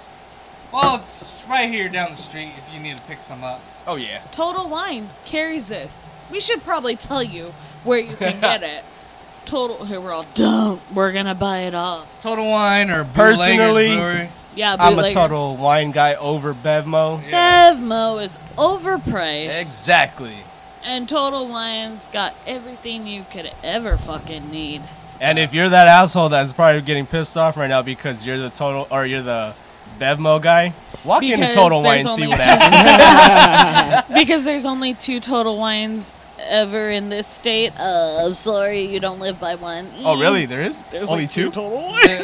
[SPEAKER 2] Well, it's right here down the street if you need to pick some up.
[SPEAKER 4] Oh yeah.
[SPEAKER 1] Total Wine carries this. We should probably tell you where you can get it. Total. Here we're all dumb. We're gonna buy it all.
[SPEAKER 2] Total Wine or Bootleggers
[SPEAKER 4] Personally,
[SPEAKER 2] Brewery.
[SPEAKER 1] Yeah,
[SPEAKER 4] I'm a
[SPEAKER 1] bootlegger.
[SPEAKER 4] total wine guy over Bevmo.
[SPEAKER 1] Bevmo is overpriced,
[SPEAKER 4] Exactly.
[SPEAKER 1] and Total Wine's got everything you could ever fucking need.
[SPEAKER 4] And if you're that asshole that's probably getting pissed off right now because you're the total or you're the Bevmo guy, walk into
[SPEAKER 1] Because
[SPEAKER 4] Total Wine and
[SPEAKER 1] there's
[SPEAKER 4] see
[SPEAKER 1] only
[SPEAKER 4] what
[SPEAKER 1] two-
[SPEAKER 4] happens.
[SPEAKER 1] Because there's only two Total Wines ever in this state. Uh, sorry, you don't live by one.
[SPEAKER 4] oh really? There is only two.
[SPEAKER 2] There-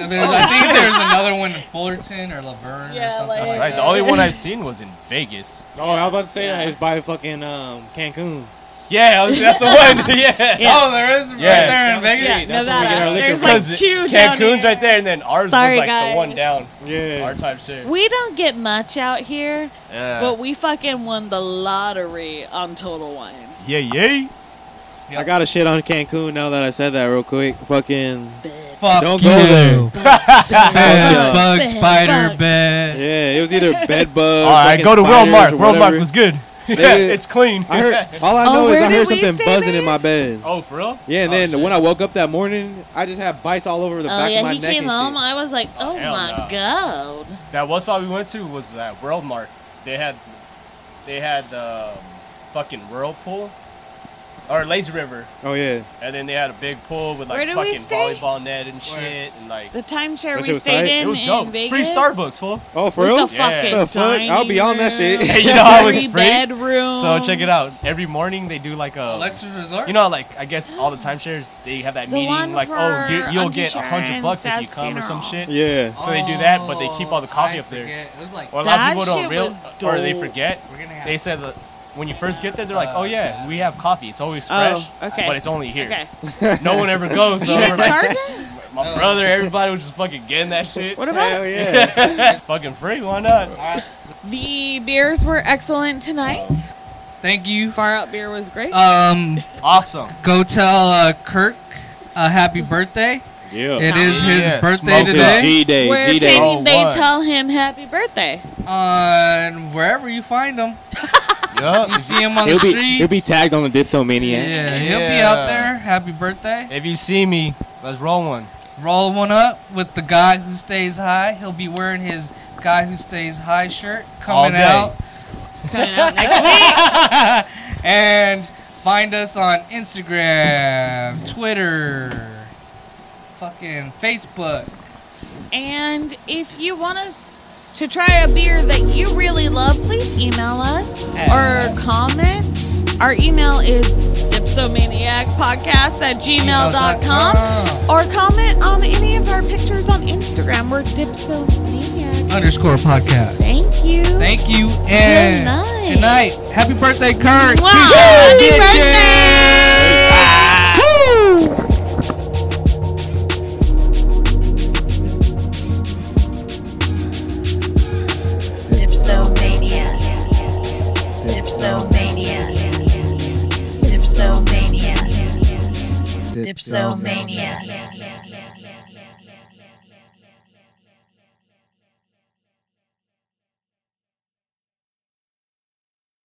[SPEAKER 2] there- I think there's another one in Fullerton or Laverne or
[SPEAKER 1] Yeah,
[SPEAKER 2] something
[SPEAKER 1] like-
[SPEAKER 2] like,
[SPEAKER 4] That's right. The
[SPEAKER 2] that.
[SPEAKER 4] only one I've seen was in Vegas.
[SPEAKER 3] Oh, I was about to say that. It's by fucking um, Cancun.
[SPEAKER 4] Yeah, that's the one. Yeah.
[SPEAKER 1] Yeah.
[SPEAKER 2] Oh, there is
[SPEAKER 4] Yeah.
[SPEAKER 2] right there in Vegas.
[SPEAKER 1] Yeah,
[SPEAKER 3] That's where we get our
[SPEAKER 1] Nevada.
[SPEAKER 3] liquor
[SPEAKER 1] There's
[SPEAKER 3] from.
[SPEAKER 1] like
[SPEAKER 4] Because
[SPEAKER 1] two. down
[SPEAKER 4] Cancun's
[SPEAKER 1] here.
[SPEAKER 4] right there, and then ours
[SPEAKER 1] Sorry,
[SPEAKER 4] was like
[SPEAKER 1] guys.
[SPEAKER 4] the one down. Our
[SPEAKER 5] Yeah.
[SPEAKER 4] type shit.
[SPEAKER 1] We don't get much out here,
[SPEAKER 4] Yeah.
[SPEAKER 1] but we fucking won the lottery on Total Wine.
[SPEAKER 4] yeah, yeah.
[SPEAKER 5] I got to shit on Cancun now that I said that real quick. Fucking.
[SPEAKER 2] Fuck
[SPEAKER 5] Don't
[SPEAKER 2] you.
[SPEAKER 5] go there.
[SPEAKER 2] Bed, bug,
[SPEAKER 1] Bed,
[SPEAKER 2] spider,
[SPEAKER 1] bug.
[SPEAKER 2] bed.
[SPEAKER 5] Yeah, it was either bed bugs.
[SPEAKER 4] All right,
[SPEAKER 5] fucking
[SPEAKER 4] go to
[SPEAKER 5] spiders,
[SPEAKER 4] Worldmark.
[SPEAKER 5] or
[SPEAKER 4] Worldmark
[SPEAKER 5] whatever.
[SPEAKER 4] was good.
[SPEAKER 5] They-
[SPEAKER 4] it's clean.
[SPEAKER 5] I heard. All I
[SPEAKER 1] Oh,
[SPEAKER 5] know is
[SPEAKER 1] where
[SPEAKER 5] I
[SPEAKER 1] did
[SPEAKER 5] heard
[SPEAKER 1] we
[SPEAKER 5] something
[SPEAKER 1] stay,
[SPEAKER 5] buzzing in
[SPEAKER 1] babe?
[SPEAKER 5] my bed.
[SPEAKER 4] oh, for real?
[SPEAKER 5] Yeah, and
[SPEAKER 4] Oh,
[SPEAKER 5] then
[SPEAKER 4] shit.
[SPEAKER 5] when I woke up that morning, I just had bites all over the
[SPEAKER 1] Oh
[SPEAKER 5] back of
[SPEAKER 1] yeah,
[SPEAKER 5] my
[SPEAKER 1] he
[SPEAKER 5] neck.
[SPEAKER 1] came
[SPEAKER 5] and
[SPEAKER 1] home.
[SPEAKER 5] shit.
[SPEAKER 1] I was like, oh,
[SPEAKER 4] hell
[SPEAKER 1] my
[SPEAKER 4] no.
[SPEAKER 1] god.
[SPEAKER 4] That one spot we went to was that Worldmark. They had, they had the um, fucking whirlpool, or lazy river,
[SPEAKER 5] Oh yeah,
[SPEAKER 4] and then they had a big pool with
[SPEAKER 1] Where
[SPEAKER 4] like
[SPEAKER 1] did we
[SPEAKER 4] fucking
[SPEAKER 1] stay?
[SPEAKER 4] volleyball net and shit, and like
[SPEAKER 1] The timeshare
[SPEAKER 5] That
[SPEAKER 1] we
[SPEAKER 5] shit was
[SPEAKER 1] stayed
[SPEAKER 5] tight.
[SPEAKER 1] in
[SPEAKER 4] it was
[SPEAKER 1] in
[SPEAKER 4] dope.
[SPEAKER 1] Vegas.
[SPEAKER 4] Free Starbucks, fool.
[SPEAKER 5] oh for
[SPEAKER 1] with
[SPEAKER 5] real?
[SPEAKER 1] The
[SPEAKER 4] Yeah.
[SPEAKER 1] fucking
[SPEAKER 5] The fuck? I'll be on that shit.
[SPEAKER 1] dining
[SPEAKER 4] Hey,
[SPEAKER 1] room,
[SPEAKER 4] you know how it's
[SPEAKER 1] three
[SPEAKER 4] free?
[SPEAKER 1] bedroom.
[SPEAKER 4] So check it out. Every morning they do like a
[SPEAKER 2] Alexa's Resort.
[SPEAKER 4] You know, like I guess all the timeshares they have that
[SPEAKER 1] The one
[SPEAKER 4] meeting, like, oh,
[SPEAKER 1] for
[SPEAKER 4] you, you'll get a
[SPEAKER 1] Sharon
[SPEAKER 4] hundred bucks if you
[SPEAKER 1] Sad's
[SPEAKER 4] come or some shit.
[SPEAKER 5] Yeah.
[SPEAKER 4] So they do that, but they keep all the coffee
[SPEAKER 2] I
[SPEAKER 4] up there.
[SPEAKER 2] forget. It was like
[SPEAKER 4] Or a lot
[SPEAKER 1] That
[SPEAKER 4] of people
[SPEAKER 1] shit
[SPEAKER 4] don't real,
[SPEAKER 1] was
[SPEAKER 4] or they
[SPEAKER 1] dope.
[SPEAKER 4] forget.
[SPEAKER 2] we're gonna have. Uh,
[SPEAKER 4] They said that when you first get there, they're like, oh yeah, we have coffee. It's always
[SPEAKER 1] Oh,
[SPEAKER 4] fresh,
[SPEAKER 1] okay.
[SPEAKER 4] but it's only here.
[SPEAKER 1] Okay.
[SPEAKER 4] No one ever goes. So
[SPEAKER 1] You
[SPEAKER 4] we're
[SPEAKER 1] get
[SPEAKER 4] like,
[SPEAKER 1] charged?
[SPEAKER 4] my brother, everybody was just fucking getting that shit.
[SPEAKER 1] What about
[SPEAKER 5] Hell yeah.
[SPEAKER 4] fucking free? Why not?
[SPEAKER 1] the beers? Were excellent tonight.
[SPEAKER 2] Thank you.
[SPEAKER 1] Far out beer
[SPEAKER 4] Uh,
[SPEAKER 1] was great.
[SPEAKER 2] Um,
[SPEAKER 4] Awesome.
[SPEAKER 2] go tell uh, Kirk a happy birthday.
[SPEAKER 5] Yeah. Oh,
[SPEAKER 2] It is his
[SPEAKER 4] Yeah,
[SPEAKER 2] birthday
[SPEAKER 4] smoke it.
[SPEAKER 2] today.
[SPEAKER 5] G
[SPEAKER 1] Where
[SPEAKER 5] Day. G Day.
[SPEAKER 1] can they
[SPEAKER 4] Oh, one.
[SPEAKER 1] tell him happy birthday?
[SPEAKER 2] On wherever you find him,
[SPEAKER 4] Yup.
[SPEAKER 2] you see him on
[SPEAKER 5] He'll
[SPEAKER 2] the
[SPEAKER 5] be
[SPEAKER 2] streets.
[SPEAKER 5] he'll be eh? tagged on the Dipsomaniac.
[SPEAKER 2] yeah, he'll be out
[SPEAKER 4] Yeah.
[SPEAKER 2] there. Happy birthday.
[SPEAKER 4] If you see me, let's roll one.
[SPEAKER 2] Roll one up with the guy who stays high. He'll be wearing his guy who stays high shirt
[SPEAKER 4] All
[SPEAKER 2] coming
[SPEAKER 4] day.
[SPEAKER 2] out.
[SPEAKER 1] Coming out next week.
[SPEAKER 2] and find us on Instagram, Twitter, fucking Facebook.
[SPEAKER 1] And if you want us to try a beer that you really love, please email us or comment. Our email is dipsomaniacpodcast at gmail.com or comment on any of our pictures on Instagram. We're dipsomaniac.
[SPEAKER 2] Underscore podcast.
[SPEAKER 1] Thank you.
[SPEAKER 2] Thank you and
[SPEAKER 1] Good
[SPEAKER 2] good night.
[SPEAKER 1] night.
[SPEAKER 2] Happy birthday, Kurt.
[SPEAKER 1] Wow,
[SPEAKER 2] Peace out,
[SPEAKER 1] happy
[SPEAKER 2] bitches.
[SPEAKER 1] birthday. Woo!
[SPEAKER 15] Dipsomania. Dipsomania. Dipsomania. Dipsomania.